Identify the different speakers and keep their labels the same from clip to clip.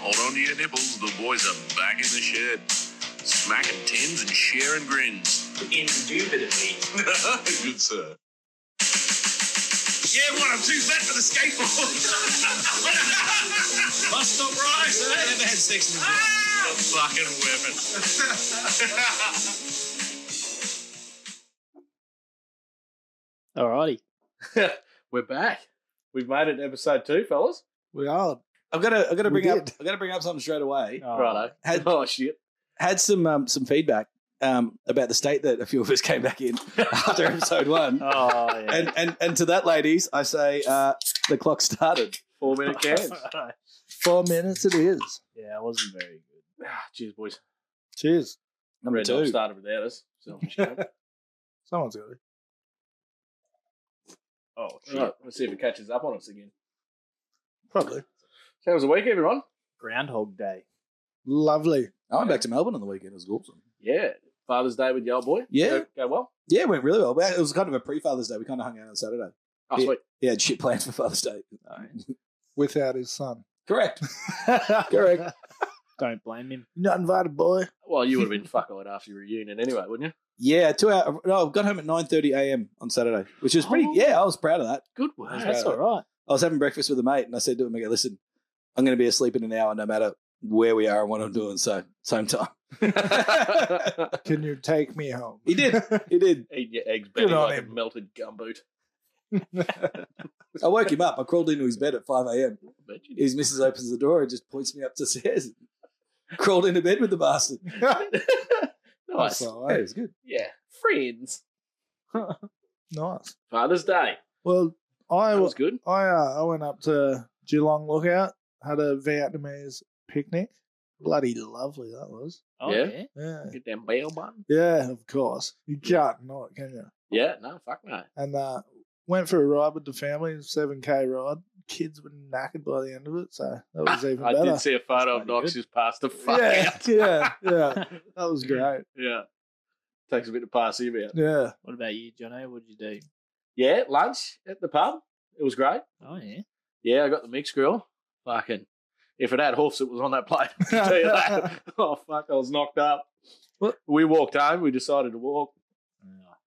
Speaker 1: Hold on to your nipples, the boys are back in the shed. Smacking tins and sharing grins.
Speaker 2: Indubitably.
Speaker 1: Good sir. Yeah, one, I'm too fat for the skateboard.
Speaker 2: Must stop rise,
Speaker 1: I
Speaker 2: eh?
Speaker 1: never had sex in
Speaker 2: Ah!
Speaker 1: fucking weapon.
Speaker 3: Alrighty.
Speaker 4: We're back. We've made it, episode two, fellas.
Speaker 3: We are.
Speaker 5: I've got to, I've got to
Speaker 3: We
Speaker 5: bring up,
Speaker 3: did.
Speaker 5: I've got to bring up something straight away.
Speaker 3: Oh,
Speaker 4: Righto.
Speaker 5: Had-
Speaker 4: oh shit.
Speaker 5: Had some, um, some feedback um, about the state that a few of us came back in after episode one,
Speaker 3: Oh, yeah.
Speaker 5: and and and to that, ladies, I say uh, the clock started.
Speaker 4: Four minute cans.
Speaker 5: Four minutes, it is.
Speaker 3: yeah, it wasn't very good.
Speaker 4: Ah, Cheers, boys.
Speaker 3: Cheers.
Speaker 5: Number
Speaker 4: Red Dog
Speaker 5: two.
Speaker 4: started without us. Selfish. cunt.
Speaker 3: Someone's got it.
Speaker 4: oh shit. Right, let's see if it catches up on us again.
Speaker 3: Probably.
Speaker 4: So how was the week, everyone?
Speaker 3: Groundhog Day. Lovely.
Speaker 5: I went back to Melbourne on the weekend. It was awesome.
Speaker 4: Yeah. Father's Day with your old boy.
Speaker 5: Yeah.
Speaker 4: Go, go well.
Speaker 5: Yeah, it went really well. Well, It was kind of a pre Father's Day. We kind of hung out on Saturday.
Speaker 4: Oh,
Speaker 5: Yeah.
Speaker 4: sweet.
Speaker 5: He had shit plans for Father's Day.
Speaker 3: Without his son.
Speaker 5: Correct. Correct.
Speaker 3: Don't blame him.
Speaker 5: Not invited, boy.
Speaker 4: Well, you would have been fuck eyed after your reunion anyway, wouldn't you?
Speaker 5: Yeah, two hour. No, I got home at nine thirty a.m. on Saturday, which was pretty.
Speaker 4: Oh.
Speaker 5: Yeah, I was proud of that.
Speaker 4: Good work.
Speaker 3: That's all right.
Speaker 5: I was having breakfast with a mate, and I said to him, "I go, listen, I'm going to be asleep in an hour, no matter where we are and what I'm doing. So same time."
Speaker 3: Can you take me home?
Speaker 5: He did. He did.
Speaker 4: Eating your eggs
Speaker 3: Good
Speaker 4: better
Speaker 3: on
Speaker 4: like a
Speaker 3: him.
Speaker 4: melted gumboot.
Speaker 5: I woke him up. I crawled into his bed at five a.m.
Speaker 4: I bet you
Speaker 5: His missus opens the door and just points me up the stairs. Crawled into bed with the bastard.
Speaker 4: did. nice.
Speaker 3: That's all
Speaker 5: Hey, it
Speaker 3: right.
Speaker 5: was good.
Speaker 4: Yeah. Friends.
Speaker 3: Nice.
Speaker 4: Father's Day.
Speaker 3: Well, I
Speaker 4: That was good.
Speaker 3: I uh, I went up to Geelong Lookout, had a Vietnamese picnic. Bloody lovely that was.
Speaker 4: Oh, Yeah.
Speaker 3: Yeah,
Speaker 4: Get down bail button.
Speaker 3: yeah, of course. You can't not, can you?
Speaker 4: Yeah, no, fuck no.
Speaker 3: And uh, went for a ride with the family, seven k ride. Kids were knackered by the end of it, so that was even
Speaker 4: I
Speaker 3: better.
Speaker 4: did see a photo
Speaker 3: That's
Speaker 4: of
Speaker 3: pretty
Speaker 4: Knox just past the fuck
Speaker 3: yeah,
Speaker 4: out.
Speaker 3: yeah, yeah. That was great.
Speaker 4: Yeah. Takes a bit to pass him out.
Speaker 3: Yeah,
Speaker 2: What about you, Jono? What did you do?
Speaker 4: Yeah, lunch at the pub. It was great.
Speaker 2: Oh, yeah.
Speaker 4: Yeah, I got the mixed grill. Fucking. If it had hoofs, it was on that plate. Tell you that. Oh, fuck. I was knocked up.
Speaker 3: What?
Speaker 4: We walked home. We decided to walk.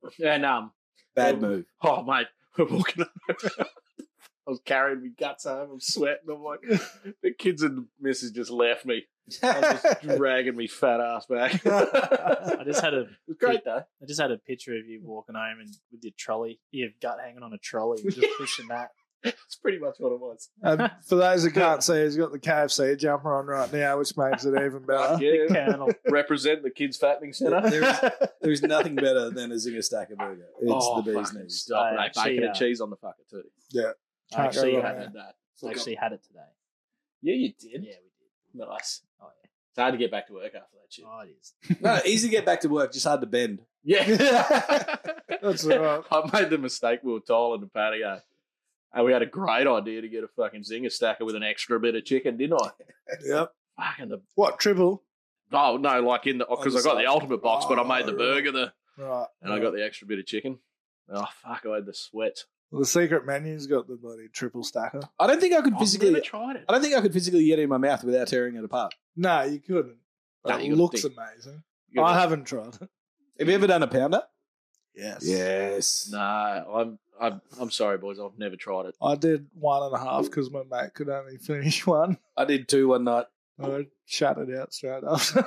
Speaker 2: Oh,
Speaker 4: And, um,
Speaker 5: Bad move.
Speaker 4: oh, mate, we're walking home. I was carrying my guts home. I'm sweating. I'm like, the kids and the missus just left me. I'm just dragging me fat ass back.
Speaker 2: I just had a
Speaker 4: It was great, though.
Speaker 2: I just had a picture of you walking home and with your trolley, your gut hanging on a trolley, and just pushing that.
Speaker 4: That's pretty much what it was.
Speaker 3: and for those that can't see, he's got the KFC jumper on right now, which makes it even better.
Speaker 4: Yeah.
Speaker 2: Colonel.
Speaker 4: Represent the kids' fattening centre.
Speaker 5: There is, there is nothing better than a zinger stacker burger. It's the bee's
Speaker 4: Oh, fucking
Speaker 5: knees.
Speaker 4: Stop,
Speaker 2: I
Speaker 4: mate.
Speaker 2: actually,
Speaker 4: Bacon and
Speaker 2: uh,
Speaker 4: cheese on the fucker too.
Speaker 2: I
Speaker 3: Can't go
Speaker 2: actually
Speaker 3: wrong
Speaker 2: had
Speaker 3: there.
Speaker 2: it.
Speaker 4: Had that.
Speaker 2: I actually had it today.
Speaker 4: Yeah, you
Speaker 2: Yeah,
Speaker 4: did.
Speaker 2: we did.
Speaker 4: Nice.
Speaker 2: Oh yeah.
Speaker 4: It's hard to get back to work after that shit.
Speaker 2: Oh, it is.
Speaker 5: No, easy to get back to work, just hard to bend.
Speaker 4: Yeah.
Speaker 3: That's all right.
Speaker 4: I made the mistake we were tiling the patio. And we had a great idea to get a fucking zinger stacker with an extra bit of chicken, didn't I?
Speaker 3: Yep.
Speaker 4: Fucking the
Speaker 3: What triple?
Speaker 4: oh no, like in the because I got the ultimate box, but I made the
Speaker 3: Oh,
Speaker 4: burger the
Speaker 3: Right.
Speaker 4: and I got the extra bit of chicken. Oh fuck, I had the sweat.
Speaker 3: Well, the secret menu's got the bloody triple stacker.
Speaker 5: I don't think I could
Speaker 4: I've never
Speaker 5: physically.
Speaker 4: tried it.
Speaker 5: I don't think I could physically get it in my mouth without tearing it apart.
Speaker 3: No, you couldn't.
Speaker 4: No,
Speaker 3: it
Speaker 4: you gotta
Speaker 3: looks
Speaker 4: think.
Speaker 3: amazing.
Speaker 4: You
Speaker 3: I
Speaker 4: know?
Speaker 3: haven't tried it.
Speaker 5: Have you ever done a pounder?
Speaker 3: Yes.
Speaker 5: Yes.
Speaker 4: No, I'm I'm I'm sorry, boys. I've never tried it.
Speaker 3: I did one and a half because my mate could only finish one.
Speaker 5: I did two one night.
Speaker 3: I shut it out straight after.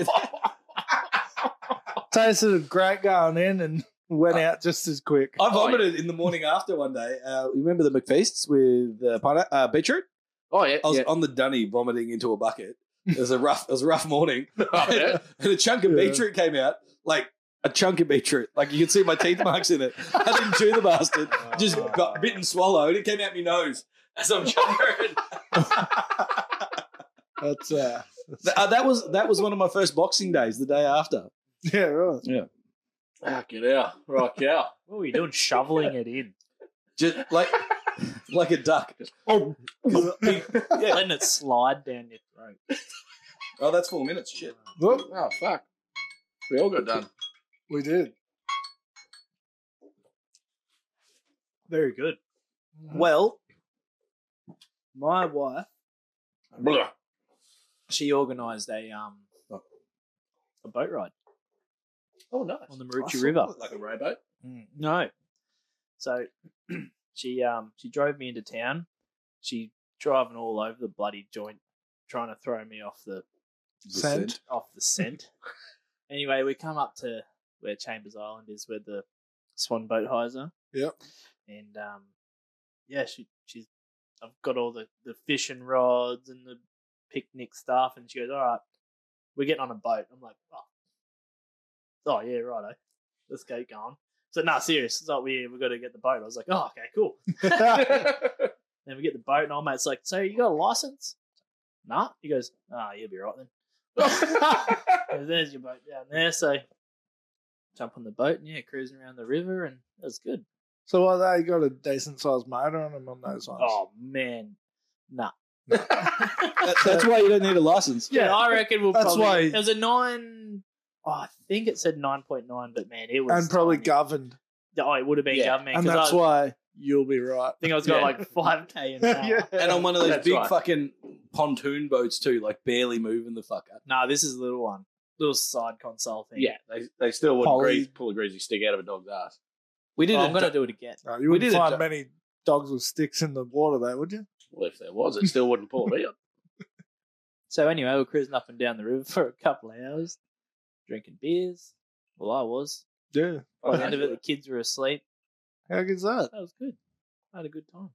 Speaker 3: Tasted great going in and
Speaker 4: Uh,
Speaker 3: went out just as quick.
Speaker 5: I vomited in the morning after one day. Uh, you remember the McFeasts with uh, pine- uh, beetroot?
Speaker 4: Oh yeah,
Speaker 5: I was
Speaker 4: yeah.
Speaker 5: on the dunny vomiting into a bucket. It was a rough. It was a rough morning.
Speaker 4: Oh, yeah.
Speaker 5: and a chunk of
Speaker 3: Yeah.
Speaker 5: beetroot came out, like a chunk of beetroot. Like you can see my teeth marks in it. I didn't chew the bastard. Just got bit and swallowed. It came out my nose as I'm chowing.
Speaker 3: That's uh,
Speaker 5: Th- uh, that was that was one of my first boxing days. The day after.
Speaker 3: yeah, right.
Speaker 4: Ah, get out. Right, cow.
Speaker 2: What were you doing? Shoveling it in,
Speaker 5: Just like like a duck.
Speaker 3: Oh,
Speaker 5: Yeah.
Speaker 2: letting it slide down your throat.
Speaker 5: Oh, that's four minutes. Shit.
Speaker 3: look,
Speaker 4: Oh, fuck. We all got done.
Speaker 3: we did.
Speaker 2: Very good. Mm-hmm. Well, my wife
Speaker 4: Blah.
Speaker 2: she organised a um a boat ride
Speaker 4: Oh, nice.
Speaker 2: on the Marucci River.
Speaker 4: Like a rowboat.
Speaker 2: Mm, No. So she um she drove me into town. She driving all over the bloody joint, trying to throw me off the
Speaker 3: Sent.
Speaker 2: off the scent. anyway, we come up to where Chambers Island is, where the Swan boat hires are.
Speaker 3: Yep.
Speaker 2: And um, yeah, she she's I've got all the the fishing rods and the picnic stuff, and she goes, "All right, we're getting on a boat." I'm like, "Oh, oh yeah, righto, let's go going." So no, serious. It's like we we got to get the boat. I was like, "Oh, okay, cool." Then we get the boat, and old mate's like, "So you got a license?" Nah. He goes, "Ah, you'll be right then." Yeah, there's your boat down there. So jump on the boat and yeah, cruising around the river and that was good.
Speaker 3: so what they got a decent sized motor on them on those ones.
Speaker 2: Oh man. Nah.
Speaker 5: That- that's why you don't need a license.
Speaker 2: Yeah, I reckon we'll
Speaker 3: That's
Speaker 2: probably
Speaker 3: why-
Speaker 2: it was a nine oh, I think it said nine point nine, but man, it was
Speaker 3: and probably
Speaker 2: tiny.
Speaker 3: governed,
Speaker 2: Oh, it would have been
Speaker 4: Yeah,
Speaker 2: government
Speaker 3: and
Speaker 2: because I,
Speaker 3: that's
Speaker 2: was-
Speaker 3: why you'll be right.
Speaker 2: I think I was going
Speaker 4: Yeah.
Speaker 2: like five K in power.
Speaker 5: And on one of those
Speaker 4: That's
Speaker 5: big
Speaker 4: right.
Speaker 5: fucking pontoon boats too, like barely moving the fuck up.
Speaker 2: Nah, this is a little one. Little side console thing.
Speaker 4: Yeah, they, they still wouldn't
Speaker 3: Polly.
Speaker 4: grease, pull a greasy stick out of a dog's ass.
Speaker 5: We did a
Speaker 2: Oh, I'm
Speaker 5: do-
Speaker 2: gonna do it again.
Speaker 3: No, you wouldn't
Speaker 5: did a
Speaker 3: find
Speaker 5: duck.
Speaker 3: many dogs with sticks in the water, though, would you?
Speaker 4: Well, if there was, it still wouldn't pull me up.
Speaker 2: So anyway, we're cruising up and down the river for a couple of hours, drinking beers. Well I was.
Speaker 3: Yeah.
Speaker 2: By the end of it the kids were asleep.
Speaker 3: How good's that?
Speaker 2: That was good. I had a good time.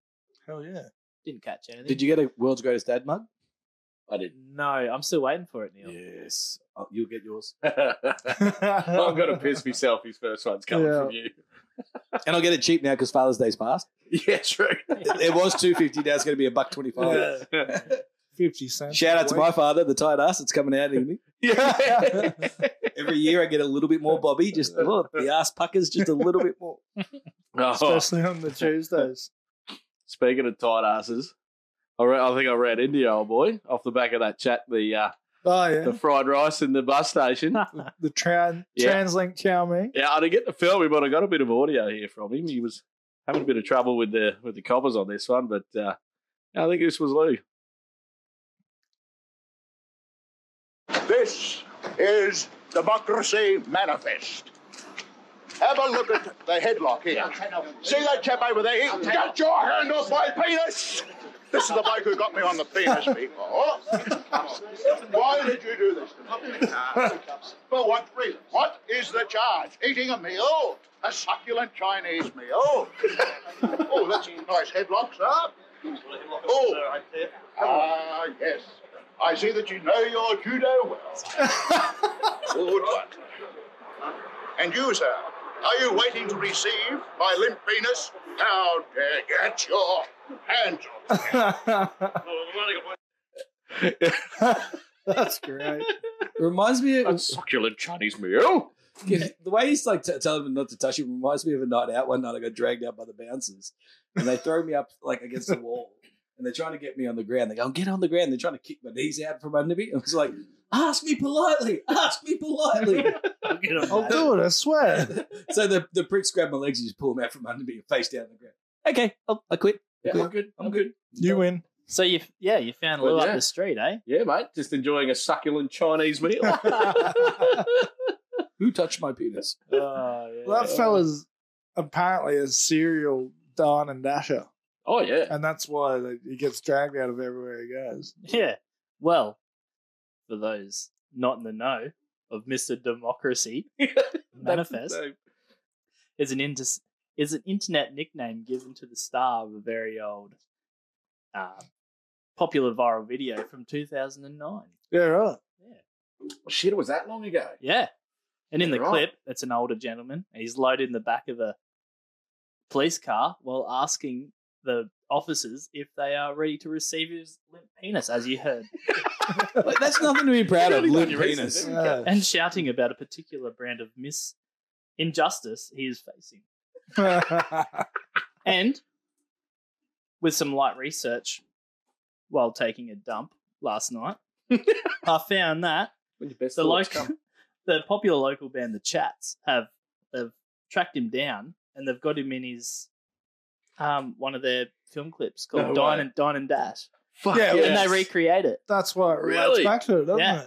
Speaker 3: Hell yeah.
Speaker 2: Didn't catch anything.
Speaker 5: Did you get a world's greatest dad mug?
Speaker 4: I didn't.
Speaker 2: No, I'm still waiting for it, Neil.
Speaker 5: Yes, oh, you'll get yours,
Speaker 4: I'm
Speaker 3: I'm
Speaker 4: going to piss myself. His first one's coming
Speaker 3: Yeah.
Speaker 4: from you.
Speaker 5: and I'll get it cheap now because Father's Day's passed.
Speaker 4: Yeah, true.
Speaker 5: It, it was two fifty. Now it's going to be a buck twenty five.
Speaker 3: Yeah. 50 cents.
Speaker 5: Shout out to my father, the tight ass. It's coming out of me.
Speaker 4: yeah.
Speaker 5: Every year I get a little bit more Bobby. Just oh, the ass puckers just a little bit more.
Speaker 4: Oh,
Speaker 3: Especially on the Tuesdays.
Speaker 4: speaking of tight asses, I, re- I think I ran into you, old boy, off the back of that chat, the uh,
Speaker 3: Oh, yeah.
Speaker 4: the fried rice in the bus station.
Speaker 3: The tran-
Speaker 4: Yeah.
Speaker 3: TransLink cow me.
Speaker 4: Yeah, I didn't get the film him, but I got a bit of audio here from him. He was having a bit of trouble with the with the coppers on this one, but uh, I think this was Lou.
Speaker 6: This is Democracy Manifest. Have a look at the headlock here. See that chap over there? He got your hand off my penis! This is the bloke who got me on the penis before. Why did you do this to me? For what reason? What is the charge? Eating a meal? A succulent Chinese meal? oh, that's a nice headlock, sir. Oh, ah, yes. I see that you know your judo well. Good luck. And you, sir, are you waiting to receive my limp penis? How dare get your hands off me.
Speaker 3: That's great.
Speaker 5: It reminds me
Speaker 4: A
Speaker 5: of
Speaker 4: succulent Chinese meal.
Speaker 5: the way he's like t- telling him not to touch it. Reminds me of a night out. One night I got dragged out by the bouncers, and they throw me up like against the wall, and they're trying to get me on the ground. They go, "Get on the ground." They're trying to kick my knees out from under me. I was like, "Ask me politely. Ask me politely."
Speaker 2: Get on
Speaker 3: I'll
Speaker 2: that.
Speaker 3: do it, I swear.
Speaker 5: so the the pricks grab my legs and just pull them out from under me and face down on the ground. Okay, I'll, I quit.
Speaker 4: Yeah,
Speaker 5: I'm
Speaker 4: good.
Speaker 5: I'm good.
Speaker 3: You win.
Speaker 2: So you, yeah, you found Lou
Speaker 4: Well,
Speaker 2: up
Speaker 4: yeah.
Speaker 2: the street, eh?
Speaker 4: Yeah, mate, just enjoying a succulent Chinese meal.
Speaker 5: Who touched my penis?
Speaker 2: Oh, yeah.
Speaker 3: Well, that fella's apparently a serial Don and Dasher.
Speaker 4: oh yeah,
Speaker 3: And that's why like, he gets dragged out of everywhere he goes.
Speaker 2: yeah. Well, for those not in the know of Mister Democracy Manifest, is an inter- is an internet nickname given to the star of a very old, uh, popular viral video from 2009.
Speaker 3: Yeah, right.
Speaker 4: Shit, it was that long ago.
Speaker 2: Yeah. And in the
Speaker 4: Right.
Speaker 2: clip, it's an older gentleman. and He's loaded in the back of a police car while asking the officers if they are ready to receive his limp penis, as you heard,
Speaker 5: Like, that's nothing to be proud of.
Speaker 4: You've
Speaker 5: Limp
Speaker 4: only done your
Speaker 5: penis.
Speaker 4: research,
Speaker 3: Yeah.
Speaker 2: and shouting about a particular brand of mis injustice he is facing. And with some light research while taking a dump last night, I found that
Speaker 4: When your best
Speaker 2: the
Speaker 4: thoughts
Speaker 2: local,
Speaker 4: come.
Speaker 2: the popular local band, the Chats, have have tracked him down and they've got him in his um one of their film clips called
Speaker 4: No
Speaker 2: Dine
Speaker 4: way.
Speaker 2: and Dine and Dash.
Speaker 4: Fuck
Speaker 3: Yeah,
Speaker 2: and they recreate it.
Speaker 3: That's why it relates
Speaker 4: Really?
Speaker 3: back to it, doesn't
Speaker 2: Yeah.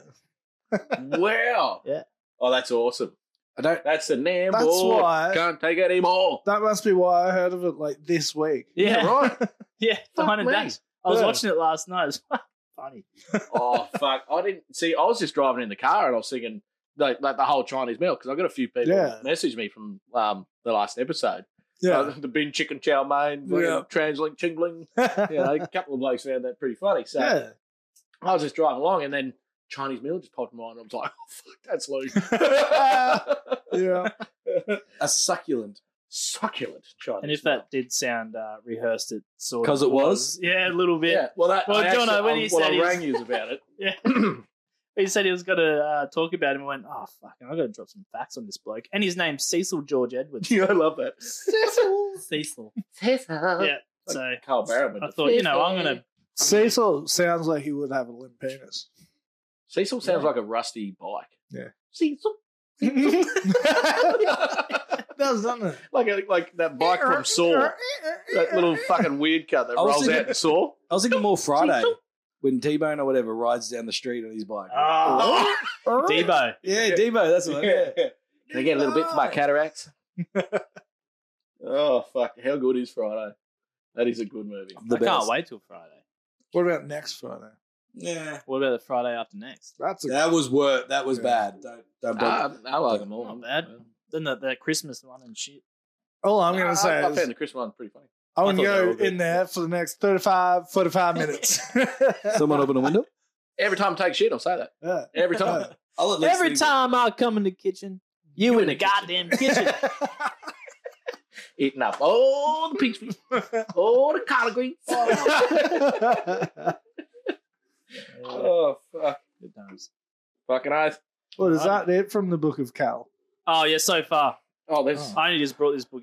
Speaker 3: it?
Speaker 4: wow.
Speaker 2: Yeah.
Speaker 4: Oh, that's awesome.
Speaker 5: I don't.
Speaker 4: That's the name.
Speaker 3: That's why-
Speaker 4: Can't take it anymore.
Speaker 3: That must be why I heard of it like this week.
Speaker 2: Yeah,
Speaker 4: right.
Speaker 2: yeah. The
Speaker 4: Fuck
Speaker 2: Hundred
Speaker 4: me.
Speaker 2: Days. I was
Speaker 3: Yeah.
Speaker 2: watching it last night. It's funny.
Speaker 4: oh fuck! I didn't see. I was just driving in the car and I was singing like, like the whole Chinese meal because I got a few people
Speaker 3: Yeah.
Speaker 4: message me from um, the last episode. Uh,
Speaker 3: Yeah.
Speaker 4: the bin chicken chow mein,
Speaker 3: Yeah.
Speaker 4: yeah. translink chingling. You know, a couple of blokes found that pretty funny. So
Speaker 3: yeah.
Speaker 4: I was just driving along and then Chinese meal just popped in my mind. I was like, oh, fuck, that's Luke.
Speaker 3: Yeah.
Speaker 5: A succulent.
Speaker 4: Succulent Chinese.
Speaker 2: And if
Speaker 4: meal.
Speaker 2: that did sound uh, rehearsed, it sort of
Speaker 5: 'Cause it was?
Speaker 2: Yeah, a little bit.
Speaker 4: yeah, well, that,
Speaker 2: Well,
Speaker 4: I actually,
Speaker 2: Jono, when
Speaker 4: I-
Speaker 2: you
Speaker 4: well,
Speaker 2: said
Speaker 4: I
Speaker 2: he was-
Speaker 4: rang you about it.
Speaker 2: He said he was going to uh, talk about him. I went, oh fucking, I got to drop some facts on this bloke. And his name's Cecil George Edwards.
Speaker 4: Yeah, I love that.
Speaker 2: Cecil. Cecil. Yeah. So
Speaker 4: Carl Barron.
Speaker 2: I thought, you know, I'm going to.
Speaker 3: Cecil sounds like he would have a limp penis.
Speaker 4: Cecil sounds like a rusty bike.
Speaker 3: Yeah.
Speaker 4: Cecil.
Speaker 3: does, doesn't it?
Speaker 4: like a, like that bike from Saw. That little fucking weird cut
Speaker 2: Oh,
Speaker 4: that
Speaker 5: I was
Speaker 4: rolls
Speaker 5: thinking-
Speaker 4: out in Saw.
Speaker 5: I was thinking more Friday when T Bone or whatever rides down the street on his bike.
Speaker 2: Oh, Debo.
Speaker 5: yeah, Debo. That's what. Yeah.
Speaker 4: Can I get a little bit for my cataracts? oh fuck! How good is Friday? That is a good movie.
Speaker 5: The
Speaker 2: I
Speaker 5: best.
Speaker 2: can't wait till Friday.
Speaker 3: What about next Friday?
Speaker 5: Yeah.
Speaker 2: What about the Friday after next?
Speaker 3: That's a
Speaker 5: That was work. That was
Speaker 3: Yeah.
Speaker 5: bad. Don't, don't bother.
Speaker 4: I, I like them all.
Speaker 2: Not bad. Then that that Christmas one and shit.
Speaker 3: all I'm going
Speaker 4: I-
Speaker 3: to say.
Speaker 4: I,
Speaker 3: is,
Speaker 4: found the Christmas one pretty funny.
Speaker 3: I
Speaker 4: I
Speaker 3: want
Speaker 4: thought
Speaker 3: to
Speaker 4: they
Speaker 3: go
Speaker 4: were good.
Speaker 3: in there for the next 35, 45 minutes.
Speaker 5: Ah. Someone open a window.
Speaker 4: Every time I take shit, I'll say that.
Speaker 3: Yeah.
Speaker 4: Every time.
Speaker 5: I'll at least
Speaker 2: Every
Speaker 5: leave it.
Speaker 2: time I come in the kitchen, you, in the goddamn kitchen.
Speaker 4: Eating up all the peach feet, all the collard greens. oh fuck!
Speaker 2: Good times.
Speaker 4: Fucking oath.
Speaker 3: What is that? It from the Book of Cal.
Speaker 2: Oh yeah, so far.
Speaker 4: Oh, there's.
Speaker 2: I only just brought this book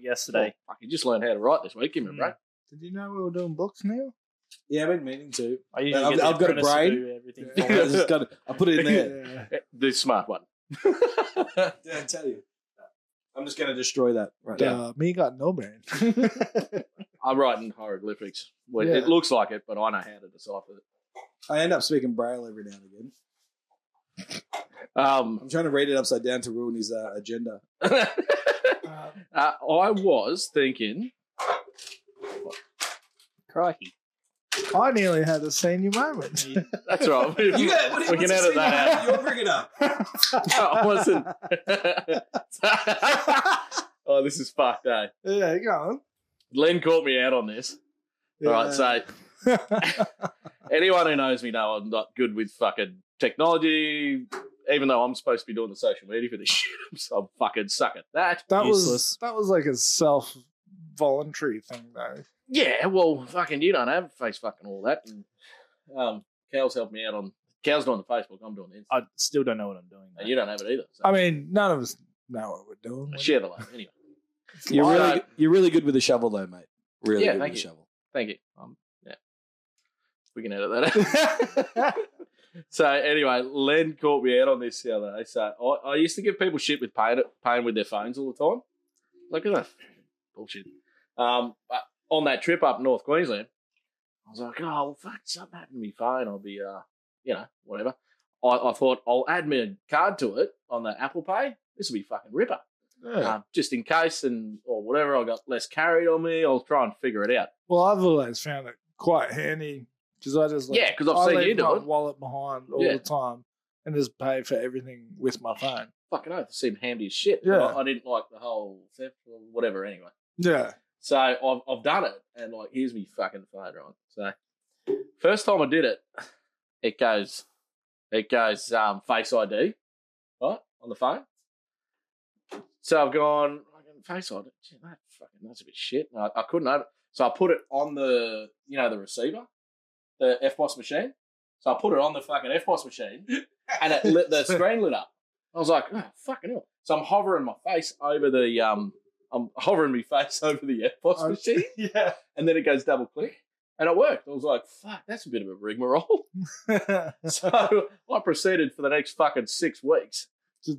Speaker 4: Oh,
Speaker 2: yesterday.
Speaker 4: fuck, you just learned how to write this week. Give me a break.
Speaker 3: Did you know we were doing books now?
Speaker 5: Yeah, I've been meaning to.
Speaker 2: I usually
Speaker 5: I've-
Speaker 2: get the
Speaker 5: I've got a
Speaker 2: apprentice to
Speaker 5: brain.
Speaker 2: do everything
Speaker 5: I
Speaker 2: for me.
Speaker 5: just gotta- I put it in there.
Speaker 4: Eh, The smart one.
Speaker 5: Did I tell you? I'm just gonna destroy that right now.
Speaker 3: Duh, me got no brain.
Speaker 4: I'm writing hieroglyphics. Well,
Speaker 3: Yeah.
Speaker 4: It looks like it, but I know how to decipher it.
Speaker 5: I end up speaking braille every now and again.
Speaker 4: Um,
Speaker 5: I'm trying to read it upside down to ruin his uh, agenda.
Speaker 4: uh, I was thinking.
Speaker 2: Crikey.
Speaker 3: I nearly had a senior moment.
Speaker 4: That's right.
Speaker 5: You got what,
Speaker 4: We
Speaker 5: what's
Speaker 4: can
Speaker 5: the
Speaker 4: edit
Speaker 5: thing
Speaker 4: that
Speaker 5: about Your cricket up.
Speaker 4: I wasn't. oh, this is fucked, eh?
Speaker 3: yeah, go on.
Speaker 4: Len caught me out on this. All right, so anyone who knows me know I'm not good with fucking technology. Even though I'm supposed to be doing the social media for this shit, I'm, so- I'm fucking suck at that.
Speaker 3: that was
Speaker 2: useless.
Speaker 3: that was like a self voluntary thing though.
Speaker 4: Yeah, well, fucking, you don't have face fucking all that. And, um, Cal's helped me out on. Cal's doing the Facebook. I'm doing the Instagram.
Speaker 2: I still don't know what I'm doing.
Speaker 4: And you don't have it either. So.
Speaker 3: I mean, none of us know what we're doing.
Speaker 4: Share the love. Anyway,
Speaker 5: You're
Speaker 4: Why
Speaker 5: really,
Speaker 4: not?
Speaker 5: you're really good with a shovel, though, mate. Really
Speaker 4: Yeah,
Speaker 5: good with
Speaker 4: thank
Speaker 5: a
Speaker 4: you.
Speaker 5: shovel.
Speaker 4: thank you. Um, yeah, we can edit that out. so anyway, Len caught me out on this the other day. So I, I used to give people shit with paying paying with their phones all the time. Like at that bullshit. Um, but on that trip up north Queensland, I was like, oh well, fuck, something happened to my phone. I'll be, uh, you know, whatever. I, I thought I'll add my card to it on the Apple Pay. This will be fucking ripper.
Speaker 3: Yeah.
Speaker 4: um, just in case and or whatever I got less carried on me, I'll try and figure it out.
Speaker 3: Well, I've always found it quite handy because I just like,
Speaker 4: Yeah, 'cause I've
Speaker 3: I
Speaker 4: seen
Speaker 3: leave
Speaker 4: you do
Speaker 3: my
Speaker 4: it.
Speaker 3: wallet behind all
Speaker 4: Yeah.
Speaker 3: the time and just pay for everything with my phone.
Speaker 4: Fucking oath, it seemed handy as shit.
Speaker 3: Yeah.
Speaker 4: But I, I didn't like the whole theft or whatever anyway.
Speaker 3: Yeah,
Speaker 4: So I've I've done it and like here's me fucking phone right. So first time I did it, it goes it goes um, face ID, right? On the phone. So I've gone fucking face ID. Gee, that fucking that's a bit shit. And I, I couldn't open so I put it on the you know the receiver, the FBOS machine. So I put it on the fucking FBOS machine, and it lit the screen lit up. I was like, oh, fucking hell! So I'm hovering my face over the um, I'm hovering my face over the FBOS
Speaker 3: Oh,
Speaker 4: machine,
Speaker 3: yeah.
Speaker 4: and then it goes double click, and it worked. I was like, fuck, that's a bit of a rigmarole. so I proceeded for the next fucking six weeks.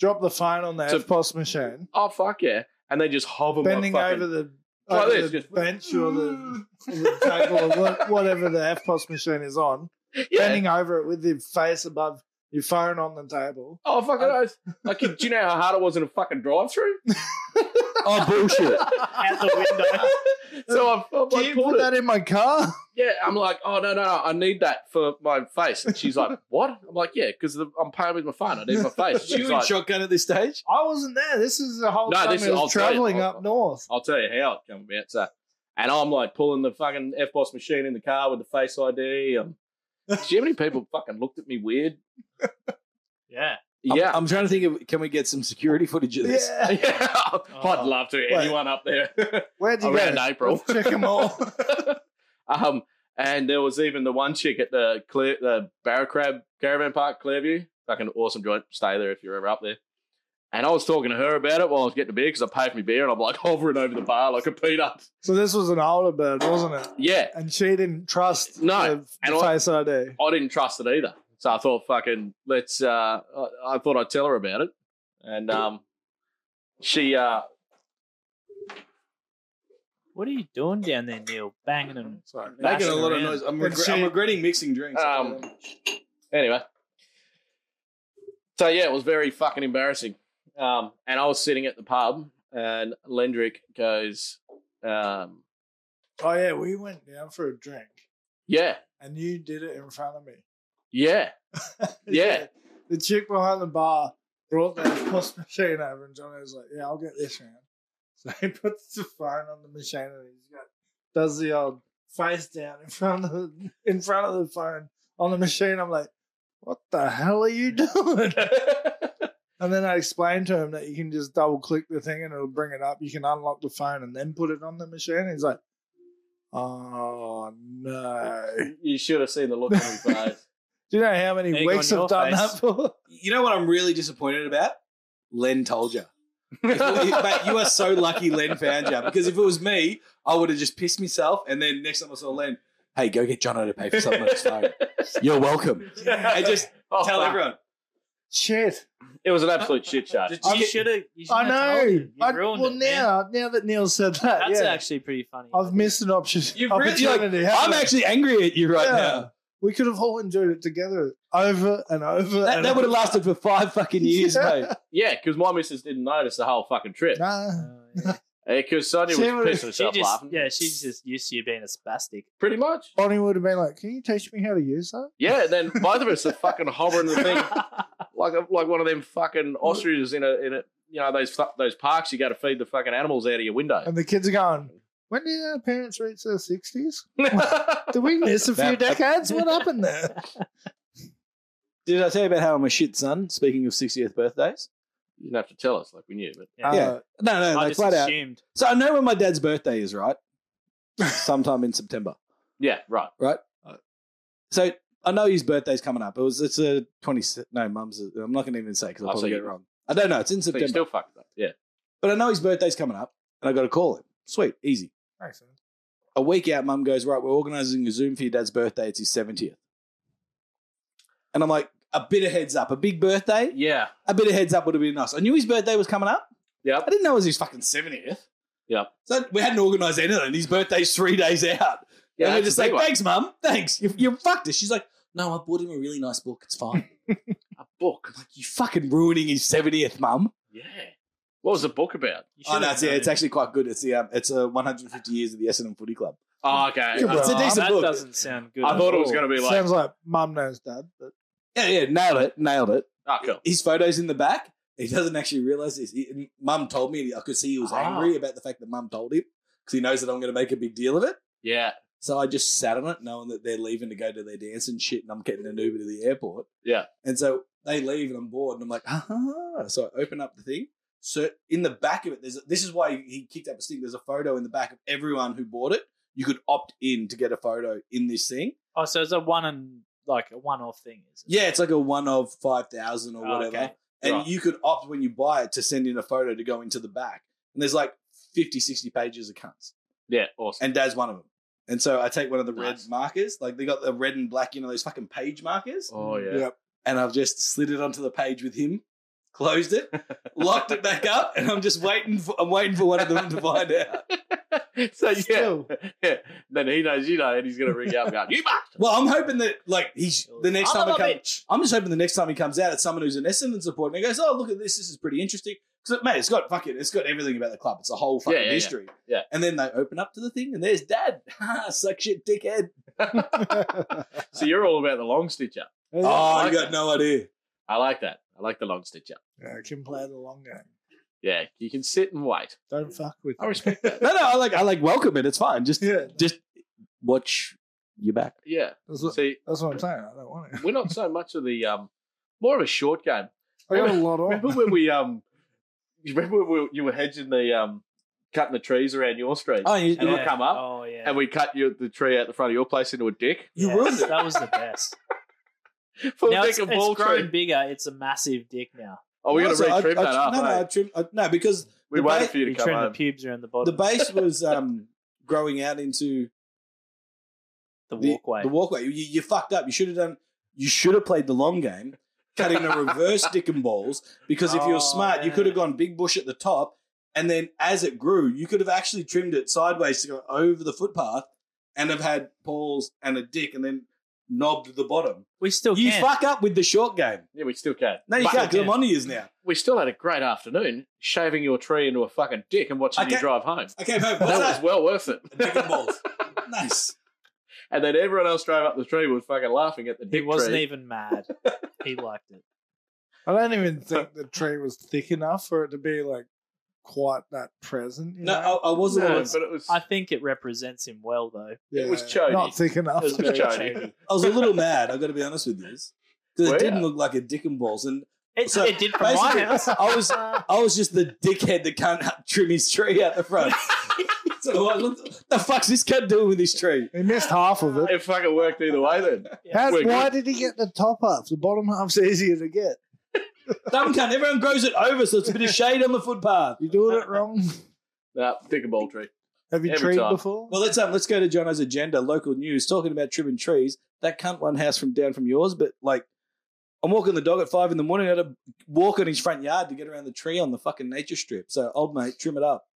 Speaker 3: Drop the phone on the
Speaker 4: So-
Speaker 3: FPOS machine,
Speaker 4: Oh fuck yeah! And they just hover
Speaker 3: bending
Speaker 4: my fucking,
Speaker 3: over the
Speaker 4: Like
Speaker 3: over
Speaker 4: this,
Speaker 3: the
Speaker 4: just-
Speaker 3: bench or the, or the table or wha- whatever the FPOS machine is on, bending over it with your face above your phone on the table.
Speaker 4: Oh fucking oath! Like, do you know how hard it was in a fucking drive-through?
Speaker 5: Oh, bullshit.
Speaker 2: Out the window.
Speaker 4: so I, I,
Speaker 3: Can
Speaker 4: I
Speaker 3: you
Speaker 4: pulled
Speaker 3: put
Speaker 4: it.
Speaker 3: that in my car?
Speaker 4: Yeah, I'm like, oh no, no, no, I need that for my face. And she's like, what? I'm like, yeah, because I'm paying with my phone. I need my face.
Speaker 5: you
Speaker 4: She's
Speaker 5: in
Speaker 4: like,
Speaker 5: shotgun at this stage?
Speaker 3: I wasn't there. This is the whole
Speaker 4: No,
Speaker 3: time
Speaker 4: this
Speaker 3: it
Speaker 4: is-
Speaker 3: was
Speaker 4: I'll tell you.
Speaker 3: traveling
Speaker 4: I'll-
Speaker 3: up north.
Speaker 4: I'll tell you how it came about. So, and I'm like pulling the fucking F boss machine in the car with the face ID. Um, do you know how many people fucking looked at me weird?
Speaker 2: Yeah.
Speaker 4: yeah.
Speaker 5: I'm, I'm trying to think of can we get some security footage of this?
Speaker 3: Yeah.
Speaker 4: Oh, I'd love to. Anyone up there
Speaker 3: Where'd you
Speaker 4: around
Speaker 3: go?
Speaker 4: April?
Speaker 3: Check them all.
Speaker 4: um, and there was even the one chick at the Clear, the Barrow Crab Caravan Park, Clearview. Fucking awesome joint. Stay there if you're ever up there. And I was talking to her about it while I was getting a beer because I paid for my beer and I'm like hovering over the bar like a peanut.
Speaker 3: so this was an older bird, wasn't it?
Speaker 4: Yeah,
Speaker 3: And she didn't trust
Speaker 4: No,
Speaker 3: the,
Speaker 4: and
Speaker 3: the
Speaker 4: I-
Speaker 3: face ID.
Speaker 4: I didn't trust it either. So I thought, fucking, let's. Uh, I, I thought I'd tell her about it, and um, she. Uh,
Speaker 2: What are you doing down there, Neil? Banging them.
Speaker 3: Sorry.
Speaker 5: Making a lot of
Speaker 2: around.
Speaker 5: noise. I'm,
Speaker 3: And
Speaker 5: regre-
Speaker 3: she-
Speaker 5: I'm regretting mixing drinks.
Speaker 4: Um, anyway. So yeah, it was very fucking embarrassing. Um, and I was sitting at the pub, and Lendrick goes, um,
Speaker 3: Oh yeah, we went down for a drink,
Speaker 4: "Yeah,
Speaker 3: and you did it in front of me.
Speaker 4: yeah, Yeah.
Speaker 3: The chick behind the bar brought that post machine over, and Johnny was like, "Yeah, I'll get this round." So he puts the phone on the machine, and he's got does the old face down in front of the, in front of the phone on the machine. I'm like, "What the hell are you doing?" And then I explained to him that you can just double click the thing and it'll bring it up. You can unlock the phone and then put it on the machine. And he's like, "Oh no."
Speaker 4: you should have seen the look on his face."
Speaker 3: Do you know how many
Speaker 2: Egg
Speaker 3: weeks
Speaker 2: on
Speaker 3: I've
Speaker 2: your
Speaker 3: done
Speaker 2: face.
Speaker 3: that for?
Speaker 5: you know what I'm really disappointed about? Len told you. Mate, you are so lucky Len found you. Because if it was me, I would have just pissed myself. And then next time I saw Len, hey, go get Jono to pay for something on his phone. You're welcome. I just
Speaker 4: Oh,
Speaker 5: tell
Speaker 4: fuck.
Speaker 5: everyone.
Speaker 3: Shit.
Speaker 4: it was an absolute shit show.
Speaker 5: Just, just
Speaker 2: You
Speaker 5: get-
Speaker 2: should have. You should
Speaker 3: I know.
Speaker 2: You
Speaker 3: I-
Speaker 2: ruined
Speaker 3: well,
Speaker 2: it. man.
Speaker 3: now, now that Neil said that,
Speaker 2: That's
Speaker 3: yeah,
Speaker 2: actually pretty funny.
Speaker 3: I've missed an option,
Speaker 5: You've really-
Speaker 3: opportunity. haven't
Speaker 5: I'm
Speaker 3: I?
Speaker 5: actually angry at you right
Speaker 3: Yeah.
Speaker 5: now.
Speaker 3: We could have all enjoyed it together over and over.
Speaker 5: That,
Speaker 3: and
Speaker 5: that would
Speaker 3: over.
Speaker 5: have lasted for five fucking years,
Speaker 3: Yeah.
Speaker 5: mate.
Speaker 4: Yeah, because my missus didn't notice the whole fucking trip.
Speaker 3: Nah.
Speaker 2: Oh, yeah.
Speaker 4: Because Sonia
Speaker 3: She
Speaker 4: was
Speaker 3: would've-
Speaker 4: pissing
Speaker 2: she
Speaker 4: herself
Speaker 2: just,
Speaker 4: laughing.
Speaker 2: yeah, she's just used to you being a spastic.
Speaker 4: Pretty much.
Speaker 3: Bonnie would have been like, Can you teach me how to use that?
Speaker 4: Yeah, and then both of us are fucking hovering the thing like a, like one of them fucking ostriches in a in a you know those fu- those parks you got to feed the fucking animals out of your window.
Speaker 5: Um,
Speaker 3: And the kids are going, When did our parents reach their 60s?
Speaker 4: yeah,
Speaker 3: Did we miss a few
Speaker 5: That- that-
Speaker 3: decades? What happened there?
Speaker 5: Did I tell you about how I'm a shit son? Speaking of 60th birthdays,
Speaker 4: you didn't have to tell us like we knew, but
Speaker 3: Uh,
Speaker 2: Yeah.
Speaker 5: Yeah. no, no,
Speaker 2: I
Speaker 5: like
Speaker 2: just
Speaker 5: flat out.
Speaker 2: assumed.
Speaker 5: So I know when my dad's birthday is, right? Sometime in September.
Speaker 4: yeah, right.
Speaker 5: Uh, So I know his birthday's coming up. It was it's a twenty. No, mum's. I'm not going to even say because I'll
Speaker 4: Oh,
Speaker 5: probably
Speaker 4: so
Speaker 5: get it
Speaker 4: you-
Speaker 5: wrong. I don't know. It's in
Speaker 4: So you
Speaker 5: September,
Speaker 4: still fucked up. Yeah,
Speaker 5: but I know his birthday's coming up, and I got to call him. Sweet, easy.
Speaker 3: Makes sense.
Speaker 5: A week out, mum goes right. We're organising a Zoom for your dad's birthday. It's his seventieth, and I'm like, a bit of heads up, a big birthday.
Speaker 4: yeah,
Speaker 5: A bit of heads up would have been nice. I knew his birthday was coming up.
Speaker 4: Yep.
Speaker 5: I didn't know it was his fucking seventieth.
Speaker 4: Yep.
Speaker 5: So we hadn't organised anything. His birthday's three days out.
Speaker 4: yeah. that's
Speaker 5: and we're
Speaker 4: a
Speaker 5: just
Speaker 4: big
Speaker 5: like,
Speaker 4: one.
Speaker 5: thanks, mum. Thanks. You, you fucked us. She's like, no, I bought him a really nice book. It's fine.
Speaker 4: a book.
Speaker 5: Like you fucking ruining his seventieth, mum.
Speaker 4: Yeah. What was the book about?
Speaker 2: You
Speaker 5: Oh
Speaker 2: should
Speaker 5: no,
Speaker 2: have
Speaker 5: it's, yeah,
Speaker 2: known.
Speaker 5: it's actually quite good. It's the um, it's uh, 150 years of the Essendon Footy Club.
Speaker 4: Oh, okay.
Speaker 3: Good
Speaker 4: I
Speaker 3: book.
Speaker 5: It's a
Speaker 2: Oh,
Speaker 5: decent
Speaker 2: that
Speaker 5: book.
Speaker 2: doesn't sound good.
Speaker 4: I
Speaker 2: at
Speaker 4: thought it was
Speaker 2: all.
Speaker 4: going to be like,
Speaker 3: Sounds like mum knows dad, but
Speaker 5: Yeah, yeah, nailed it, nailed it.
Speaker 4: oh, cool.
Speaker 5: His photos in the back. He doesn't actually realize this. He- and mum told me. I could see he was
Speaker 4: Ah.
Speaker 5: angry about the fact that mum told him because he knows that I'm going to make a big deal of it.
Speaker 4: Yeah,
Speaker 5: So I just sat on it, knowing that they're leaving to go to their dance and shit, and I'm getting an Uber to the airport.
Speaker 4: Yeah.
Speaker 5: And so they leave, and I'm bored, and I'm like, ah. So I open up the thing. So in the back of it, there's a, this is why he kicked up a thing. There's a photo in the back of everyone who bought it. You could opt in to get a photo in this thing.
Speaker 2: Oh, so it's a one and like a one-off thing. Is it?
Speaker 5: Yeah, it's like a one of five thousand or
Speaker 2: Oh,
Speaker 5: whatever,
Speaker 2: okay.
Speaker 5: and
Speaker 4: Right.
Speaker 5: you could opt when you buy it to send in a photo to go into the back. And there's like 50, 60 pages of cunts.
Speaker 4: yeah, awesome.
Speaker 5: and Dad's one of them. And so I take one of the red
Speaker 4: Nice.
Speaker 5: markers, like they got the red and black, you know, those fucking page markers,
Speaker 4: oh yeah.
Speaker 3: Yeah.
Speaker 5: and I've just slid it onto the page with him, closed it, locked it back up, and I'm just waiting for I'm waiting for one of them to find out.
Speaker 4: so yeah,
Speaker 2: Still.
Speaker 4: yeah. Then he knows you know, and he's gonna ring out and go, "You bastard!"
Speaker 5: Well, I'm hoping that like he's the next
Speaker 4: I'm
Speaker 5: time
Speaker 4: a
Speaker 5: he comes.
Speaker 4: bitch.
Speaker 5: I'm just hoping the next time he comes out, it's someone who's an Essendon supporter and he goes, "Oh, look at this! This is pretty interesting." Because mate, it's got fucking, it's got everything about the club. It's a whole fucking
Speaker 4: Yeah, yeah, yeah.
Speaker 5: history.
Speaker 4: Yeah.
Speaker 5: And then they open up to the thing, and there's Dad. Suck shit, dickhead.
Speaker 4: So you're all about the long stitcher.
Speaker 5: Oh,
Speaker 4: like
Speaker 5: you got no idea.
Speaker 4: I like that. I like the long stitcher.
Speaker 3: Yeah, I can play the long game.
Speaker 4: Yeah, you can sit and wait.
Speaker 3: Don't fuck with.
Speaker 4: I respect
Speaker 3: that.
Speaker 5: No, no, I like, I like welcome it. It's fine. Just,
Speaker 3: yeah,
Speaker 5: just watch your back.
Speaker 4: Yeah.
Speaker 3: that's what,
Speaker 4: See,
Speaker 3: that's what I'm saying. I don't want it.
Speaker 4: we're not so much of the um, more of a short game.
Speaker 3: I got a lot
Speaker 4: Remember
Speaker 3: on.
Speaker 4: when we um, you remember when we, you were hedging the um, cutting the trees around your street,
Speaker 5: Oh, you,
Speaker 4: And I come up,
Speaker 2: Oh yeah.
Speaker 4: and we cut your, the tree out the front of your place into a dick.
Speaker 5: you
Speaker 2: Yes,
Speaker 5: ruined it.
Speaker 2: That was the best.
Speaker 4: Full
Speaker 2: now
Speaker 4: dick
Speaker 2: it's,
Speaker 4: and
Speaker 2: it's
Speaker 4: ball
Speaker 2: grown
Speaker 4: tree.
Speaker 2: bigger. It's a massive dick now.
Speaker 4: Oh, we got to
Speaker 5: Also, I-
Speaker 4: retrim
Speaker 5: I-
Speaker 4: that up.
Speaker 5: No, no,
Speaker 4: eh?
Speaker 5: I trim, I, no, because
Speaker 4: we
Speaker 5: the
Speaker 4: waited
Speaker 5: ba-
Speaker 4: for you to
Speaker 2: You
Speaker 4: come
Speaker 2: trim the
Speaker 4: home.
Speaker 2: pubes around the bottom.
Speaker 5: the base was um, growing out into
Speaker 2: the
Speaker 5: the-
Speaker 2: walkway.
Speaker 5: The walkway. You, you fucked up. You should have done. You should have played the long game, cutting the reverse dick and balls. Because if
Speaker 2: Oh,
Speaker 5: you're smart, you
Speaker 2: yeah.
Speaker 5: could have gone big bush at the top, and then as it grew, you could have actually trimmed it sideways to go over the footpath, and have had balls and a dick, and then knobbed the bottom.
Speaker 2: we still
Speaker 5: you
Speaker 2: can.
Speaker 5: fuck up with the short game.
Speaker 4: Yeah, we still can.
Speaker 5: No, you
Speaker 4: But
Speaker 5: can't. 'cause I'm
Speaker 2: yeah.
Speaker 5: on to yours now.
Speaker 4: We still had a great afternoon shaving your tree into a fucking dick and watching
Speaker 5: I
Speaker 4: you
Speaker 5: can't-
Speaker 4: drive home.
Speaker 5: Okay, mate. What's
Speaker 4: That was
Speaker 5: that?
Speaker 4: well worth it.
Speaker 5: Dick and balls. Nice.
Speaker 4: And then everyone else drove up the tree was fucking laughing at the
Speaker 2: He
Speaker 4: dick
Speaker 2: wasn't
Speaker 4: tree.
Speaker 2: even mad. he liked it.
Speaker 3: I don't even think the tree was thick enough for it to be like quite that present. you
Speaker 5: No,
Speaker 3: know?
Speaker 5: I, I wasn't.
Speaker 4: no,
Speaker 5: on-
Speaker 4: but it was.
Speaker 2: I think it represents him well, though.
Speaker 4: it was
Speaker 3: Yeah,
Speaker 4: chody.
Speaker 3: Not thick enough.
Speaker 2: It was
Speaker 4: It was
Speaker 2: very
Speaker 4: chody.
Speaker 2: shady.
Speaker 5: I was a little mad. I've got to be honest with you. Because
Speaker 4: Well,
Speaker 5: it didn't
Speaker 4: yeah.
Speaker 5: look like a dick and balls, and
Speaker 2: It,
Speaker 5: So,
Speaker 2: it did from my
Speaker 5: basically,
Speaker 2: house.
Speaker 5: I was I was just the dickhead that can't trim his tree out the front. so what, what the fuck's this cunt doing with this tree?
Speaker 3: He missed half of it.
Speaker 4: It fucking worked either way then.
Speaker 3: How,
Speaker 4: We're
Speaker 3: why
Speaker 4: good.
Speaker 3: did he get the top half? The bottom half's easier to get.
Speaker 5: Dumb cunt. Everyone grows it over, so it's a bit of shade on the footpath.
Speaker 3: You're doing it wrong.
Speaker 4: Nah, dick and ball tree.
Speaker 3: Have you
Speaker 4: Every
Speaker 3: treed
Speaker 4: time.
Speaker 3: before?
Speaker 5: Well, let's um, let's go to Jono's agenda. Local news talking about trimming trees. That cunt one house from down from yours, but like. I'm walking the dog at five in the morning. I had to walk in his front yard to get around the tree on the fucking nature strip. So, old mate, trim it up.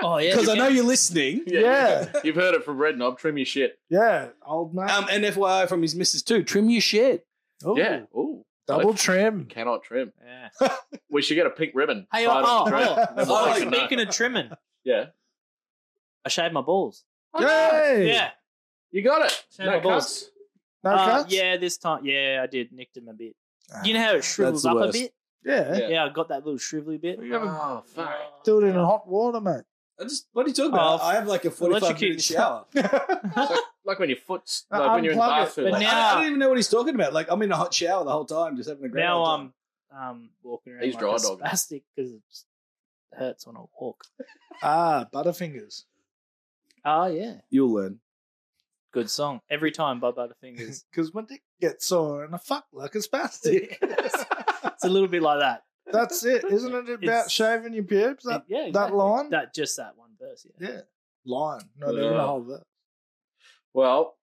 Speaker 2: Oh yeah,
Speaker 5: Because I know you're listening.
Speaker 3: yeah,
Speaker 4: You've heard it from Red Knob. Trim your shit.
Speaker 3: yeah, old man.
Speaker 5: Um, and FYI from his missus, too, trim your shit.
Speaker 3: Ooh,
Speaker 4: Yeah. Ooh.
Speaker 3: double trim.
Speaker 4: Cannot trim.
Speaker 2: Yeah.
Speaker 4: We should get a pink ribbon.
Speaker 2: Hey,
Speaker 4: tied
Speaker 2: oh,
Speaker 4: on the tree.
Speaker 2: oh,
Speaker 4: Then we'll
Speaker 5: oh,
Speaker 4: take a
Speaker 5: like-
Speaker 4: note.
Speaker 2: speaking of trimming,
Speaker 4: Yeah.
Speaker 2: I shaved my balls.
Speaker 3: Yay!
Speaker 2: Yeah.
Speaker 4: You got it.
Speaker 2: Shame my oh. balls.
Speaker 4: cuts.
Speaker 3: No
Speaker 2: Uh,
Speaker 3: cuts?
Speaker 2: yeah, this time, yeah, I did nicked him a bit.
Speaker 3: Ah,
Speaker 2: You know how it shrivels
Speaker 5: the
Speaker 2: up a
Speaker 5: worst.
Speaker 2: bit?
Speaker 3: Yeah.
Speaker 4: Yeah.
Speaker 2: Yeah. I got that little shrivelly bit.
Speaker 4: Oh, fuck.
Speaker 3: Do it in hot water, mate.
Speaker 5: I just what are you talking about?
Speaker 2: Oh,
Speaker 5: I have like a forty-five
Speaker 2: electrocute
Speaker 5: minute shower.
Speaker 4: Like when your foot's,
Speaker 3: Uh,
Speaker 4: like when you're in the
Speaker 3: unplug it.
Speaker 4: bathroom.
Speaker 2: But
Speaker 5: Like,
Speaker 4: like,
Speaker 2: now-
Speaker 5: I, I don't even know what he's talking about. Like I'm in a hot shower the whole time, just having a great.
Speaker 2: now
Speaker 5: old
Speaker 2: I'm
Speaker 5: time.
Speaker 2: um walking around
Speaker 4: He's
Speaker 2: like
Speaker 4: dry
Speaker 2: a
Speaker 4: dogging.
Speaker 2: spastic because it hurts when I walk.
Speaker 3: ah, Butterfingers.
Speaker 2: Oh yeah,
Speaker 5: you'll learn.
Speaker 2: good song every time by Butterfingers.
Speaker 3: Because my dick gets sore and I fuck like a spastic.
Speaker 2: it's a little bit like that.
Speaker 3: That's it, isn't it? About
Speaker 2: It's-
Speaker 3: shaving your pubes? That,
Speaker 2: yeah,
Speaker 3: that
Speaker 2: exactly.
Speaker 3: line?
Speaker 2: that just that one verse. Yeah.
Speaker 3: yeah. Line. Not even
Speaker 4: Yeah.
Speaker 3: a whole bit.
Speaker 4: Well,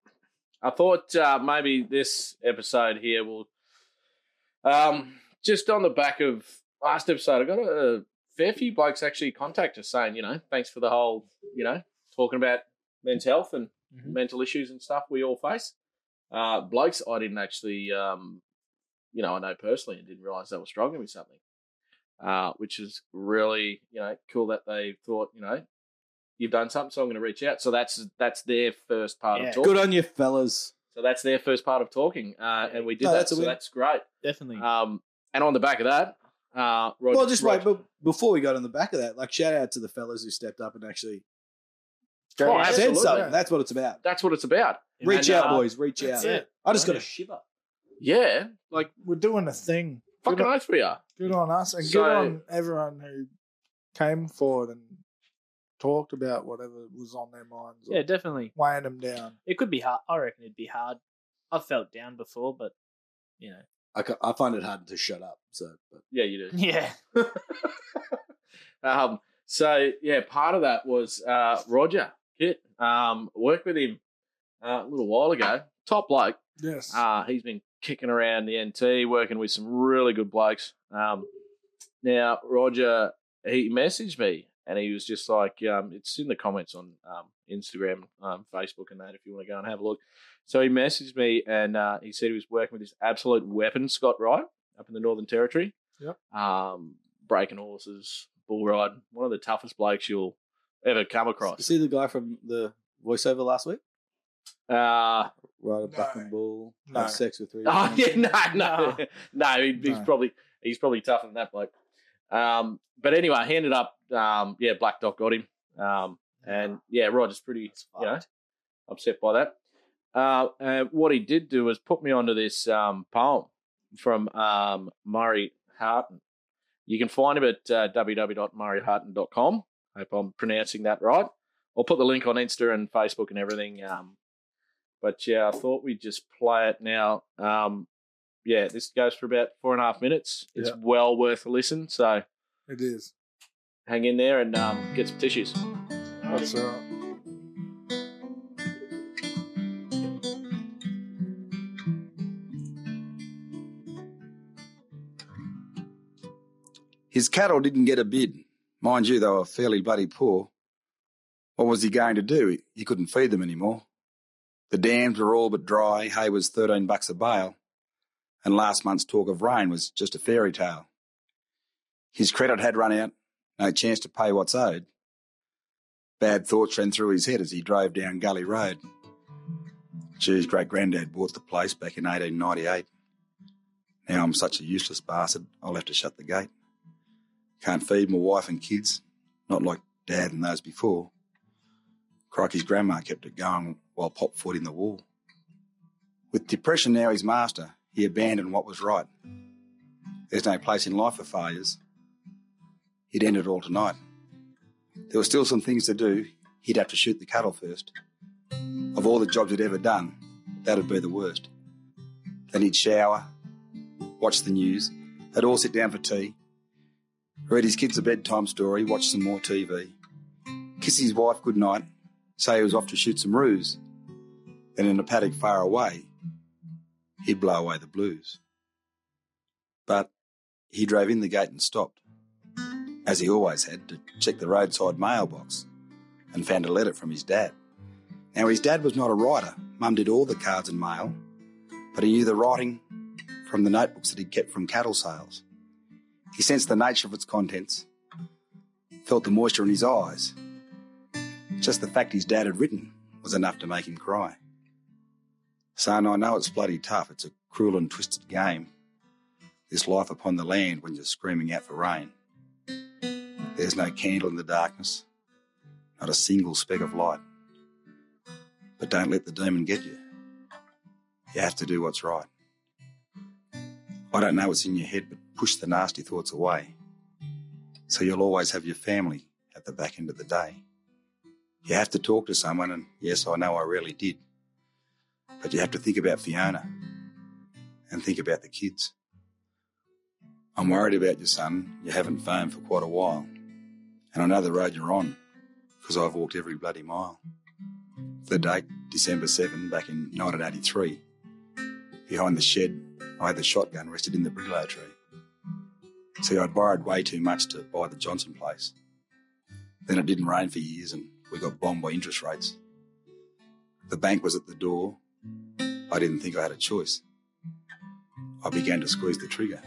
Speaker 4: I thought uh, maybe this episode here will, um, just on the back of last episode, I got a, fair few blokes actually contact us saying, you know, thanks for the whole, you know, talking about men's health and
Speaker 2: Mhm.
Speaker 4: mental issues and stuff we all face. Uh, blokes, I didn't actually, um, you know, I know personally, and didn't realize they were struggling with something, uh, which is really, you know, cool that they thought, you know. You've done something, so I'm going to reach out. So that's that's their first part
Speaker 2: Yeah.
Speaker 4: of talking.
Speaker 5: Good on you, fellas.
Speaker 4: So that's their first part of talking, uh, and we did
Speaker 5: No,
Speaker 4: that.
Speaker 5: that's a
Speaker 4: so
Speaker 5: win.
Speaker 4: that's great.
Speaker 2: Definitely.
Speaker 4: Um, and on the back of that, uh, Roger,
Speaker 5: well, just
Speaker 4: Roger,
Speaker 5: wait. But before we got on the back of that, like shout out to the fellas who stepped up and actually
Speaker 4: Oh,
Speaker 2: Yeah.
Speaker 5: said
Speaker 4: absolutely.
Speaker 5: something. That's what it's about.
Speaker 4: That's what it's about.
Speaker 5: Reach
Speaker 4: And,
Speaker 5: out,
Speaker 4: uh,
Speaker 5: boys. Reach out.
Speaker 2: That's it.
Speaker 5: I just got
Speaker 2: Yeah.
Speaker 5: a shiver.
Speaker 4: Yeah, like
Speaker 3: We're doing a thing. Good
Speaker 4: fucking
Speaker 3: on,
Speaker 4: oath we are.
Speaker 3: good on us and
Speaker 4: So-
Speaker 3: good on everyone who came forward and talked about whatever was on their minds. or
Speaker 2: Yeah, definitely.
Speaker 3: Weighing them down.
Speaker 2: It could be hard. I reckon it'd be hard. I've felt down before, but you know.
Speaker 5: I, ca- I find it hard to shut up. So, but
Speaker 4: Yeah, you do.
Speaker 2: Yeah.
Speaker 4: Um, so yeah, part of that was uh, Roger Kit. Um, worked with him uh, a little while ago. Top bloke.
Speaker 3: Yes.
Speaker 2: Ah.
Speaker 4: Uh, he's been kicking around the NT, working with some really good blokes. Um, now, Roger, he messaged me and he was just like, um, it's in the comments on um, Instagram, um, Facebook, and that if you want to go and have a look. So he messaged me and uh, he said he was working with this absolute weapon, Scott Wright, up in the Northern Territory.
Speaker 3: Yep.
Speaker 4: Um, breaking horses, bull ride, one of the toughest blokes you'll ever come across.
Speaker 5: See the guy from the voiceover last week?
Speaker 4: Uh,
Speaker 5: Right, a
Speaker 3: No.
Speaker 5: buck and bull,
Speaker 3: No.
Speaker 5: have sex with three.
Speaker 4: Oh
Speaker 5: women.
Speaker 4: yeah, no, no, no. he- he's
Speaker 3: No.
Speaker 4: probably he's probably tougher than that bloke. Um, but anyway, he ended up. Um, yeah, Black Dot got him. Um, and yeah, Roger's pretty you know, upset by that. Uh, and what he did do was put me onto this um, poem from um, Murray Harton. You can find him at uh, www.murrayharton.com. Hope I'm pronouncing that right. I'll put the link on Insta and Facebook and everything. Um, but yeah, I thought we'd just play it now. Um, yeah, this goes for about four and a half minutes. It's
Speaker 3: Yeah.
Speaker 4: well worth a listen. So
Speaker 3: It is.
Speaker 4: hang in there and um, get some tissues.
Speaker 3: That's all.
Speaker 7: His cattle didn't get a bid. Mind you, they were fairly bloody poor. What was he going to do? He couldn't feed them anymore. The dams were all but dry, hay was 13 bucks a bale, and last month's talk of rain was just a fairy tale. His credit had run out, no chance to pay what's owed. Bad thoughts ran through his head as he drove down Gully Road. Geez, great granddad bought the place back in 1898. Now I'm such a useless bastard, I'll have to shut the gate. Can't feed my wife and kids, not like Dad and those before. Crikey's grandma kept it going while Pop fought in the war. With depression now his master, he abandoned what was right. There's no place in life for failures. He'd end it all tonight. There were still some things to do. He'd have to shoot the cattle first. Of all the jobs he'd ever done, that'd be the worst. Then he'd shower, watch the news, they'd all sit down for tea, read his kids a bedtime story, watch some more TV, kiss his wife goodnight, say he was off to shoot some roos, and in a paddock far away, he'd blow away the blues. But he drove in the gate and stopped, as he always had, to check the roadside mailbox, and found a letter from his dad. Now, his dad was not a writer. Mum did all the cards and mail, but he knew the writing from the notebooks that he'd kept from cattle sales. He sensed the nature of its contents, felt the moisture in his eyes. Just the fact his dad had written was enough to make him cry. Son, I know it's bloody tough. It's a cruel and twisted game. This life upon the land when you're screaming out for rain. There's no candle in the darkness, not a single speck of light. But don't let the demon get you. You have to do what's right. I don't know what's in your head, but push the nasty thoughts away. So you'll always have your family at the back end of the day. You have to talk to someone, and yes, I know I really did. But you have to think about Fiona and think about the kids. I'm worried about your son. You haven't phoned for quite a while. And I know the road you're on because I've walked every bloody mile. The date, December 7, back in 1983. Behind the shed I had the shotgun rested in the brigalow tree. See, I'd borrowed way too much to buy the Johnson place. Then it didn't rain for years and we got bombed by interest rates. The bank was at the door. I didn't think I had a choice. I began to squeeze the trigger.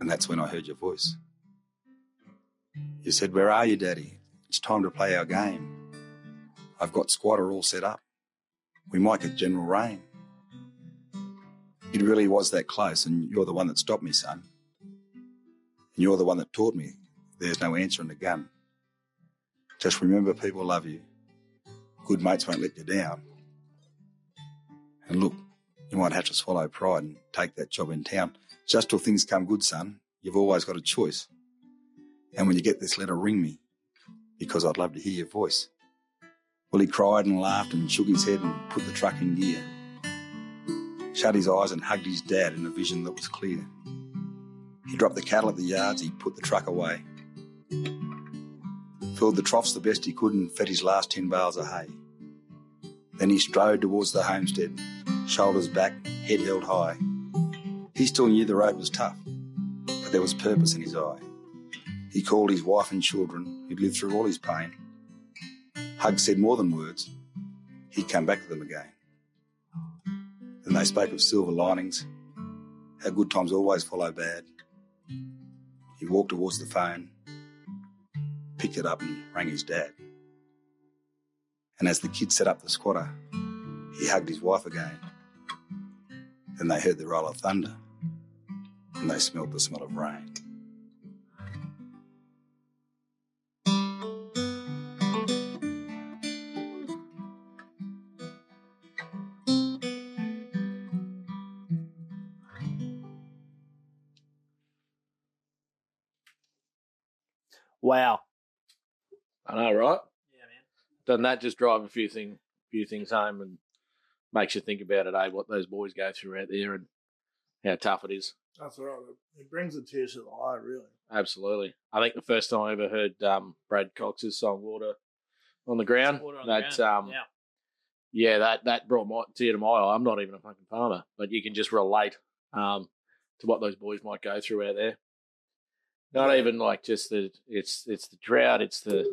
Speaker 7: And that's when I heard your voice. You said, Where are you, Daddy? It's time to play our game. I've got squatter all set up. We might get general rain. It really was that close, and you're the one that stopped me, son. And you're the one that taught me there's no answer in a gun. Just remember people love you. Good mates won't let you down. And look, you might have to swallow pride and take that job in town. Just till things come good, son, you've always got a choice. And when you get this letter, ring me, because I'd love to hear your voice. Well, he cried and laughed and shook his head and put the truck in gear shut his eyes and hugged his dad in a vision that was clear. He dropped the cattle at the yards, he put the truck away, filled the troughs the best he could, and fed his last 10 bales of hay. Then he strode towards the homestead, shoulders back, head held high. He still knew the road was tough, but there was purpose in his eye. He called his wife and children, who'd lived through all his pain. Hug said more than words. He'd come back to them again. Then they spoke of silver linings, how good times always follow bad. He walked towards the phone, picked it up, and rang his dad. And as the kid set up the squatter, he hugged his wife again. Then they heard the roll of thunder, and they smelled the smell of rain.
Speaker 2: Wow.
Speaker 4: I know, right?
Speaker 2: Yeah, man.
Speaker 4: Doesn't that just drive a few thing, few things home and makes you think about it, eh? What those boys go through out there and how tough it is.
Speaker 3: That's all right. It- It brings the tears to the eye, really.
Speaker 4: Absolutely. I think the first time I ever heard um, Brad Cox's song "Water on the Ground,"
Speaker 2: Water on the
Speaker 4: that
Speaker 2: ground.
Speaker 4: um,
Speaker 2: yeah.
Speaker 4: yeah, that that brought my tear to my eye. I'm not even a fucking farmer, but you can just relate um, to what those boys might go through out there. Not even like just the it's it's the drought. It's the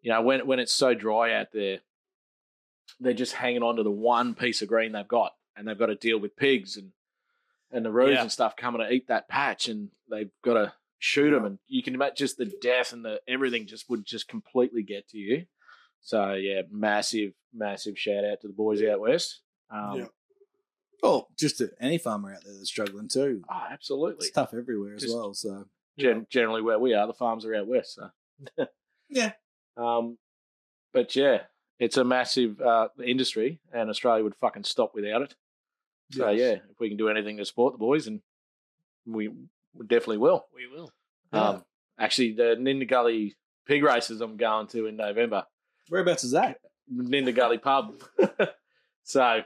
Speaker 4: you know when when it's so dry out there, they're just hanging on to the one piece of green they've got, and they've got to deal with pigs and and the roos
Speaker 2: Yeah.
Speaker 4: and stuff coming to eat that patch, and they've got to shoot them. And you can imagine just the death and the everything just would just completely get to you. So yeah, massive, massive shout out to the boys out west. Um,
Speaker 3: Yeah.
Speaker 5: Oh, just to any farmer out there that's struggling too.
Speaker 4: oh, absolutely.
Speaker 5: It's tough everywhere as
Speaker 4: Just-
Speaker 5: well. So
Speaker 4: Gen- generally, where we are, the farms are out west. So.
Speaker 5: Yeah.
Speaker 4: Um, but yeah, it's a massive uh, industry, and Australia would fucking stop without it. So
Speaker 3: Yes.
Speaker 4: yeah, if we can do anything to support the boys, and we we definitely will.
Speaker 2: We will.
Speaker 4: Um, actually, the Ninda Gully pig races I'm going to in November.
Speaker 5: whereabouts is that?
Speaker 4: Ninda Gully pub. so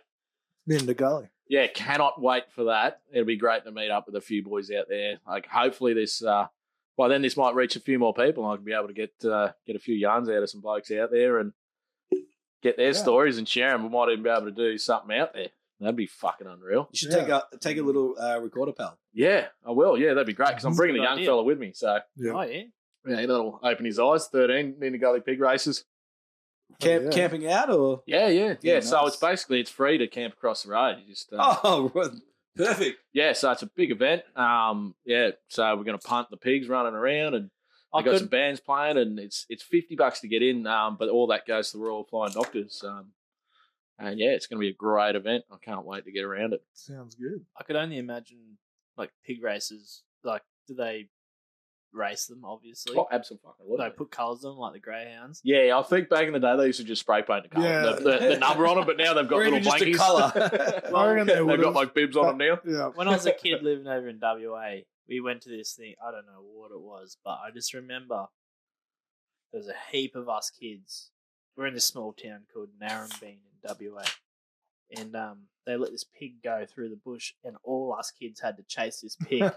Speaker 3: In the gully.
Speaker 4: yeah, cannot wait for that. It'll be great to meet up with a few boys out there. Like, hopefully, this uh, by then this might reach a few more people, and I can be able to get uh, get a few yarns out of some blokes out there and get their stories and share them. We might even be able to do something out there. That'd be fucking unreal.
Speaker 5: You should
Speaker 3: Yeah. Oh,
Speaker 5: take a take a little uh, recorder pal.
Speaker 4: Yeah, I will. Yeah, that'd be great because I'm
Speaker 2: That's a
Speaker 4: bringing a
Speaker 2: good
Speaker 4: young
Speaker 2: idea.
Speaker 4: fella with me, so
Speaker 3: Yeah.
Speaker 2: Oh yeah.
Speaker 4: yeah, that'll open his eyes. Thirteen, need to go to pig races.
Speaker 5: Camp,
Speaker 3: yeah.
Speaker 5: Camping out or
Speaker 4: Yeah, yeah, yeah.
Speaker 5: Yeah,
Speaker 4: So
Speaker 5: nice.
Speaker 4: it's basically it's free to camp across the road. You just uh,
Speaker 5: oh, right. perfect.
Speaker 4: yeah, so it's a big event. Um, yeah, so we're gonna punt the pigs running around, and
Speaker 2: I
Speaker 4: I got some
Speaker 2: could.
Speaker 4: bands playing, and it's it's fifty bucks to get in. Um, but all that goes to the Royal Flying Doctors. Um, and yeah, it's gonna be a great event. I can't wait to get around it.
Speaker 3: Sounds good.
Speaker 2: I could only imagine like pig races. Like, do they race them? Obviously,
Speaker 4: Oh, absolutely.
Speaker 2: they put colours on 'em, like the greyhounds.
Speaker 4: Yeah, I think back in the day they used to just spray paint the colour,
Speaker 3: Yeah.
Speaker 4: the, the, the number on it, but now they've got
Speaker 5: Or
Speaker 4: little
Speaker 5: even just a
Speaker 4: blankies.
Speaker 5: colour.
Speaker 3: I reckon they
Speaker 4: they've
Speaker 3: would've.
Speaker 4: got like bibs on them now.
Speaker 3: Yeah.
Speaker 2: When I was a kid living over in WA, we went to this thing. I don't know what it was, but I just remember there was a heap of us kids. We're in this small town called Narrombean in WA, and um, they let this pig go through the bush, and all us kids had to chase this pig,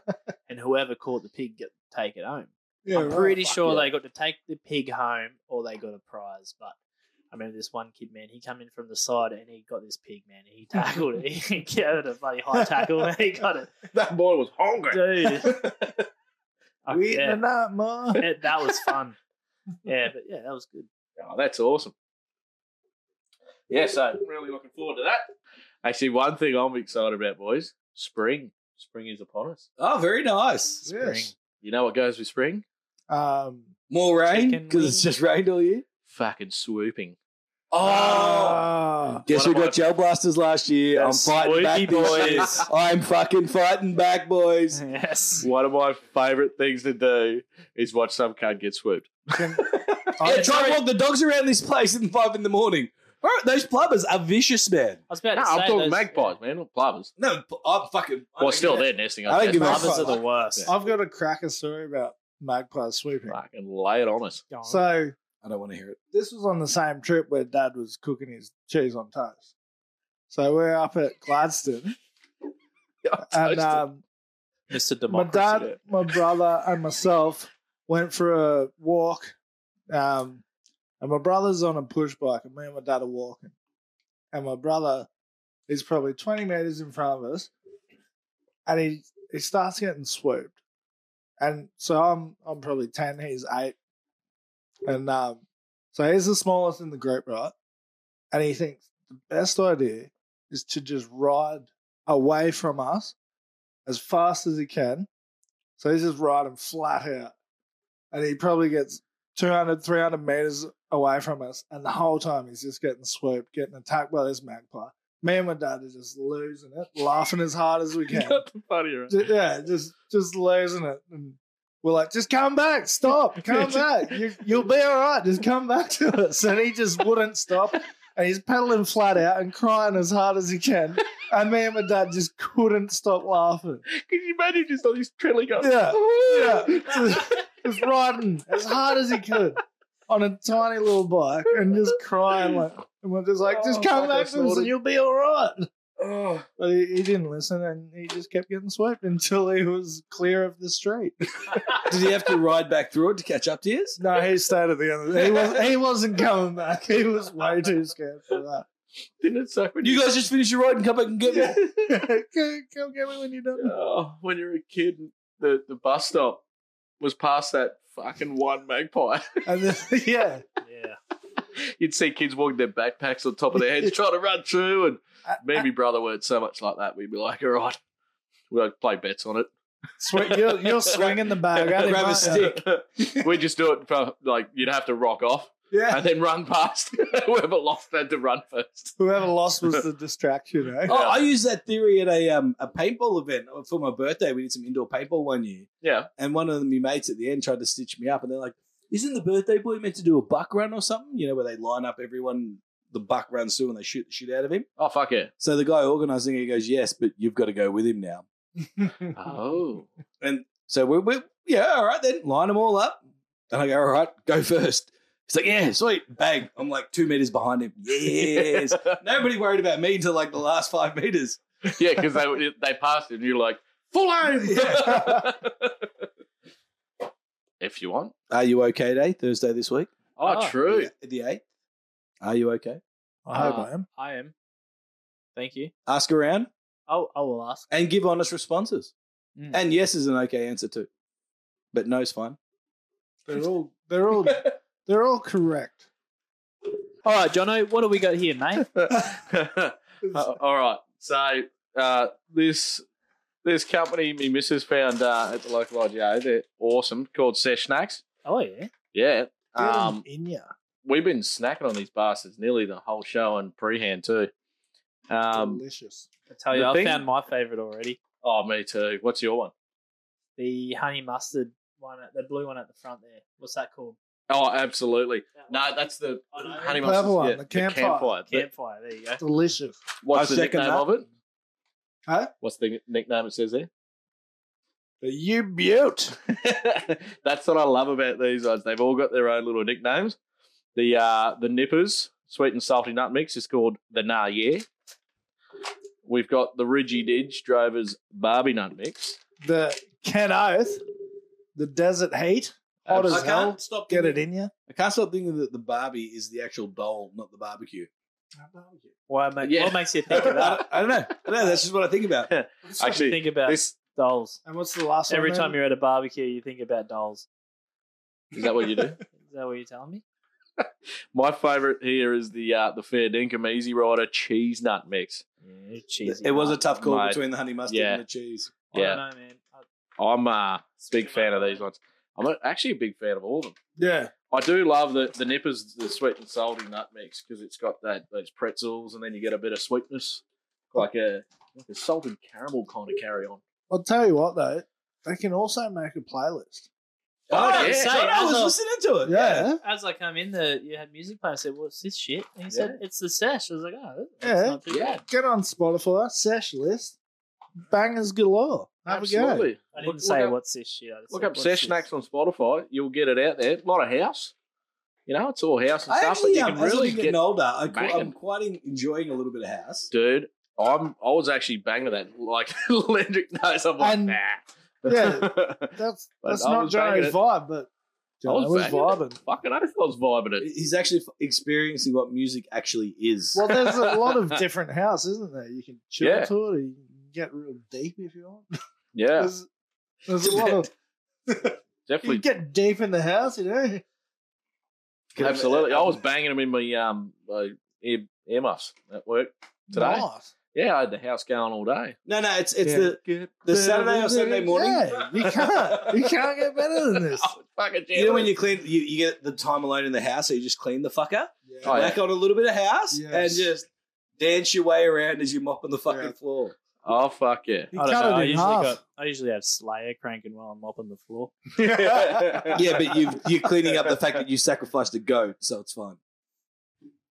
Speaker 2: and whoever caught the pig get take it home.
Speaker 3: Yeah,
Speaker 2: I'm
Speaker 3: right.
Speaker 2: pretty sure
Speaker 4: yeah.
Speaker 2: they got to take the pig home or they got a prize. But I remember this one kid, man, he come in from the side and he got this pig, man. And he tackled it. He gave it a bloody high tackle and he got it.
Speaker 4: That boy was hungry.
Speaker 2: Dude. I-
Speaker 3: We eating
Speaker 2: Oh, yeah,
Speaker 3: tonight, ma.
Speaker 2: it- that was fun. Yeah, but yeah, that was good.
Speaker 4: Oh, that's awesome. Yeah, so really looking forward to that. Actually, one thing I'm excited about, boys, spring. Spring is upon us.
Speaker 5: oh, very nice.
Speaker 3: Yes.
Speaker 4: You know what goes with spring?
Speaker 3: Um,
Speaker 5: More rain
Speaker 2: Chicken
Speaker 5: because it's
Speaker 2: wings.
Speaker 5: just rained all year.
Speaker 4: Fucking swooping.
Speaker 5: Oh,
Speaker 3: ah,
Speaker 5: guess who
Speaker 4: One of
Speaker 5: got
Speaker 4: my-
Speaker 5: gel blasters last year? I'm
Speaker 2: That's
Speaker 5: fighting back,
Speaker 2: swoopy
Speaker 5: this year.
Speaker 2: boys.
Speaker 5: I'm fucking fighting back, boys.
Speaker 2: Yes.
Speaker 4: One of my favourite things to do is watch some cunt get swooped. Oh,
Speaker 5: yeah, try and walk the dogs around this place at five in the morning. Bro, those plumbers are vicious, man.
Speaker 2: I was about
Speaker 4: No,
Speaker 2: to say
Speaker 4: I'm talking
Speaker 2: those-
Speaker 4: magpies, man, not plovers.
Speaker 5: No, I'm fucking.
Speaker 4: Well, still, they're nesting.
Speaker 5: I don't
Speaker 4: guess.
Speaker 5: give a
Speaker 4: Plovers
Speaker 2: Others
Speaker 5: fuck.
Speaker 2: are the worst.
Speaker 3: I've got a cracker story about magpies swooping.
Speaker 4: Fucking lay it on us.
Speaker 2: Go on.
Speaker 3: So
Speaker 5: I don't want to hear it.
Speaker 3: this was on the same trip where Dad was cooking his cheese on toast. So we're up at Gladstone, and um,
Speaker 2: Mr.
Speaker 3: my
Speaker 2: Democracy.
Speaker 3: dad, my brother, and myself went for a walk. Um, and my brother's on a push bike, and me and my dad are walking. And my brother is probably 20 meters in front of us, and he, he starts getting swooped. and so I'm I'm probably ten. He's eight, and um, so he's the smallest in the group, right? And he thinks the best idea is to just ride away from us as fast as he can. So he's just riding flat out, and he probably gets 200, 300 meters away from us, and the whole time he's just getting swooped, getting attacked by this magpie. Me and my dad are just losing it, laughing as hard as we can.
Speaker 2: Got the funny right.
Speaker 3: Ju- yeah, just just losing it. And we're like, just come back, stop, come back. You, you'll be all right. Just come back to us. And he just wouldn't stop. And he's pedaling flat out and crying as hard as he can. And me and my dad just couldn't stop laughing.
Speaker 4: Could you imagine just all these trilling up?
Speaker 3: Yeah, yeah. Just, just riding as hard as he could on a tiny little bike and just crying like, and we're just like, just
Speaker 4: Oh,
Speaker 3: come
Speaker 4: I
Speaker 3: back to us
Speaker 4: snorted.
Speaker 3: and you'll be all right.
Speaker 4: Oh,
Speaker 3: But he, he didn't listen, and he just kept getting swept until he was clear of the street.
Speaker 5: Did he have to ride back through it to catch up to you?
Speaker 3: No, he stayed at the end. Of the, he wasn't. He wasn't coming back. He was way too scared for that.
Speaker 4: didn't it suck when you,
Speaker 5: You guys just finish your ride and come back and get me.
Speaker 3: come, come get me when you're done.
Speaker 4: oh, when you were a kid? and The the bus stop was past that fucking one magpie.
Speaker 3: And then, yeah,
Speaker 2: Yeah.
Speaker 4: You'd see kids walking their backpacks on top of their heads trying to run through, and
Speaker 3: I-
Speaker 4: me and my brother weren't so much like that. We'd be like, all right, we'll play bets on it.
Speaker 3: sw- you're, you're swinging the bag. at him,
Speaker 5: Grab a
Speaker 3: aren't you?
Speaker 5: stick.
Speaker 4: we just do it from like you'd have to rock off
Speaker 3: Yeah.
Speaker 4: and then run past whoever lost had to run first.
Speaker 3: Whoever lost was the distraction. Eh?
Speaker 5: Oh, I used that theory at a um, a paintball event for my birthday. We did some indoor paintball one year,
Speaker 4: Yeah,
Speaker 5: and one of my mates at the end tried to stitch me up, and they're like, "Isn't the birthday boy meant to do a buck run or something? You know, where they line up everyone, the buck runs through, and they shoot the shit out of him."
Speaker 4: oh fuck yeah,
Speaker 5: So the guy organising it goes, "Yes, but you've got to go with him now."
Speaker 4: oh
Speaker 5: And so we, we yeah, all right then, line them all up, and I go, "All right, go first. He's like, "Yeah, sweet, bang." I'm like two meters behind him. Yes. Nobody worried about me until like the last five meters.
Speaker 4: yeah, because they they passed it and you're like full aim. if you want,
Speaker 5: Are you okay day, Thursday this week?
Speaker 4: oh,
Speaker 2: Ah,
Speaker 4: true.
Speaker 5: The- The 8th. Are you okay?
Speaker 3: I hope
Speaker 2: Uh,
Speaker 3: I am.
Speaker 2: I am. Thank you.
Speaker 5: Ask around
Speaker 2: I'll, I will ask.
Speaker 5: and give honest responses.
Speaker 2: Mm.
Speaker 5: And yes is an okay answer too. But no's fine.
Speaker 3: They're all. They're all. They're all correct.
Speaker 2: All right, Jono, what do we got here, mate?
Speaker 4: Uh, all right. So uh, this this company me missus found uh, at the local IGA, they're awesome, called Sesh Snacks.
Speaker 2: Oh yeah.
Speaker 4: Yeah. Um,
Speaker 3: in ya.
Speaker 4: we've been snacking on these bastards nearly the whole show and prehand too. Um,
Speaker 3: Delicious.
Speaker 2: I tell you,
Speaker 4: The
Speaker 2: I
Speaker 4: thing-
Speaker 2: found my favourite already.
Speaker 4: oh, me too. What's your one?
Speaker 2: The honey mustard one, at, the blue one at the front there. What's that called?
Speaker 4: Oh, absolutely.
Speaker 2: That one.
Speaker 4: No, that's the
Speaker 2: I know.
Speaker 4: honey
Speaker 3: The
Speaker 4: mustard.
Speaker 3: purple one,
Speaker 4: yeah,
Speaker 3: the campfire.
Speaker 4: But
Speaker 2: Campfire. There you go.
Speaker 3: Delicious.
Speaker 4: What's
Speaker 5: I
Speaker 4: the
Speaker 5: second
Speaker 4: nickname
Speaker 5: that.
Speaker 4: of it?
Speaker 3: Huh?
Speaker 4: What's the nickname it says there?
Speaker 3: But you beaut.
Speaker 4: That's what I love about these ones. They've all got their own little nicknames. The uh, the nippers, sweet and salty nut mix, is called the Nah Yeah. We've got the Ridgy Didge Drovers Barbie Nut Mix.
Speaker 3: The Ken Oath. The desert heat. Hot
Speaker 5: I
Speaker 3: as
Speaker 5: can't
Speaker 3: hell.
Speaker 5: stop
Speaker 3: Get it
Speaker 5: thinking-
Speaker 3: in you.
Speaker 5: I can't stop thinking that the Barbie is the actual doll, not the barbecue.
Speaker 2: Why ma-
Speaker 4: Yeah.
Speaker 2: What makes you think of
Speaker 5: I,
Speaker 2: that?
Speaker 5: don't, I don't know. I don't know. That's just what I think about.
Speaker 4: Actually,
Speaker 2: think about
Speaker 4: this
Speaker 2: dolls.
Speaker 3: And what's the last
Speaker 2: Every
Speaker 3: one?
Speaker 2: time you're at a barbecue, you think about dolls.
Speaker 4: is that what you do?
Speaker 2: Is that what you're telling me?
Speaker 4: My favourite here is the uh, the Fair Dinkum Easy Rider Cheese Nut Mix.
Speaker 2: Yeah, cheesy.
Speaker 5: It was a tough call
Speaker 4: Mate.
Speaker 5: between the honey mustard
Speaker 4: Yeah.
Speaker 5: and the cheese.
Speaker 2: I
Speaker 4: Yeah,
Speaker 2: don't know, man. I-
Speaker 4: I'm a big fan of these ones. I'm a- actually a big fan of all of them.
Speaker 3: Yeah.
Speaker 4: I do love the, the nippers, the sweet and salty nut mix because it's got that those pretzels and then you get a bit of sweetness, like a like a salted caramel kind of carry on.
Speaker 3: I'll tell you what though, they can also make a playlist.
Speaker 4: Oh,
Speaker 5: I,
Speaker 4: yeah.
Speaker 5: was-
Speaker 2: Say,
Speaker 5: I was
Speaker 2: as a-
Speaker 5: listening to it.
Speaker 3: Yeah.
Speaker 2: As I come in, the you had music playing. I said, "What's this shit?" And he said, "It's the sesh." I was like, "Oh, that's
Speaker 3: Yeah.
Speaker 2: not too bad."
Speaker 3: Get on Spotify, sesh list, bangers galore. Have a go.
Speaker 4: Absolutely.
Speaker 2: I
Speaker 4: Look-
Speaker 2: didn't
Speaker 4: look
Speaker 2: say
Speaker 4: up-
Speaker 2: what's this shit. I just
Speaker 4: Look
Speaker 2: said,
Speaker 4: up
Speaker 2: "What's
Speaker 4: Sesh
Speaker 2: this?"
Speaker 4: Snacks on Spotify. You'll get it out there. A lot of house. You know, it's all house and
Speaker 5: I
Speaker 4: stuff,
Speaker 5: actually,
Speaker 4: but you
Speaker 5: um,
Speaker 4: can
Speaker 5: as
Speaker 4: really
Speaker 5: I'm
Speaker 4: get
Speaker 5: getting older, I,
Speaker 4: banging.
Speaker 5: I'm quite en- enjoying a little bit of house.
Speaker 4: dude. I'm I was actually banging that like Lendrick knows. I'm like,
Speaker 3: And-
Speaker 4: nah.
Speaker 3: yeah. That's
Speaker 4: But
Speaker 3: that's
Speaker 4: I
Speaker 3: not
Speaker 4: was banging
Speaker 3: Johnny's
Speaker 4: it.
Speaker 3: vibe, but
Speaker 4: I
Speaker 3: Johnny
Speaker 4: was
Speaker 3: was
Speaker 4: banging
Speaker 3: vibing.
Speaker 4: Fucking oath, I was vibing it.
Speaker 5: He's actually f- experiencing what music actually is.
Speaker 3: Well, there's a lot of different house, isn't there? You can chill
Speaker 4: Yeah.
Speaker 3: to it, or you can get real deep if you want.
Speaker 4: Yeah.
Speaker 3: There's, there's a lot of
Speaker 4: Definitely,
Speaker 3: You get deep in the house, you know.
Speaker 4: absolutely. I was banging them in my um my ear, earmuffs at work today.
Speaker 3: Nice.
Speaker 4: Yeah, I had the house going all day.
Speaker 5: No, no, it's it's
Speaker 3: Yeah.
Speaker 5: the the Saturday or Sunday morning.
Speaker 3: Yeah, you can't. You can't get better than this.
Speaker 4: Oh, fucking
Speaker 5: You know when you clean, you, you get the time alone in the house, so you just clean the fucker,
Speaker 4: Oh, yeah.
Speaker 5: back on a little bit of house,
Speaker 3: Yes.
Speaker 5: and just dance your way around as you're mopping the fucking
Speaker 3: Yeah.
Speaker 5: floor.
Speaker 4: Oh fuck yeah!
Speaker 3: You
Speaker 2: I don't
Speaker 3: cut
Speaker 2: know.
Speaker 3: it
Speaker 2: I
Speaker 3: in
Speaker 2: usually
Speaker 3: half.
Speaker 2: got. I usually have Slayer cranking while I'm mopping the floor.
Speaker 5: Yeah, but you you're cleaning up the fact that you sacrificed a goat, so it's fine.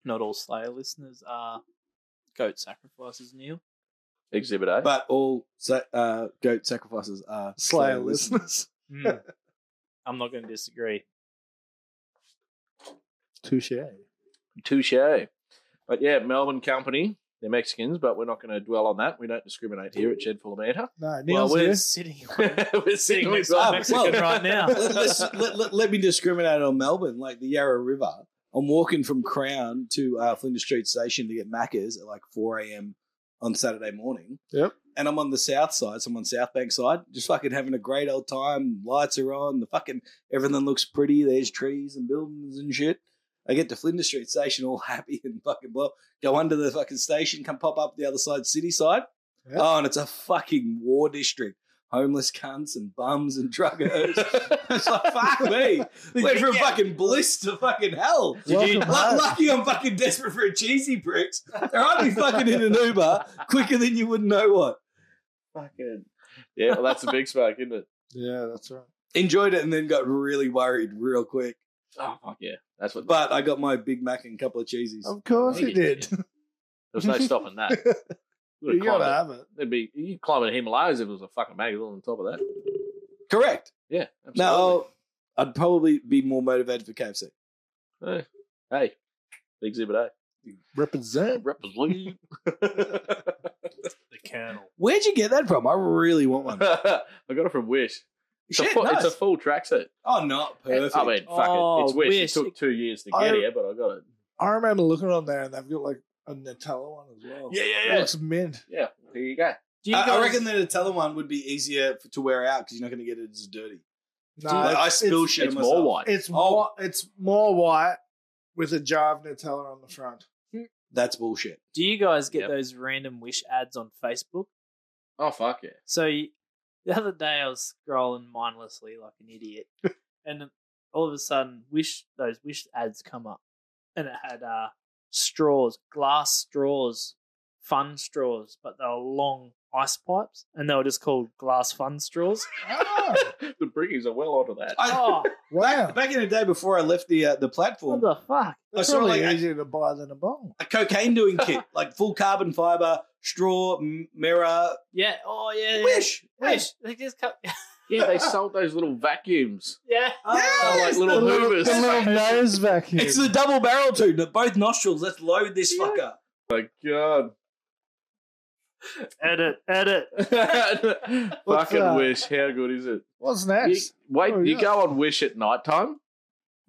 Speaker 2: Not all Slayer listeners are goat sacrifices, Neil.
Speaker 4: Exhibit A.
Speaker 5: But all sa- uh, goat sacrifices are
Speaker 3: Slayer
Speaker 5: slain.
Speaker 3: listeners.
Speaker 2: I'm not going to disagree.
Speaker 3: Touche.
Speaker 4: Touche. But yeah, Melbourne company. They're Mexicans, but we're not going to dwell on that. We don't discriminate here at Jed Fulamanta.
Speaker 3: No,
Speaker 2: Well,
Speaker 3: Neil's
Speaker 2: we're
Speaker 3: here.
Speaker 2: sitting on
Speaker 4: we're sitting with
Speaker 5: Ah,
Speaker 2: Mexican
Speaker 5: well.
Speaker 2: right now.
Speaker 5: let, let's- let, let- let me discriminate on Melbourne, like the Yarra River. I'm walking from Crown to uh, Flinders Street Station to get Macca's at like 4 a.m. on Saturday morning.
Speaker 3: Yep.
Speaker 5: And I'm on the south side, so I'm on South Bank side, just fucking having a great old time. Lights are on, the fucking everything looks pretty. There's trees and buildings and shit. I get to Flinders Street Station all happy and fucking blah. Go under the fucking station, come pop up the other side, city side.
Speaker 3: Yep.
Speaker 5: Oh, and it's a fucking war district. Homeless cunts and bums and druggers. it's like, fuck me. Went from fucking bliss to fucking hell.
Speaker 3: Welcome
Speaker 5: Lu-
Speaker 3: home.
Speaker 5: lucky I'm fucking desperate for a cheesy bricks. They're only fucking in an Uber quicker than you would know what.
Speaker 4: Fucking. Yeah, well, that's a big smoke, isn't it?
Speaker 3: Yeah, that's right.
Speaker 5: Enjoyed it and then got really worried real quick.
Speaker 4: Oh fuck yeah, that's what.
Speaker 5: But I got my Big Mac and a couple of cheesies.
Speaker 3: Of course
Speaker 4: Yeah,
Speaker 3: he did.
Speaker 4: There's no stopping that. You
Speaker 3: You
Speaker 4: would
Speaker 3: gotta
Speaker 4: climb
Speaker 3: have it.
Speaker 4: it. It'd be you climb the Himalayas if it was a fucking magazine on top of that.
Speaker 5: Correct.
Speaker 4: Yeah. Absolutely.
Speaker 5: Now, I'd probably be more motivated for KFC.
Speaker 4: No. Hey, exhibit A.
Speaker 3: Represent.
Speaker 4: Represent.
Speaker 2: the Colonel.
Speaker 5: Where'd you get that from? I really want one.
Speaker 4: I got it from Wish. It's,
Speaker 5: Shit,
Speaker 4: a, full,
Speaker 5: nice.
Speaker 4: it's a full tracksuit.
Speaker 5: oh, not perfect.
Speaker 4: I mean, fuck
Speaker 2: Oh,
Speaker 4: it. It's Wish.
Speaker 2: Wish.
Speaker 4: It took two years to get
Speaker 3: I-
Speaker 4: here, but I got it.
Speaker 3: I remember looking on there and they've got like a Nutella one as well.
Speaker 4: yeah,
Speaker 3: It looks mint.
Speaker 4: Yeah, here you go.
Speaker 2: Do
Speaker 5: I, I reckon that a Nutella one would be easier f- to wear out because you're not going to get it as dirty.
Speaker 3: No,
Speaker 5: Like, I
Speaker 3: it's-
Speaker 5: spill shit
Speaker 4: It's
Speaker 5: on myself.
Speaker 4: more white.
Speaker 3: It's
Speaker 5: Oh.
Speaker 3: more it's more white with a jar of Nutella on the front.
Speaker 5: That's bullshit.
Speaker 2: Do you guys get
Speaker 4: Yep.
Speaker 2: those random wish ads on Facebook?
Speaker 4: Oh, fuck yeah.
Speaker 2: So you, the other day I was scrolling mindlessly like an idiot, and all of a sudden, wish those wish ads come up, and it had uh, straws, glass straws, fun straws, but they were long ice pipes, and they were just called glass fun straws.
Speaker 3: Oh,
Speaker 4: the briggies are well onto that.
Speaker 5: I,
Speaker 2: oh,
Speaker 3: wow.
Speaker 5: Back in the day before I left the uh, the
Speaker 2: what
Speaker 5: platform,
Speaker 2: the fuck!
Speaker 5: I
Speaker 3: That's
Speaker 5: saw
Speaker 3: probably
Speaker 5: like a,
Speaker 3: easier to buy than a bong.
Speaker 5: a cocaine doing kit, like full carbon fiber, straw, m- mirror,
Speaker 2: Yeah, oh yeah, yeah.
Speaker 5: wish,
Speaker 2: wish. They just cut.
Speaker 4: yeah, they sold those little vacuums.
Speaker 2: yeah.
Speaker 5: Ah,
Speaker 4: Oh, like
Speaker 5: Yes,
Speaker 4: little
Speaker 5: the
Speaker 3: little-
Speaker 4: hoovers.
Speaker 3: the little nose vacuum.
Speaker 5: It's the double barrel tube, the- both nostrils. Let's load this fucker.
Speaker 4: my God.
Speaker 2: Edit, edit.
Speaker 3: What's
Speaker 4: Fucking
Speaker 3: that?
Speaker 4: Wish. How good is it?
Speaker 3: What's
Speaker 4: You,
Speaker 3: next?
Speaker 4: wait,
Speaker 3: Oh,
Speaker 4: you
Speaker 3: yeah.
Speaker 4: go on Wish at night time.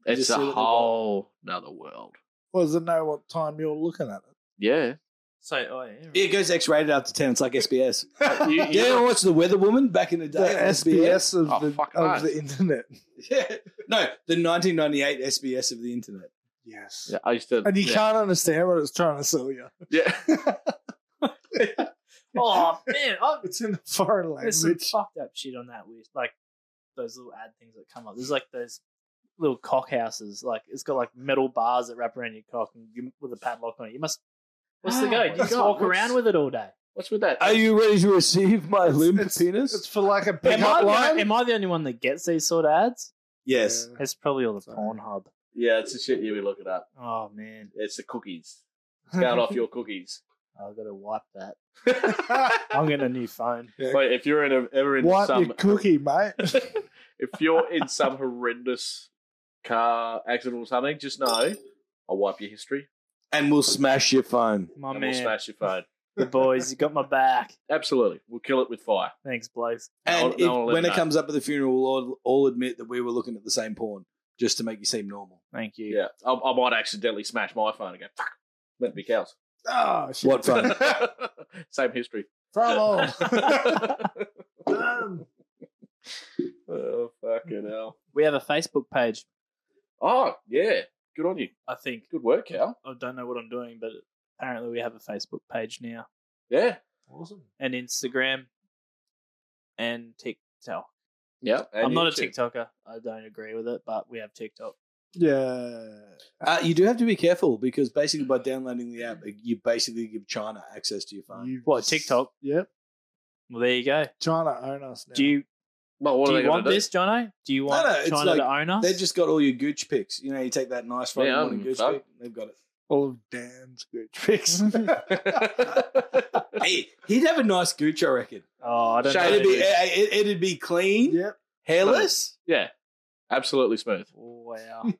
Speaker 5: You
Speaker 4: It's
Speaker 5: just
Speaker 4: a
Speaker 5: see what they got.
Speaker 4: whole nother world.
Speaker 3: Well, does it know what time you're looking at
Speaker 4: Yeah.
Speaker 2: So, oh yeah.
Speaker 5: It goes X-rated after ten. It's like SBS.
Speaker 3: it?
Speaker 4: You-
Speaker 5: Yeah,
Speaker 4: you-
Speaker 5: I watched the Weather Woman back in the
Speaker 3: the
Speaker 5: day. on
Speaker 3: SBS of,
Speaker 4: Oh,
Speaker 3: the,
Speaker 4: fuck
Speaker 3: of
Speaker 4: knows.
Speaker 3: the internet.
Speaker 5: Yeah. No, the 1998 SBS of the internet.
Speaker 3: Yes.
Speaker 4: yeah, I used to.
Speaker 3: And you
Speaker 4: yeah.
Speaker 3: can't understand what it's trying to sell you.
Speaker 4: Yeah.
Speaker 2: Oh man, I'm
Speaker 3: It's in a foreign
Speaker 2: There's some
Speaker 3: language.
Speaker 2: fucked up shit on that wish, like those little ad things that come up. There's like those little cock houses, like it's got like metal bars that wrap around your cock and you, with a padlock on it. You must. What's Ah, the
Speaker 4: Oh
Speaker 2: go?
Speaker 4: my
Speaker 2: You just
Speaker 4: God,
Speaker 2: walk
Speaker 4: what's-
Speaker 2: around with it all day.
Speaker 4: What's with that?
Speaker 5: you ready to receive my
Speaker 3: It's- it's- It's for like a
Speaker 2: Am
Speaker 3: pickup
Speaker 2: I,
Speaker 3: line.
Speaker 2: the, am I the only one that gets these sort of ads?
Speaker 5: Yes.
Speaker 2: It's probably all the
Speaker 3: Sorry.
Speaker 2: porn hub.
Speaker 4: yeah, it's the shit you be looking up.
Speaker 2: Oh man,
Speaker 4: It's the cookies. It's going off your cookies.
Speaker 2: I've got to wipe that.
Speaker 4: Wait,
Speaker 2: I'm getting a new phone.
Speaker 4: if you're in a, ever in
Speaker 3: Wipe
Speaker 4: some
Speaker 3: your cookie, mate.
Speaker 4: if you're in some horrendous car accident or something, just know I'll wipe your history
Speaker 5: And we'll smash your phone.
Speaker 2: My
Speaker 4: and
Speaker 2: Oh, man,
Speaker 4: we'll smash your phone.
Speaker 2: the boys, you got my back.
Speaker 4: Absolutely, we'll kill it with fire.
Speaker 2: Thanks, blokes.
Speaker 4: No,
Speaker 5: And
Speaker 4: no
Speaker 5: if-
Speaker 4: one will
Speaker 5: when
Speaker 4: let
Speaker 5: it
Speaker 4: know.
Speaker 5: comes up at the funeral, we'll all, all admit that we were looking at the same porn just to make you seem normal.
Speaker 2: Thank you.
Speaker 4: Yeah, I, I might accidentally smash my phone and go fuck. Meant to be cows.
Speaker 3: oh, shit.
Speaker 5: What phone?
Speaker 4: Same history.
Speaker 5: Oh.
Speaker 3: From
Speaker 4: oh
Speaker 3: all. Done.
Speaker 4: fuck Oh, Fucking hell.
Speaker 2: We have a Facebook page,
Speaker 4: Oh, yeah. Good on you.
Speaker 2: I think.
Speaker 4: Good work, Cal.
Speaker 2: I don't know what I'm doing, but apparently we have a Facebook page now,
Speaker 4: Yeah.
Speaker 3: Awesome.
Speaker 2: and Instagram, and TikTok.
Speaker 4: Yeah.
Speaker 2: I'm not a TikToker. I don't agree with it, but we have TikTok.
Speaker 3: Yeah.
Speaker 5: Uh, you do have to be careful because basically by downloading the app, you basically give China access to your phone.
Speaker 3: You-
Speaker 2: What TikTok?
Speaker 3: Yep.
Speaker 2: Well, there you go.
Speaker 3: China own us now.
Speaker 2: Do you
Speaker 4: Well, what
Speaker 2: do
Speaker 4: are
Speaker 2: you
Speaker 4: they gonna
Speaker 2: want
Speaker 4: do?
Speaker 2: this, Jono? Do you want
Speaker 5: No, no, it's
Speaker 2: China to own us?
Speaker 5: They've just got all your gooch pics. You know, you take that nice Friday
Speaker 4: Yeah,
Speaker 5: morning
Speaker 4: I'm
Speaker 5: gooch
Speaker 4: fucked.
Speaker 5: pic, they've got it.
Speaker 3: all of Dan's good tricks?
Speaker 5: Hey, he'd have a nice gooch, I reckon.
Speaker 2: oh, I don't
Speaker 4: Shade
Speaker 5: It'd
Speaker 2: know.
Speaker 5: be, uh, it, it- it'd be clean,
Speaker 3: yep.
Speaker 5: hairless.
Speaker 4: yeah. Absolutely smooth.
Speaker 2: wow.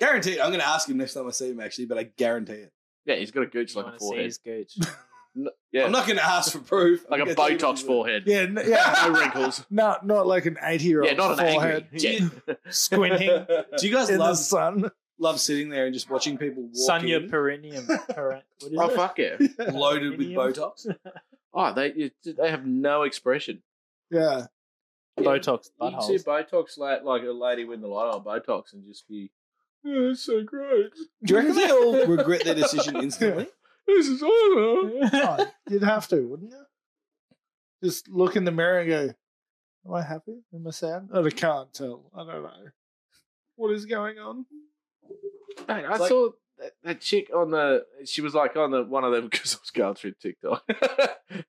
Speaker 5: Guaranteed. I'm going to ask him next time I see him, actually, but I guarantee it.
Speaker 4: Yeah, he's got a gooch
Speaker 2: You
Speaker 4: like a
Speaker 2: wanna see
Speaker 4: forehead.
Speaker 2: his gooch?
Speaker 4: N- Yeah.
Speaker 5: I'm not going to ask for proof.
Speaker 4: like
Speaker 5: I'm
Speaker 4: a
Speaker 5: gonna tell you what
Speaker 4: Botox
Speaker 5: he-
Speaker 4: forehead.
Speaker 3: Yeah. n- Yeah.
Speaker 4: No wrinkles.
Speaker 3: not not like an eighty year old.
Speaker 4: yeah, not an angry.
Speaker 3: forehead
Speaker 4: Yeah.
Speaker 2: Squinting.
Speaker 5: Do you guys
Speaker 3: in the
Speaker 5: love
Speaker 3: sun.
Speaker 5: love sitting there and just watching people walk
Speaker 2: Sunya
Speaker 5: in,
Speaker 2: perennium. Peren- what is
Speaker 4: oh
Speaker 2: it?
Speaker 4: fuck yeah.
Speaker 5: loaded with Botox?
Speaker 4: Oh, they you, they have no expression.
Speaker 3: Yeah.
Speaker 4: Yeah.
Speaker 2: Botox
Speaker 4: You see
Speaker 2: buttholes.
Speaker 4: Botox like like a lady with the light on Botox and just be, "Yeah, it's so great.
Speaker 5: Do you reckon they'll regret their decision instantly?
Speaker 4: This is awesome.
Speaker 3: Oh, you'd have to, wouldn't you? Just look in the mirror and go, Am I happy? Am I sad? I can't tell. I don't know. What is going on?
Speaker 4: Mate, I
Speaker 5: It's like-
Speaker 4: saw that, that chick on the. She was like on the one of them because I was going through TikTok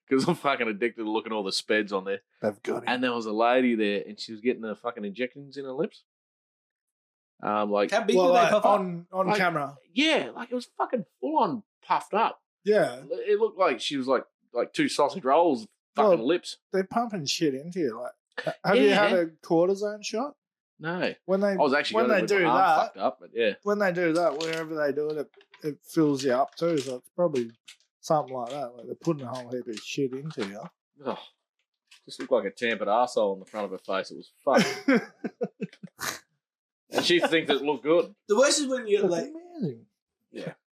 Speaker 4: because I'm fucking addicted to looking at all the speds on there.
Speaker 3: They've got
Speaker 4: And there was a lady there, and she was getting the fucking injections in her lips. Um, like
Speaker 5: How big
Speaker 3: Well,
Speaker 5: do they
Speaker 3: like,
Speaker 5: puff up?
Speaker 3: on on
Speaker 4: Like-
Speaker 3: camera.
Speaker 4: yeah, like it was fucking full on puffed up.
Speaker 3: Yeah.
Speaker 4: It looked like she was like like two sausage rolls, fucking
Speaker 3: Well-
Speaker 4: lips.
Speaker 3: They're pumping shit into you. Like have you
Speaker 4: Yeah.
Speaker 3: had a cortisone shot?
Speaker 4: No,
Speaker 3: When they
Speaker 4: I was actually
Speaker 3: when
Speaker 4: going
Speaker 3: they
Speaker 4: with
Speaker 3: do
Speaker 4: my arm
Speaker 3: that
Speaker 4: fucked up, but yeah,
Speaker 3: when they do that, wherever they do it, it, it fills you up too. So it's probably something like that. Like they're putting a whole heap of shit into you.
Speaker 4: Ugh. just looked like a tampered arsehole on the front of her face. It was fucked. and she thinks it looked good.
Speaker 5: The worst is when you're
Speaker 3: That's
Speaker 5: like,
Speaker 3: amazing.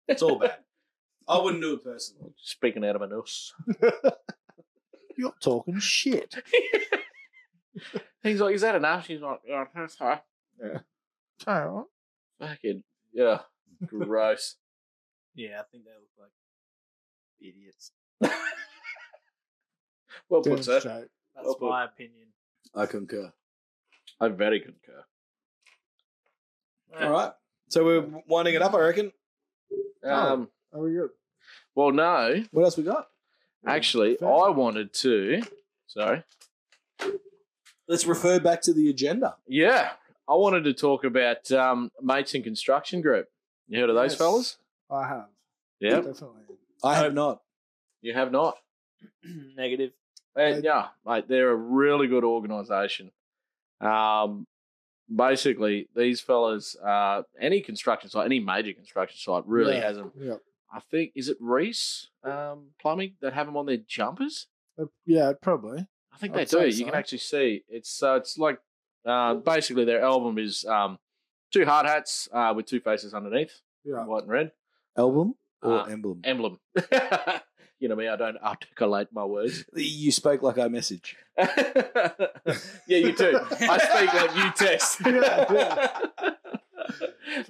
Speaker 5: it's all bad. I wouldn't do it personally.
Speaker 4: Speaking out of my nose.
Speaker 3: You're talking shit.
Speaker 4: He's like, is that enough? She's like, oh, that's her.
Speaker 3: Oh,
Speaker 4: Fucking, yeah. Gross.
Speaker 2: Yeah, I think they look like idiots.
Speaker 4: well put, sir.
Speaker 3: demonstrate.
Speaker 2: That's
Speaker 4: Well put.
Speaker 2: my opinion.
Speaker 5: I concur.
Speaker 4: I very concur.
Speaker 5: All right. So we're winding it up, I reckon.
Speaker 3: Oh.
Speaker 4: Um,
Speaker 3: Are we good?
Speaker 4: Well, no.
Speaker 5: What else we got?
Speaker 4: Actually,
Speaker 3: fair.
Speaker 4: I wanted to. Sorry.
Speaker 5: Let's refer back to the agenda.
Speaker 4: Yeah. I wanted to talk about um, Mates in Construction Group. You heard of those
Speaker 3: Yes.
Speaker 4: fellas?
Speaker 3: Oh, I have.
Speaker 4: Yeah.
Speaker 3: Definitely.
Speaker 5: I have not.
Speaker 4: You have not?
Speaker 2: Negative.
Speaker 4: And
Speaker 3: I-
Speaker 4: yeah, mate, they're a really good organisation. Um, basically, these fellas, uh, any construction site, any major construction site, really
Speaker 3: Yeah.
Speaker 4: has them.
Speaker 3: Yeah.
Speaker 4: I think is it Reese um, Plumbing that have them on their jumpers.
Speaker 3: Uh, Yeah, probably.
Speaker 4: I think they
Speaker 3: I'd
Speaker 4: do.
Speaker 3: say
Speaker 4: You can
Speaker 3: so.
Speaker 4: actually see it's so it's like uh, basically their album is um, two hard hats uh, with two faces underneath,
Speaker 3: Yeah.
Speaker 4: white and red
Speaker 5: Album or
Speaker 4: Uh,
Speaker 5: emblem?
Speaker 4: emblem. you know me, I don't articulate my words.
Speaker 5: You spoke like I message.
Speaker 4: yeah, you do. I speak like you text.
Speaker 3: Trying to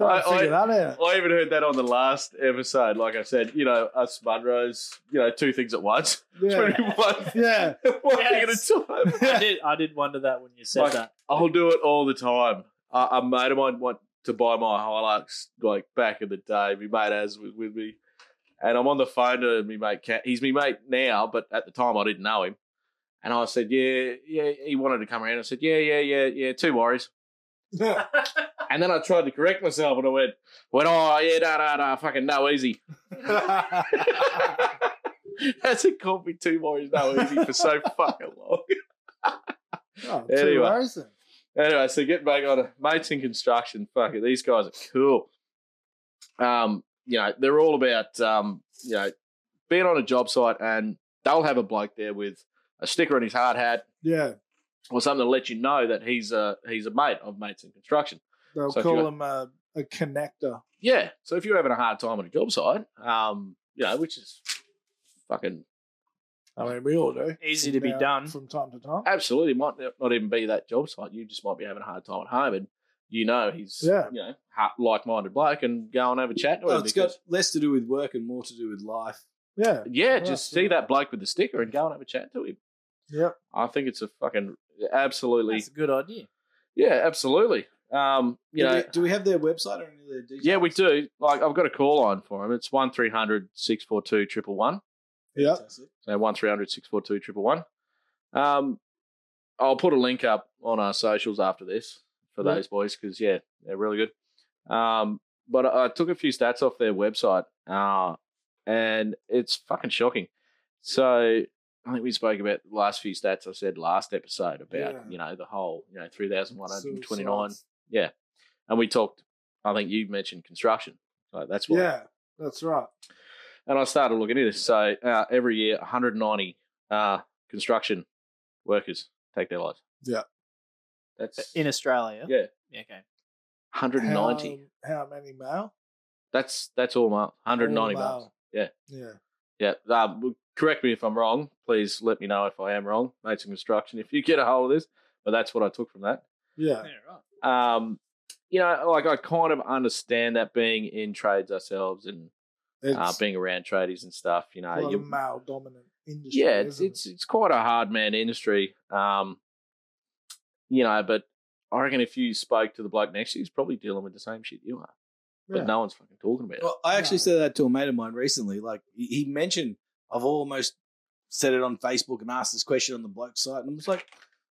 Speaker 4: I,
Speaker 3: figure
Speaker 4: I,
Speaker 3: that out.
Speaker 4: I even heard that on the last episode. Like I said, you know, us Munros, you know, two things at once.
Speaker 3: Yeah.
Speaker 4: 21,
Speaker 3: yeah.
Speaker 4: one
Speaker 2: Yes.
Speaker 4: thing at a time.
Speaker 2: I did. I did wonder that when you said
Speaker 4: Like-
Speaker 2: that.
Speaker 4: I'll do it all the time. A, a mate of mine want to buy my Hilux like back in the day. My mate has with, with me, and I'm on the phone to me mate. Cat. He's me mate now, but at the time I didn't know him. And I said, "Yeah, yeah." He wanted to come around. I said, "Yeah, yeah, yeah, yeah." Two worries.
Speaker 3: Yeah.
Speaker 4: And then I tried to correct myself, and I went, "Went oh yeah, da da da, fucking no easy." Hasn't called me two worries, no easy for so fucking long.
Speaker 3: Oh, two
Speaker 4: Anyway.
Speaker 3: worries then.
Speaker 4: Anyway, so get back on it. Mates in construction. Fuck it. These guys are cool. Um, you know, they're all about um, you know, being on a job site and they'll have a bloke there with a sticker on his hard hat
Speaker 3: Yeah.
Speaker 4: or something to let you know that he's a he's a mate of mates in construction.
Speaker 3: They'll
Speaker 4: So if you-
Speaker 3: call him a, a connector.
Speaker 4: Yeah. So if you're having a hard time on a job site, um, you know, which is fucking
Speaker 3: I mean, we all do.
Speaker 2: Easy to be
Speaker 3: Now,
Speaker 2: done.
Speaker 3: From time to time.
Speaker 4: Absolutely, might not even be that job site. You just might be having a hard time at home, and you know he's
Speaker 3: Yeah.
Speaker 4: you know ha- like-minded bloke, and go and have a chat to
Speaker 5: Well,
Speaker 4: him.
Speaker 5: Oh, it's
Speaker 4: because,
Speaker 5: got less to do with work and more to do with life.
Speaker 3: Yeah.
Speaker 4: yeah,
Speaker 3: Well,
Speaker 4: just
Speaker 3: that's-
Speaker 4: see that bloke with the sticker and go and have a chat to him.
Speaker 3: Yep.
Speaker 4: I think it's a fucking absolutely
Speaker 2: That's a good idea.
Speaker 4: yeah, absolutely. Um, you
Speaker 5: do,
Speaker 4: know,
Speaker 5: we, do we have their website or any of their details?
Speaker 4: yeah, we do. Like I've got a call line for him. It's one 642 111.
Speaker 3: Yep.
Speaker 5: Fantastic.
Speaker 4: So one 642 111. Um, I'll put a link up on our socials after this for
Speaker 3: Yeah.
Speaker 4: those boys because yeah, they're really good. Um, but I, I took a few stats off their website, uh, and it's fucking shocking. So I think we spoke about the last few stats I said last episode about
Speaker 3: Yeah.
Speaker 4: you know the whole you know three thousand one hundred and twenty nine
Speaker 3: Suicides.
Speaker 4: and we talked. I think you mentioned construction. Like that's why.
Speaker 3: Yeah, that's right.
Speaker 4: And I started looking at this. So uh, every year, 190 uh, construction workers take their lives.
Speaker 3: Yeah.
Speaker 4: That's
Speaker 2: In Australia.
Speaker 4: Yeah.
Speaker 2: Okay.
Speaker 4: 190.
Speaker 3: How, how many male?
Speaker 4: That's that's all male. 190
Speaker 3: All
Speaker 4: males.
Speaker 3: male.
Speaker 4: Yeah.
Speaker 3: Yeah.
Speaker 4: Yeah. Um, correct me if I'm wrong. Please let me know if I am wrong, mates in construction. If you get a hold of this, but that's what I took from that.
Speaker 3: Yeah.
Speaker 2: right.
Speaker 4: Um, you know, like I kind of understand that being in trades ourselves and
Speaker 3: It's
Speaker 4: uh, being around tradies and stuff. You
Speaker 3: a
Speaker 4: know,
Speaker 3: lot
Speaker 4: Ah, you-
Speaker 3: of male dominant industry.
Speaker 4: yeah, it's
Speaker 3: isn't
Speaker 4: it's it's quite a hard man industry. Um, you know, but I reckon if you spoke to the bloke next to you, he's probably dealing with the same shit you are, but
Speaker 3: Yeah.
Speaker 4: no one's fucking talking about it.
Speaker 5: Well, I actually
Speaker 3: No.
Speaker 5: said that to a mate of mine recently. Like he he mentioned, I've almost said it on Facebook and asked this question on the bloke site, and I'm just like,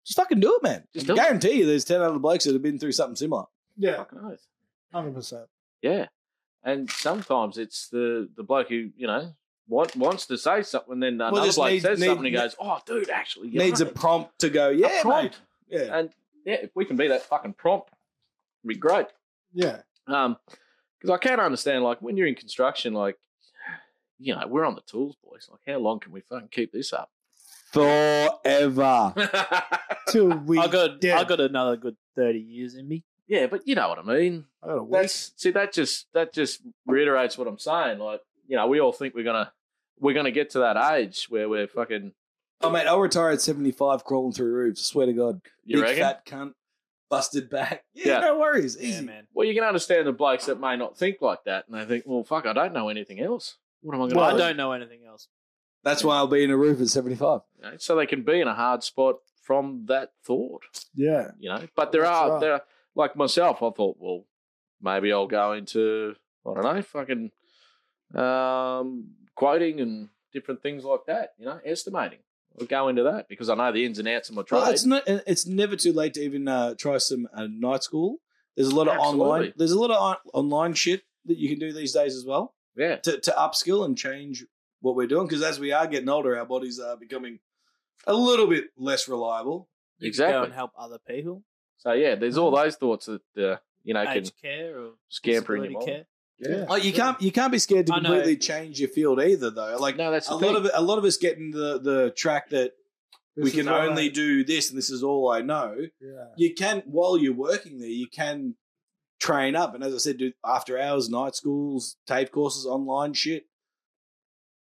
Speaker 5: just fucking do it, man.
Speaker 4: Just
Speaker 5: I
Speaker 4: do it.
Speaker 5: guarantee you, there's ten other blokes that have been through something similar.
Speaker 3: Yeah,
Speaker 4: Fucking oath.
Speaker 3: hundred percent.
Speaker 4: Yeah, and sometimes it's the the bloke who you know want, wants to say something, then another
Speaker 5: just
Speaker 4: bloke
Speaker 5: needs-
Speaker 4: says
Speaker 5: need-
Speaker 4: something and goes, "Oh, dude, actually you're
Speaker 5: Needs a
Speaker 4: right."
Speaker 5: prompt to go, yeah,
Speaker 4: prompt. Uh,
Speaker 5: mate. Yeah.
Speaker 4: And yeah, if we can be that fucking prompt, it'd be great.
Speaker 3: Yeah,
Speaker 4: Um, because I can't understand, like, when you're in construction, like, you know, we're on the tools, boys. Like, how long can we fucking keep this up?
Speaker 5: Forever.
Speaker 3: till we.
Speaker 2: I got
Speaker 3: dead.
Speaker 2: I got another good thirty years in me.
Speaker 4: yeah, but you know what I mean.
Speaker 3: I got a week.
Speaker 4: That's see, that just that just reiterates what I'm saying. Like, you know, we all think we're gonna we're gonna get to that age where we're fucking.
Speaker 5: Oh mate, I'll retire at 75 crawling through roofs. Swear to God.
Speaker 4: You
Speaker 5: Big
Speaker 4: reckon?
Speaker 5: fat cunt, busted back. Yeah,
Speaker 4: Yeah.
Speaker 5: no worries. Easy.
Speaker 2: Yeah, man.
Speaker 4: Well, you can understand the blokes that may not think like that, and they think, well, fuck, I don't know anything else. What am I gonna?
Speaker 2: Well, I
Speaker 4: do?
Speaker 2: don't know anything else.
Speaker 5: That's why I'll be in a roof at 75.
Speaker 4: You know, so they can be in a hard spot from that thought.
Speaker 3: Yeah,
Speaker 4: you know. But there
Speaker 3: That's
Speaker 4: are
Speaker 3: right.
Speaker 4: there are, like myself, I thought, well, maybe I'll go into I don't know, fucking um, quoting and different things like that, you know, estimating. I'll go into that because I know the ins and outs of my trade.
Speaker 5: Well, it's not. It's never too late to even uh, try some uh, night school. There's a lot of
Speaker 4: Absolutely.
Speaker 5: online. There's a lot of on- online shit that you can do these days as well
Speaker 4: yeah,
Speaker 5: to, to upskill and change what we're doing. Because as we are getting older, our bodies are becoming a little bit less reliable.
Speaker 2: You can Go
Speaker 4: Exactly.
Speaker 2: and help other people.
Speaker 4: so yeah, there's all
Speaker 5: Mm-hmm.
Speaker 4: those thoughts that uh, you know can
Speaker 2: Aged care or
Speaker 4: scamper in your
Speaker 2: disability
Speaker 4: mind.
Speaker 2: care.
Speaker 3: yeah.
Speaker 5: Like you can't you can't be scared to
Speaker 2: I know.
Speaker 5: completely change your field either, though. Like
Speaker 4: No, that's
Speaker 5: a
Speaker 4: the
Speaker 5: lot
Speaker 4: thing.
Speaker 5: of a lot of us get in the the track that we
Speaker 3: This
Speaker 5: can
Speaker 3: is all
Speaker 5: only
Speaker 3: right.
Speaker 5: do this and this is all I know.
Speaker 3: Yeah,
Speaker 5: you can while you're working there you can train up and as i said do after hours night schools tape courses online shit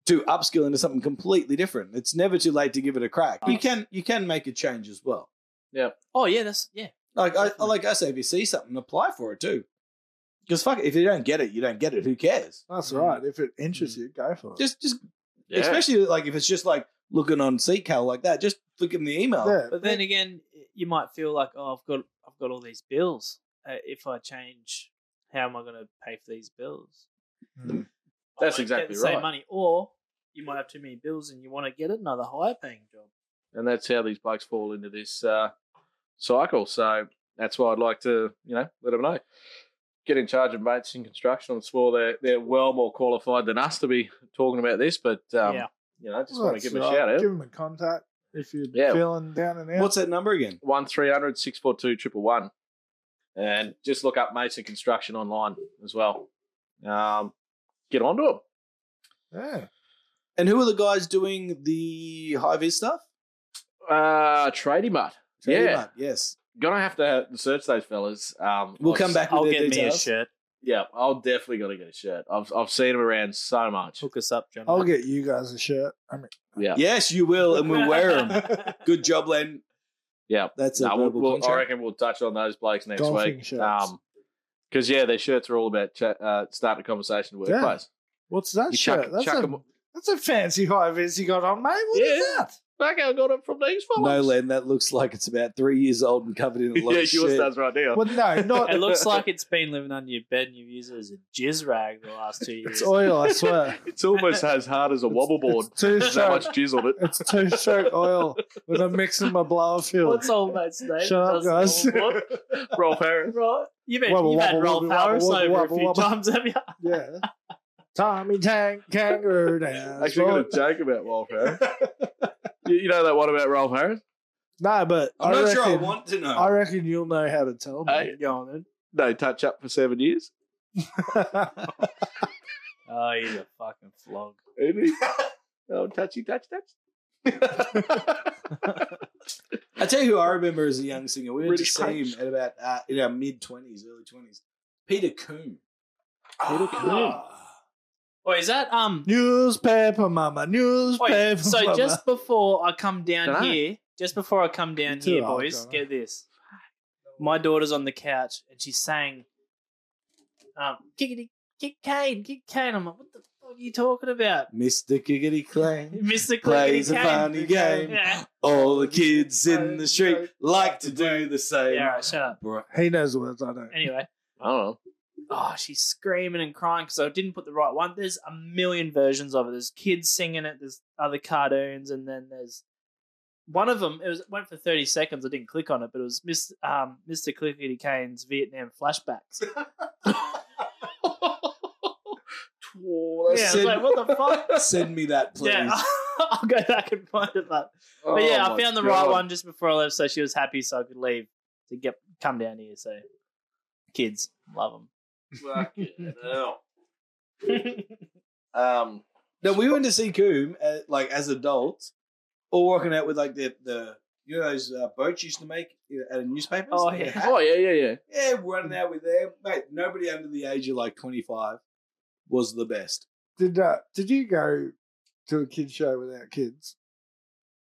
Speaker 5: to upskill into something completely different it's never too late to give it a crack you can you can make a change as well
Speaker 2: Oh yeah, that's yeah.
Speaker 5: like I, like i say if you see something apply for it too because fuck it, if you don't get it you don't get it who cares
Speaker 3: that's right. If it interests
Speaker 5: Mm.
Speaker 3: you, go for it.
Speaker 5: just just
Speaker 4: Yeah.
Speaker 5: especially like if it's just like looking on seacal like that just flick them the email
Speaker 3: yeah,
Speaker 2: But then again, you might feel like, oh, I've got I've got all these bills. Uh, if I change, how am I going to pay for these bills?
Speaker 3: Mm.
Speaker 2: I
Speaker 4: That's
Speaker 2: won't get
Speaker 4: exactly
Speaker 2: the same
Speaker 4: right.
Speaker 2: money, or you might have too many bills and you want to get another higher paying job.
Speaker 4: and that's how these blokes fall into this uh, cycle. So that's why I'd like to, you know, let them know. Get in charge of mates in construction. I'm sure they're they're well more qualified than us to be talking about this, but um,
Speaker 2: Yeah.
Speaker 4: you know, just
Speaker 3: Well,
Speaker 4: want to
Speaker 3: that's
Speaker 4: give them a
Speaker 3: right.
Speaker 4: shout out.
Speaker 3: Give them a contact if you're
Speaker 4: Yeah.
Speaker 3: feeling down and out.
Speaker 5: what's that number again
Speaker 4: One 642 triple one, and just look up mates in construction online as well. Um, get onto them.
Speaker 3: yeah,
Speaker 5: and who are the guys doing the high vis stuff
Speaker 4: Uh, Tradie Mutt.
Speaker 5: Tell you
Speaker 4: Yeah.
Speaker 5: what, yes
Speaker 4: Gonna have to search those fellas. Um,
Speaker 5: We'll
Speaker 4: I'll
Speaker 5: come
Speaker 4: s-
Speaker 5: back with
Speaker 2: I'll
Speaker 5: the
Speaker 2: get me a
Speaker 5: details.
Speaker 2: shirt.
Speaker 4: Yeah, I'll definitely gotta get a shirt. I've I've seen him around so much.
Speaker 2: Hook us up, John.
Speaker 3: I'll get you guys a shirt. I mean,
Speaker 4: Yeah,
Speaker 5: Yes, you will, and we'll wear them. Good job, Len.
Speaker 4: yeah.
Speaker 5: That's a
Speaker 4: No, we'll,
Speaker 5: verbal
Speaker 4: we'll- I
Speaker 5: contract.
Speaker 4: reckon we'll touch on those blokes next
Speaker 3: Golfing
Speaker 4: week.
Speaker 3: shirts.
Speaker 4: Um, because yeah, their shirts are all about cha- uh, starting a conversation at
Speaker 3: Yeah.
Speaker 4: workplace.
Speaker 3: what's that
Speaker 4: You
Speaker 3: shirt?
Speaker 4: chuck,
Speaker 3: that's,
Speaker 4: chuck
Speaker 3: a,
Speaker 4: 'em-
Speaker 3: that's a fancy high vis you got on, mate. What is
Speaker 4: Yeah.
Speaker 3: that?
Speaker 4: Fuck, I got it from these
Speaker 5: No,
Speaker 4: fellas.
Speaker 5: Len, that looks like it's about three years old and covered in a lot
Speaker 4: yeah,
Speaker 5: of
Speaker 4: yours
Speaker 5: shit.
Speaker 4: does right now.
Speaker 3: Well, no, not.
Speaker 2: It looks like it's been living under your bed and you've used it as a jizz rag the last two years.
Speaker 3: it's oil, I swear.
Speaker 4: It's almost as hard as a wobble board.
Speaker 3: It's two
Speaker 4: There's that much
Speaker 3: stroke.
Speaker 4: jizz on it.
Speaker 3: It's two stroke oil when I'm mixing my blower fuel.
Speaker 2: What's old mate's name?
Speaker 3: Shut up,
Speaker 2: Does the
Speaker 3: guys.
Speaker 2: old-
Speaker 4: Rolf Harris.
Speaker 2: Right. You've had,
Speaker 3: Wubba,
Speaker 2: you've had
Speaker 3: wubba,
Speaker 2: Rolf
Speaker 3: wubba,
Speaker 2: Harris
Speaker 3: wubba,
Speaker 2: over a
Speaker 3: wubba,
Speaker 2: few
Speaker 3: wubba.
Speaker 2: times, have you?
Speaker 3: Yeah. Tommy Tank Kangaroo Dance.
Speaker 4: Actually, I got a joke about Rolf Harris. you, you know that one about Rolf Harris?
Speaker 3: No, but
Speaker 5: I'm
Speaker 3: I
Speaker 5: not
Speaker 3: reckon,
Speaker 5: sure I want to know.
Speaker 3: I reckon you'll know how to tell me.
Speaker 4: Hey.
Speaker 2: Go on then.
Speaker 4: No touch up for seven years.
Speaker 2: Oh, he's a fucking flog.
Speaker 4: Isn't he? oh, touchy, touch, touch.
Speaker 5: I tell you who I remember as a young singer. We went to
Speaker 4: British
Speaker 5: see him
Speaker 4: Punch.
Speaker 5: at about uh, in our mid twenties, early twenties. Peter Coon.
Speaker 2: Peter Coon. Wait, is that um?
Speaker 3: newspaper mama, newspaper
Speaker 2: Wait, so
Speaker 3: mama.
Speaker 2: just before I come down
Speaker 4: Dunno.
Speaker 2: here, just before I come down
Speaker 3: You're too
Speaker 2: here,
Speaker 3: old,
Speaker 2: boys,
Speaker 3: Dunno.
Speaker 2: get this. My daughter's on the couch and she's saying, um, "Kickity, kick Kane, kick Kane." I'm like, "What the fuck are you talking about,
Speaker 5: Mr. Giggity Clang
Speaker 2: Mister
Speaker 5: plays
Speaker 2: Clickety
Speaker 5: a
Speaker 2: Kane?"
Speaker 5: funny game.
Speaker 2: Yeah.
Speaker 5: All the kids in the street like to do the same.
Speaker 2: yeah, all right, shut up.
Speaker 5: Bro-
Speaker 3: he knows the words I don't.
Speaker 2: Anyway,
Speaker 4: I don't know.
Speaker 2: oh, she's screaming and crying because I didn't put the right one. There's a million versions of it. There's kids singing it. There's other cartoons, and then there's one of them. It was it went for thirty seconds. I didn't click on it, but it was Miss um, Mr. Clickety Kane's Vietnam flashbacks.
Speaker 4: Tw-
Speaker 2: yeah, I was
Speaker 5: said-
Speaker 2: like, what the fuck?
Speaker 5: Send me that, please.
Speaker 2: Yeah, I'll go back and find it, but but yeah,
Speaker 4: Oh
Speaker 2: I
Speaker 4: my
Speaker 2: found the right
Speaker 4: God.
Speaker 2: one just before I left, so she was happy, so I could leave to get come down here. So, kids love them.
Speaker 4: Fucking hell. Um,
Speaker 5: No, we went to see Coombe uh, like as adults, all walking out with like the the you know those uh, boats used to make you know, out of newspapers.
Speaker 2: Oh,
Speaker 5: Like,
Speaker 2: yeah.
Speaker 5: hat?
Speaker 4: oh yeah, yeah, yeah.
Speaker 5: yeah, running out with them, mate. Nobody under the age of like twenty five was the best.
Speaker 3: Did uh, did you go to a kids show without kids?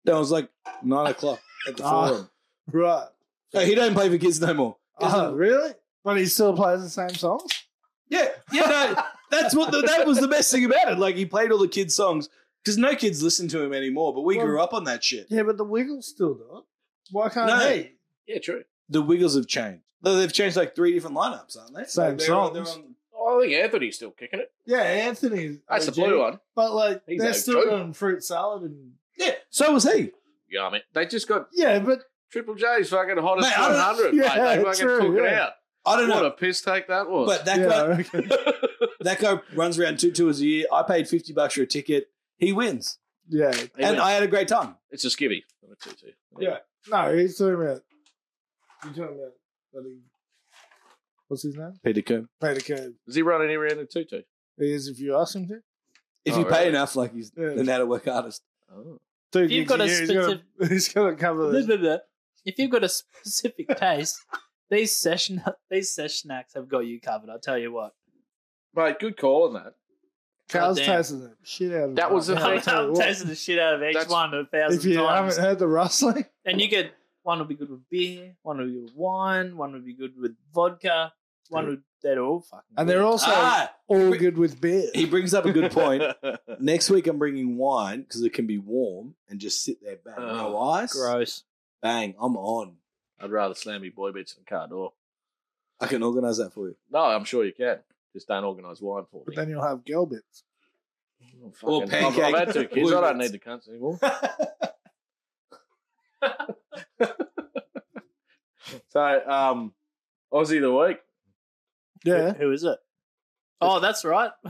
Speaker 5: That was like nine o'clock at the
Speaker 3: Ah.
Speaker 5: forum.
Speaker 3: Right.
Speaker 5: Hey, he don't play for kids no more.
Speaker 3: Oh, really? But he still plays the same songs.
Speaker 5: Yeah, yeah, no, that's what the, that was the best thing about it. Like he played all the kids' songs because no kids listen to him anymore. But we
Speaker 3: Well-
Speaker 5: grew up on that shit.
Speaker 3: Yeah, but the Wiggles still do it. Why can't
Speaker 5: No.
Speaker 3: he?
Speaker 4: Yeah, true.
Speaker 5: The Wiggles have changed. Though They've changed like three different lineups, aren't they?
Speaker 3: Same
Speaker 5: Like, they're on- they're
Speaker 3: songs.
Speaker 5: on-
Speaker 4: Oh, I think Anthony's still kicking it.
Speaker 3: Yeah, Anthony.
Speaker 4: That's
Speaker 3: OG.
Speaker 4: the blue one.
Speaker 3: But like,
Speaker 4: He's
Speaker 3: they're
Speaker 4: no
Speaker 3: still
Speaker 4: joke.
Speaker 3: doing fruit salad and
Speaker 5: yeah, so was he.
Speaker 4: Yeah, mate. They just got
Speaker 3: yeah, but
Speaker 4: Triple J's fucking hottest
Speaker 5: Mate, I don't-
Speaker 4: 100,
Speaker 3: yeah,
Speaker 4: mate. They fucking
Speaker 3: true,
Speaker 4: took it
Speaker 3: yeah.
Speaker 4: out.
Speaker 5: I don't
Speaker 4: What
Speaker 5: know,
Speaker 4: a piss take that was.
Speaker 5: but that
Speaker 3: yeah,
Speaker 5: guy,
Speaker 3: I reckon-
Speaker 5: that guy runs around two tours a year. I paid fifty bucks for a ticket. He wins,
Speaker 3: yeah.
Speaker 4: He
Speaker 5: and
Speaker 4: went,
Speaker 5: I had a great time.
Speaker 4: it's a skivvy. Number two, two.
Speaker 3: Yeah. No, he's talking about. You're talking about. Buddy, what's his name?
Speaker 5: Peter Coombe.
Speaker 3: Peter Cove.
Speaker 4: Is he running around in tutu?
Speaker 3: He is if you ask him to.
Speaker 5: If
Speaker 4: Oh,
Speaker 5: you pay
Speaker 4: really?
Speaker 5: enough, like he's
Speaker 3: Yeah.
Speaker 5: an out of work artist.
Speaker 4: Oh.
Speaker 3: Two
Speaker 2: If you've
Speaker 3: gigs
Speaker 2: got a
Speaker 3: year, he's gonna- he's gonna cover
Speaker 2: Blah,
Speaker 3: this.
Speaker 2: blah, blah. if you've got a specific taste, these session these sesh snacks have got you covered. I'll tell you what.
Speaker 4: Mate, good call on that.
Speaker 3: Cows
Speaker 2: Goddamn.
Speaker 3: tasting the shit out of
Speaker 4: That
Speaker 3: it.
Speaker 4: was the
Speaker 3: I'll
Speaker 2: I'm,
Speaker 4: thing.
Speaker 3: tell you
Speaker 2: I'm
Speaker 3: what,
Speaker 2: tasting the shit out of each
Speaker 4: That's-
Speaker 2: one a
Speaker 3: If
Speaker 2: thousand
Speaker 3: you
Speaker 2: times,
Speaker 3: haven't heard the rustling,
Speaker 2: and you get one will be good with beer, one will be good with wine, one will be good with vodka, one would they're all fucking.
Speaker 3: and they're
Speaker 2: good.
Speaker 3: also
Speaker 5: ah,
Speaker 3: all good with beer.
Speaker 5: he brings up a good point. Next week, I'm bringing wine because it can be warm and just sit there, bang, no
Speaker 4: Oh,
Speaker 5: ice,
Speaker 2: gross.
Speaker 5: bang. I'm on.
Speaker 4: I'd rather slam your boy bits in the car door.
Speaker 5: I can organize that for you.
Speaker 4: No, I'm sure you can. Just don't organise wine for
Speaker 3: But
Speaker 4: me.
Speaker 3: then you'll have girl bits.
Speaker 4: Oh, fucking-
Speaker 5: Or
Speaker 4: I've, I've had two
Speaker 5: pancake.
Speaker 4: kids. I don't
Speaker 5: Blueberries.
Speaker 4: need the cunts anymore. so, um, Aussie of the week,
Speaker 3: Yeah.
Speaker 2: Who is it? Oh, that's right.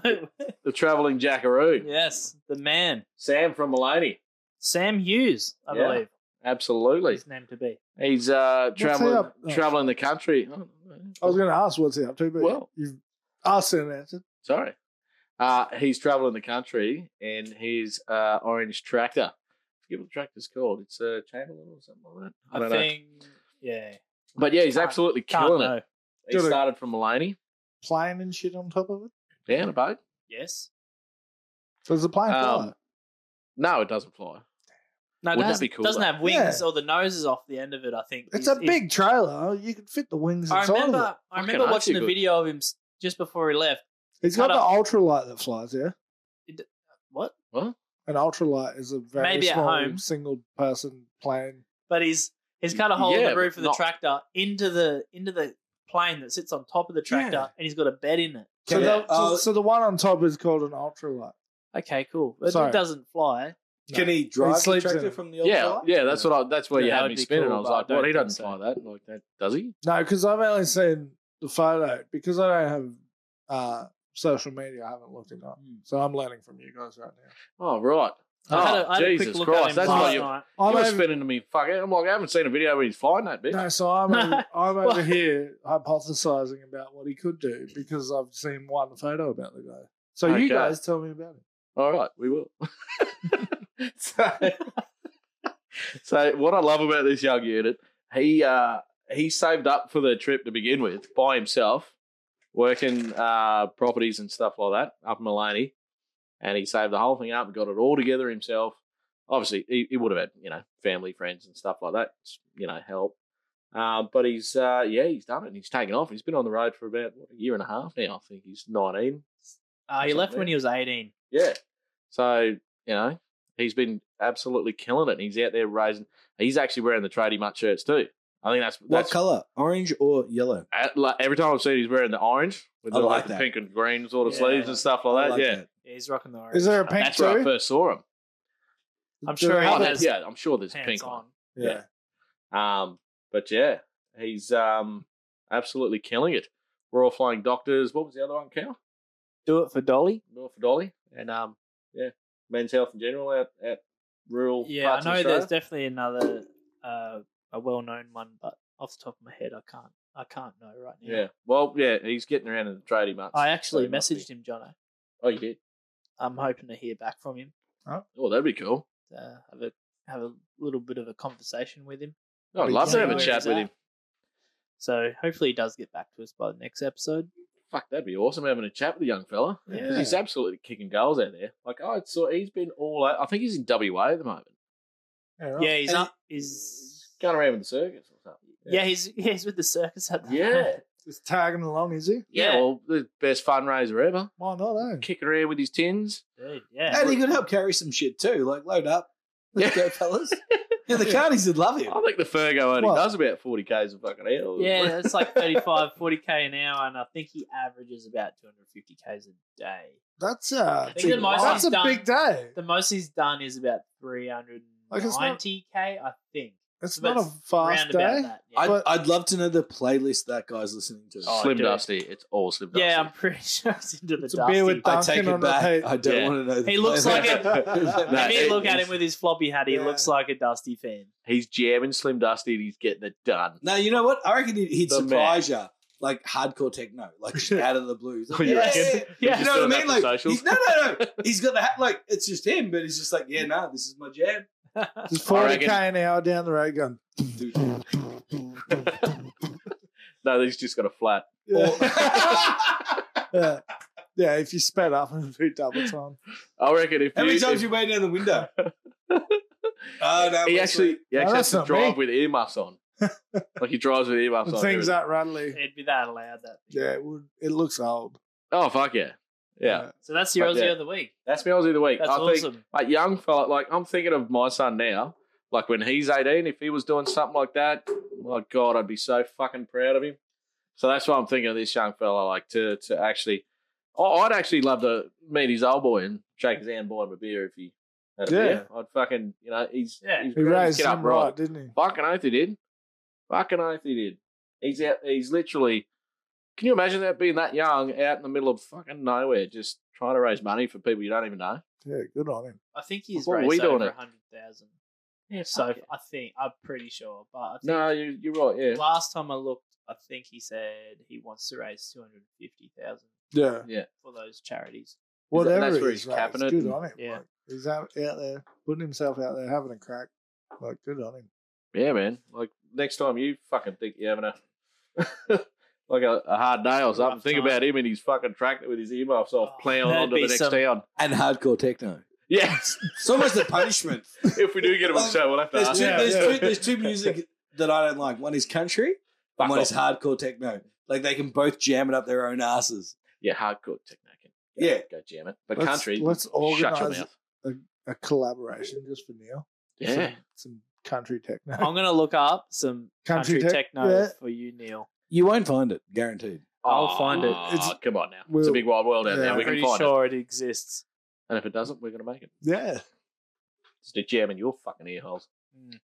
Speaker 4: the travelling jackaroo,
Speaker 2: yes, the man,
Speaker 4: Sam from Maloney.
Speaker 2: Sam Hughes, I
Speaker 4: Yeah.
Speaker 2: believe
Speaker 4: Absolutely,
Speaker 2: his name to be.
Speaker 4: he's uh
Speaker 3: he
Speaker 4: traveling
Speaker 3: up- oh.
Speaker 4: traveling the country. Oh,
Speaker 3: I was going to ask what's he up to, but
Speaker 4: Well-
Speaker 3: you've asked and answered.
Speaker 4: Sorry. Uh, he's traveling the country in his uh, orange tractor. I forget what the tractor's called. It's a Chamberlain or something like that. I
Speaker 2: I,
Speaker 4: don't know.
Speaker 2: think. Yeah.
Speaker 4: But yeah, he's
Speaker 2: Can't-
Speaker 4: absolutely
Speaker 2: Can't
Speaker 4: killing
Speaker 2: know.
Speaker 4: it. He
Speaker 3: Good.
Speaker 4: started from Maloney.
Speaker 3: plane and shit on top of it?
Speaker 4: Yeah, in a boat.
Speaker 2: Yes.
Speaker 3: So does the plane fly?
Speaker 4: Um, no, it doesn't fly.
Speaker 2: No, it
Speaker 4: Wouldn't that
Speaker 2: doesn't,
Speaker 4: be cool,
Speaker 2: doesn't
Speaker 4: though?
Speaker 2: have wings
Speaker 3: Yeah.
Speaker 2: or the nose is off the end of it. I think
Speaker 3: It's
Speaker 2: Is-
Speaker 3: a
Speaker 2: is-
Speaker 3: big trailer. You could fit the wings
Speaker 2: I
Speaker 3: inside of
Speaker 2: remember.
Speaker 3: it.
Speaker 2: I
Speaker 4: Fucking
Speaker 2: remember
Speaker 4: aren't
Speaker 2: watching
Speaker 4: you
Speaker 2: the
Speaker 4: good.
Speaker 2: video of him s- just before he left.
Speaker 3: He's got
Speaker 2: Cut
Speaker 3: the
Speaker 2: up.
Speaker 3: ultralight that flies, yeah?
Speaker 2: What?
Speaker 3: An ultralight is a very
Speaker 2: Maybe at
Speaker 3: small
Speaker 2: home.
Speaker 3: single person plane.
Speaker 2: But he's he's cut a hole in
Speaker 4: Yeah,
Speaker 2: the roof of
Speaker 4: but
Speaker 2: the
Speaker 4: not-
Speaker 2: tractor into the into the plane that sits on top of the tractor,
Speaker 3: Yeah.
Speaker 2: and he's got a bed in it.
Speaker 3: So,
Speaker 5: Can
Speaker 3: the,
Speaker 5: it- uh,
Speaker 3: so, so the one on top is called an ultralight.
Speaker 2: Okay, cool. But
Speaker 3: Sorry.
Speaker 2: it doesn't fly.
Speaker 5: Can he drive the
Speaker 3: sleeps in
Speaker 5: tractor
Speaker 3: it.
Speaker 5: from the
Speaker 4: Yeah,
Speaker 5: outside?
Speaker 4: yeah, that's what I. That's where
Speaker 2: Yeah,
Speaker 4: you
Speaker 2: that
Speaker 4: had
Speaker 2: would
Speaker 4: me
Speaker 2: be
Speaker 4: spinning.
Speaker 2: cool,
Speaker 4: I was
Speaker 2: but I
Speaker 4: like, "Well,
Speaker 2: don't
Speaker 4: he
Speaker 2: think
Speaker 4: doesn't
Speaker 2: so.
Speaker 4: fly that like that, does he?"
Speaker 3: No, because I've only seen the photo. Because I don't have uh, social media, I haven't looked it up. So I'm learning from you guys right now.
Speaker 4: Oh right.
Speaker 2: I had a,
Speaker 4: Oh
Speaker 2: I had a quick
Speaker 4: Jesus
Speaker 2: look at him
Speaker 4: Christ! That's
Speaker 2: last
Speaker 4: why you, you
Speaker 2: night.
Speaker 3: I'm
Speaker 4: were
Speaker 3: over,
Speaker 4: spinning to me. Fuck it. I'm like, I haven't seen a video where he's flying that bitch.
Speaker 3: no, so I'm over, I'm
Speaker 2: What?
Speaker 3: over here hypothesizing about what he could do because I've seen one photo about the guy. So you
Speaker 4: Okay.
Speaker 3: guys tell me about it.
Speaker 4: All right, we will. so, so what I love about this young unit, he uh, he saved up for the trip to begin with by himself, working uh, properties and stuff like that up in Mullaney, and he saved the whole thing up and got it all together himself. Obviously, he, he would have had you know family, friends, and stuff like that, you know, help. Um, but he's uh, yeah, he's done it. and He's taken off. He's been on the road for about what, a year and a half now. I think he's nineteen.
Speaker 2: Uh, he
Speaker 4: That's
Speaker 2: left
Speaker 4: not
Speaker 2: when he was eighteen.
Speaker 4: Yeah. So, you know, he's been absolutely killing it. And he's out there raising. He's actually wearing the tradie mutt shirts too. I think that's
Speaker 5: What
Speaker 4: that's
Speaker 5: color? Orange or yellow?
Speaker 4: at- like, every time I've seen he's wearing the orange with
Speaker 5: I
Speaker 4: the, like,
Speaker 5: like
Speaker 4: the
Speaker 5: that.
Speaker 4: pink and green sort of
Speaker 2: Yeah.
Speaker 4: sleeves and stuff like
Speaker 5: I
Speaker 4: that.
Speaker 5: like
Speaker 4: yeah.
Speaker 5: that.
Speaker 2: Yeah, he's rocking the orange.
Speaker 3: Is there a pink
Speaker 4: That's where I
Speaker 3: too?
Speaker 4: first saw him.
Speaker 2: I'm
Speaker 3: Do
Speaker 2: sure
Speaker 3: they
Speaker 2: he
Speaker 4: Oh,
Speaker 3: have
Speaker 2: has
Speaker 3: it?
Speaker 4: there's- yeah, I'm sure there's a
Speaker 2: pants
Speaker 4: pink
Speaker 2: on.
Speaker 4: one.
Speaker 5: Yeah.
Speaker 4: Yeah. Um, but yeah, he's um absolutely killing it. We're all flying doctors. What was the other one, Cal?
Speaker 2: Do it for Dolly.
Speaker 4: North of Dolly. And um, yeah, men's health in general out at rural
Speaker 2: Yeah, I
Speaker 4: parts of
Speaker 2: know
Speaker 4: Australia.
Speaker 2: there's definitely another uh, a well-known one, but off the top of my head, I can't I can't know right now.
Speaker 4: Yeah. Well, yeah, he's getting around in the tradie months.
Speaker 2: I actually
Speaker 4: so he must
Speaker 2: messaged
Speaker 4: be-
Speaker 2: him, Jono.
Speaker 4: Oh, you did?
Speaker 2: I'm hoping to hear back from him.
Speaker 4: Oh, that'd be cool.
Speaker 2: Uh, have a have a little bit of a conversation with him.
Speaker 4: I'd
Speaker 3: We
Speaker 4: love to
Speaker 3: can
Speaker 4: have a
Speaker 2: see
Speaker 4: chat
Speaker 2: where
Speaker 4: with
Speaker 2: he's
Speaker 4: him.
Speaker 2: So hopefully he does get back to us by the next episode.
Speaker 4: Fuck, that'd be awesome having a chat with the young fella. 'Cause
Speaker 2: Yeah.
Speaker 4: He's absolutely kicking goals out there. Like, I saw he's been all out. I think he's in WA at the moment.
Speaker 3: Yeah, right.
Speaker 2: Yeah, he's
Speaker 5: And
Speaker 2: up. He's
Speaker 4: Going around with the circus or something.
Speaker 2: yeah, he's yeah, he's with the circus at the
Speaker 4: Yeah.
Speaker 3: Just tagging along, is he?
Speaker 4: Yeah.
Speaker 2: Yeah.
Speaker 4: Well, the best fundraiser ever.
Speaker 3: Why not, eh?
Speaker 4: Kicking around with his tins.
Speaker 2: Dude, yeah.
Speaker 5: And he could help carry some shit too, like load up. Let's
Speaker 4: Yeah. Oh,
Speaker 5: go, fellas. Yeah, the carnies would love him.
Speaker 4: I think the Fergo only
Speaker 3: What?
Speaker 4: does about 40 Ks a fucking hell.
Speaker 2: Yeah, it's like 35, 40k an hour, and I think he averages about 250k's a day.
Speaker 3: That's uh,
Speaker 2: I think the most
Speaker 3: that's
Speaker 2: he's
Speaker 3: a
Speaker 2: done,
Speaker 3: big day.
Speaker 2: The most he's done is about 390k,
Speaker 3: Like, it's not-
Speaker 2: I think.
Speaker 3: It's
Speaker 2: But
Speaker 3: not a
Speaker 2: it's
Speaker 3: fast
Speaker 2: about
Speaker 3: day.
Speaker 2: that. Yeah,
Speaker 5: I'd,
Speaker 3: But-
Speaker 5: I'd love to know the playlist that guy's listening to.
Speaker 2: Oh,
Speaker 4: Slim
Speaker 2: dude.
Speaker 4: Dusty. It's all Slim Dusty.
Speaker 2: Yeah, um, I'm pretty sure it's into the
Speaker 3: It's a
Speaker 2: dusty.
Speaker 3: beer with
Speaker 5: I take
Speaker 3: Duncan
Speaker 5: it
Speaker 3: on
Speaker 5: back.
Speaker 3: repeat.
Speaker 5: I don't
Speaker 4: Yeah.
Speaker 5: want to know. The
Speaker 2: He looks like
Speaker 5: playlist.
Speaker 4: a-
Speaker 2: if you
Speaker 4: it-
Speaker 2: look at him with his floppy hat, he
Speaker 3: Yeah.
Speaker 2: looks like a Dusty fan.
Speaker 4: He's jamming Slim Dusty and he's getting it done.
Speaker 5: No, you know what? I reckon he'd, he'd
Speaker 4: The
Speaker 5: surprise you, like hardcore techno, like just out of the blue. He's like,
Speaker 4: Oh, you
Speaker 5: yeah,
Speaker 4: reckon?
Speaker 5: yeah, yeah.
Speaker 2: Yeah.
Speaker 5: you
Speaker 4: Just
Speaker 5: know what I
Speaker 4: doing
Speaker 5: mean?
Speaker 4: that for
Speaker 5: Like,
Speaker 4: socials?
Speaker 5: he's, no, no, no. He's got the hat. Like, it's just him, but he's just like, yeah, no, this is my jam.
Speaker 3: It's
Speaker 4: I
Speaker 3: 40k
Speaker 4: reckon-
Speaker 3: an hour down the road gun.
Speaker 5: Dude.
Speaker 4: No, he's just got a flat.
Speaker 3: yeah. yeah, if you sped up and do double time.
Speaker 4: I reckon if
Speaker 5: How
Speaker 4: you,
Speaker 5: many times
Speaker 4: if-
Speaker 5: you wait down the window? oh, no,
Speaker 4: he
Speaker 5: we're
Speaker 4: actually,
Speaker 5: sweet.
Speaker 4: he
Speaker 3: No,
Speaker 4: actually has
Speaker 3: that's
Speaker 4: to
Speaker 3: not
Speaker 4: drive
Speaker 3: me.
Speaker 4: with earmuffs on. like he drives with earmuffs
Speaker 3: The
Speaker 4: on.
Speaker 3: thing's
Speaker 4: everything.
Speaker 3: that rattly.
Speaker 2: It'd be that loud, that thing.
Speaker 3: Yeah, it would. It looks old.
Speaker 4: Oh fuck yeah. yeah,
Speaker 2: So that's your
Speaker 4: But,
Speaker 2: Aussie
Speaker 4: yeah.
Speaker 2: of the week.
Speaker 4: That's me Aussie of the week.
Speaker 2: That's
Speaker 4: I think
Speaker 2: awesome.
Speaker 4: like young fella, like I'm thinking of my son now. Like when he's 18, if he was doing something like that, my god, I'd be so fucking proud of him. So that's why I'm thinking of this young fella, like to to actually. I- I'd actually love to meet his old boy and shake his hand, buy him a beer if he had a
Speaker 3: Yeah.
Speaker 4: beer. I'd fucking, you know, he's
Speaker 2: Yeah.
Speaker 4: he's
Speaker 3: He
Speaker 4: grown his
Speaker 3: raised
Speaker 4: kid
Speaker 3: him right, didn't he?
Speaker 4: Fucking oath he did. Fucking oath he did. He's out. He's literally. Can you imagine that being that young, out in the middle of fucking nowhere, just trying to raise money for people you don't even know?
Speaker 3: Yeah, good on him.
Speaker 2: I think he's
Speaker 4: What are
Speaker 2: raised
Speaker 4: we doing
Speaker 2: over
Speaker 4: it?
Speaker 2: 100,000. Yeah, so I think, I'm pretty sure. But I think
Speaker 4: No, you, you're right. Yeah,
Speaker 2: last time I looked, I think he said he wants to raise 250,000
Speaker 3: Yeah,
Speaker 2: for those charities.
Speaker 3: whatever
Speaker 4: that's
Speaker 3: it
Speaker 4: where
Speaker 3: is,
Speaker 4: he's
Speaker 3: right,
Speaker 4: capping
Speaker 3: it's
Speaker 4: it
Speaker 3: good
Speaker 4: and-
Speaker 3: on him.
Speaker 2: Yeah.
Speaker 3: Like, he's out, out there putting himself out there having a crack. Like, good on him.
Speaker 4: yeah, man. Like next time you fucking think you're having a like a, a hard day or something.
Speaker 2: Rough
Speaker 4: Think
Speaker 2: time.
Speaker 4: about him in his fucking tractor with his earmuffs off,
Speaker 2: Oh,
Speaker 4: plowing
Speaker 2: that'd
Speaker 4: onto the
Speaker 2: be
Speaker 4: next
Speaker 2: some-
Speaker 4: town.
Speaker 5: and hardcore techno.
Speaker 4: Yes,
Speaker 5: It's almost the punishment.
Speaker 4: if we do get him on the show, we'll have to
Speaker 5: There's
Speaker 4: ask.
Speaker 5: two,
Speaker 4: him.
Speaker 2: Yeah,
Speaker 5: there's,
Speaker 2: yeah.
Speaker 5: Two, there's two music that I don't like. One is country,
Speaker 4: Fuck
Speaker 5: and one
Speaker 4: off.
Speaker 5: is hardcore techno. Like they can both jam it up their own asses.
Speaker 4: yeah, hardcore techno. Can,
Speaker 5: Yeah.
Speaker 4: go jam it. But
Speaker 3: Let's-
Speaker 4: country,
Speaker 3: let's
Speaker 4: shut your
Speaker 3: organise
Speaker 4: mouth.
Speaker 3: a collaboration just for Neil.
Speaker 4: Yeah,
Speaker 3: Some, some country techno.
Speaker 2: I'm gonna look up some
Speaker 3: Country
Speaker 2: country,
Speaker 3: tech-
Speaker 2: techno
Speaker 3: yeah.
Speaker 2: for you, Neil.
Speaker 5: You won't find it, guaranteed.
Speaker 2: I'll find it.
Speaker 4: Aw,
Speaker 3: It's-
Speaker 4: come on now, it's a
Speaker 3: we'll-
Speaker 4: big wide world out
Speaker 3: Yeah.
Speaker 4: there.
Speaker 2: I'm
Speaker 4: We
Speaker 2: pretty
Speaker 4: can find it,
Speaker 2: sure it exists.
Speaker 4: and if it doesn't, we're gonna make it.
Speaker 3: Yeah,
Speaker 4: Just a jam in your fucking ear holes.
Speaker 2: Mm.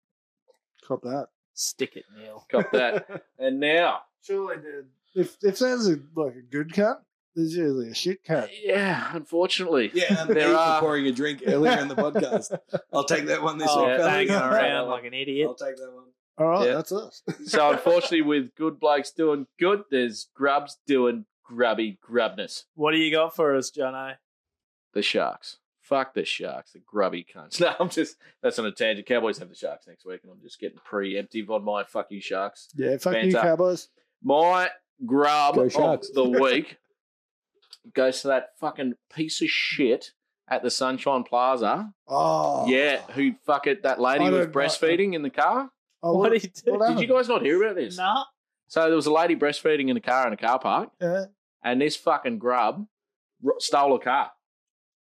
Speaker 3: cop that.
Speaker 2: Stick it, Neil.
Speaker 4: Got that. and now,
Speaker 3: Surely, dude. If if there's a, like a good cunt, there's usually a shit cunt.
Speaker 4: yeah, unfortunately,
Speaker 5: Yeah, and
Speaker 4: There
Speaker 5: there
Speaker 4: are-
Speaker 5: are pouring a drink earlier in the podcast. I'll take that one this
Speaker 2: Oh,
Speaker 5: week. fellas.
Speaker 2: banging around like an idiot.
Speaker 4: Oh.
Speaker 5: I'll take that one.
Speaker 3: All right,
Speaker 4: Yeah.
Speaker 3: that's us.
Speaker 4: So unfortunately, with good blokes doing good, there's grubs doing grubby grubness.
Speaker 2: What do you got for us, Jono?
Speaker 4: The sharks. Fuck the sharks. The grubby cunts. No, I'm just that's on a tangent. Cowboys have the sharks next week, and I'm just getting preemptive on my fuck you sharks.
Speaker 3: Yeah, fuck
Speaker 4: Fans
Speaker 3: you,
Speaker 4: up.
Speaker 3: Cowboys.
Speaker 4: My grub
Speaker 5: Go
Speaker 4: of
Speaker 5: Sharks.
Speaker 4: the week goes to that fucking piece of shit at the Sunshine Plaza.
Speaker 3: Oh,
Speaker 4: Yeah, who fuck it? That lady was
Speaker 3: I don't like that.
Speaker 4: breastfeeding in the car.
Speaker 3: Oh,
Speaker 2: what
Speaker 3: what,
Speaker 2: do you do?
Speaker 3: what
Speaker 4: Did you
Speaker 3: happened?
Speaker 4: guys not hear about this?
Speaker 2: Nah.
Speaker 4: So there was a lady breastfeeding in the car in a car park.
Speaker 3: yeah.
Speaker 4: and this fucking grub r- stole a car.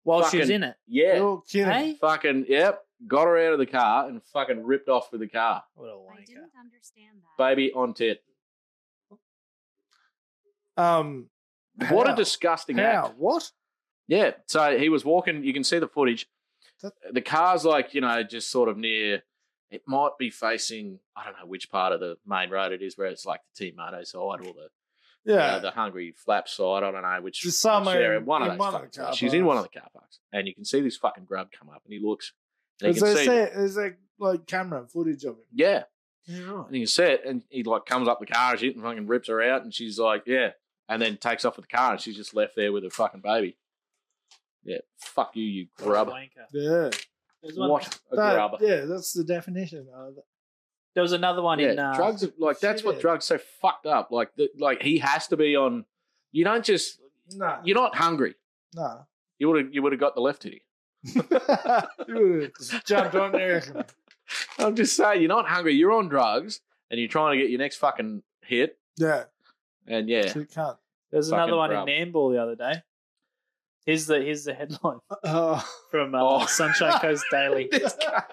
Speaker 2: While she was
Speaker 4: Fucking-
Speaker 2: in it.
Speaker 4: Yeah,
Speaker 3: You're kidding.
Speaker 2: Hey?
Speaker 4: fucking yep. Got her out of the car and fucking ripped off with the car,
Speaker 2: What
Speaker 8: I
Speaker 2: a wanker.
Speaker 8: didn't understand that.
Speaker 4: baby on tit.
Speaker 3: Um,
Speaker 4: What a
Speaker 3: how?
Speaker 4: disgusting
Speaker 3: How?
Speaker 4: act.
Speaker 3: What?
Speaker 4: Yeah. So he was walking. You can see the footage.
Speaker 3: That-
Speaker 4: The car's like you know just sort of near. It might be facing I don't know which part of the main road it is where it's like the Tomato side or the
Speaker 3: Yeah.
Speaker 4: you know, the Hungry Flap side. I don't know which
Speaker 3: Just somewhere
Speaker 4: which area.
Speaker 3: in-
Speaker 4: One of
Speaker 3: in
Speaker 4: those
Speaker 3: one of
Speaker 4: fucking
Speaker 3: the car
Speaker 4: places. She's in
Speaker 3: parks.
Speaker 4: one of the car parks, and you can see this fucking grub come up, and he looks. And
Speaker 3: Is
Speaker 4: you can
Speaker 3: there,
Speaker 4: see,
Speaker 3: say, is there like camera footage of him?
Speaker 4: yeah,
Speaker 3: Yeah, right.
Speaker 4: And you see it, and he like comes up the car and shit and fucking rips her out, and she's like, yeah, and then takes off with the car, and she's just left there with her fucking baby. Yeah, fuck you, you grub.
Speaker 2: What a wanker.
Speaker 3: Yeah.
Speaker 2: There's one-
Speaker 4: What a
Speaker 3: That-
Speaker 4: grub.
Speaker 3: yeah, that's the definition. Of,
Speaker 2: There was another one in
Speaker 4: Yeah,
Speaker 2: uh,
Speaker 4: drugs are, like that's what
Speaker 3: shit.
Speaker 4: drugs so fucked up. Like, the, like he has to be on. You don't just.
Speaker 3: no,
Speaker 4: You're not hungry.
Speaker 3: no.
Speaker 4: You would have. You would have got the left titty.
Speaker 3: You would've jumped on there.
Speaker 4: I'm just saying, you're not hungry. You're on drugs, and you're trying to get your next fucking hit.
Speaker 3: Yeah,
Speaker 4: And yeah,
Speaker 3: you can't.
Speaker 2: There's
Speaker 4: Fucking
Speaker 2: another one
Speaker 4: grub.
Speaker 2: in Nambour the other day. Here's the here's the headline
Speaker 3: Oh,
Speaker 2: from uh,
Speaker 4: Oh.
Speaker 2: Sunshine Coast Daily.
Speaker 4: This guy-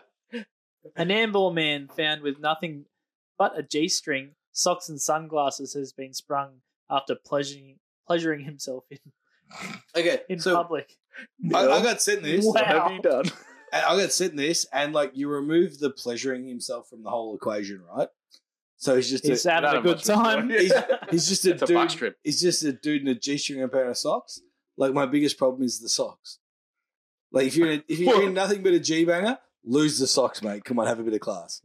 Speaker 2: An Nambour man found with nothing but a g-string, socks, and sunglasses has been sprung after pleasuring pleasuring himself in
Speaker 5: Okay,
Speaker 2: in
Speaker 5: so
Speaker 2: public.
Speaker 5: I, I got sent this.
Speaker 4: what have
Speaker 2: Wow.
Speaker 4: you done?
Speaker 5: And I got sent this, and like you remove the pleasuring himself from the whole equation, right? So he's just
Speaker 2: He's
Speaker 5: a,
Speaker 2: having a
Speaker 4: Not
Speaker 2: good
Speaker 4: much of
Speaker 2: time.
Speaker 4: enjoy.
Speaker 5: he's just a
Speaker 4: It's a
Speaker 5: dude.
Speaker 4: bus trip.
Speaker 5: He's just a dude in a g-string and a pair of socks. Like my biggest problem is the socks. Like if you're in a, if you're in nothing but a g banger, lose the socks, mate. Come on, have a bit of class.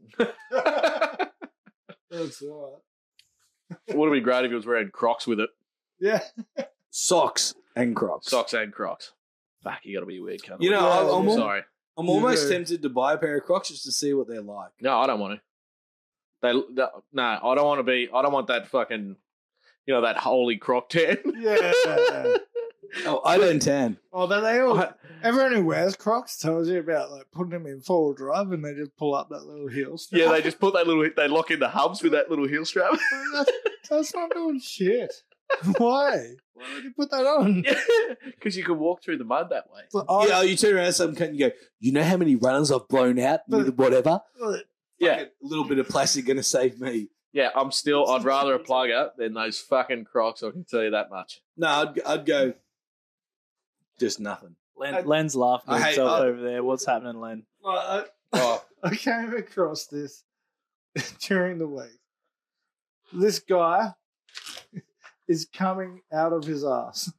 Speaker 3: that's all right.
Speaker 4: Would have been great if he was wearing Crocs with it.
Speaker 3: Yeah,
Speaker 5: Socks and Crocs.
Speaker 4: Socks and Crocs. Fuck, you got to be a weird cunt.
Speaker 5: You know,
Speaker 3: Yeah,
Speaker 5: I, I'm,
Speaker 4: I'm
Speaker 3: yeah.
Speaker 5: al-
Speaker 4: sorry.
Speaker 5: I'm
Speaker 3: You
Speaker 5: almost
Speaker 3: do.
Speaker 5: tempted to buy a pair of Crocs just to see what they're like.
Speaker 4: No, I don't want to. They, th- no, I don't want to be. I don't want that fucking, you know, that holy Croc tan.
Speaker 3: yeah.
Speaker 5: Oh, I don't tan.
Speaker 3: oh, but they all.
Speaker 4: I-
Speaker 3: Everyone who wears Crocs tells you about like putting them in four wheel drive and they just pull up that little heel. strap.
Speaker 4: yeah, they just put that little. They lock in the hubs with that little heel strap.
Speaker 3: that's, that's not doing shit. Why? Why would you put that on?
Speaker 4: Because you can walk through the mud that way.
Speaker 3: It's like, oh,
Speaker 5: yeah, oh, you turn around to some cunt and you go, you know how many runners I've blown out with whatever?
Speaker 4: Yeah,
Speaker 5: Fucking little bit of plastic gonna save me.
Speaker 4: yeah. I'm still. I'd rather a plugger than those fucking Crocs. I can tell you that much.
Speaker 5: No, I'd, I'd go just nothing.
Speaker 2: Len,
Speaker 3: I-
Speaker 2: Len's laughing
Speaker 5: I
Speaker 2: at
Speaker 5: hate-
Speaker 2: himself
Speaker 5: I-
Speaker 2: over there. What's happening, Len?
Speaker 3: Well, I,
Speaker 4: Oh.
Speaker 3: I came across this during the week. This guy is coming out of his ass.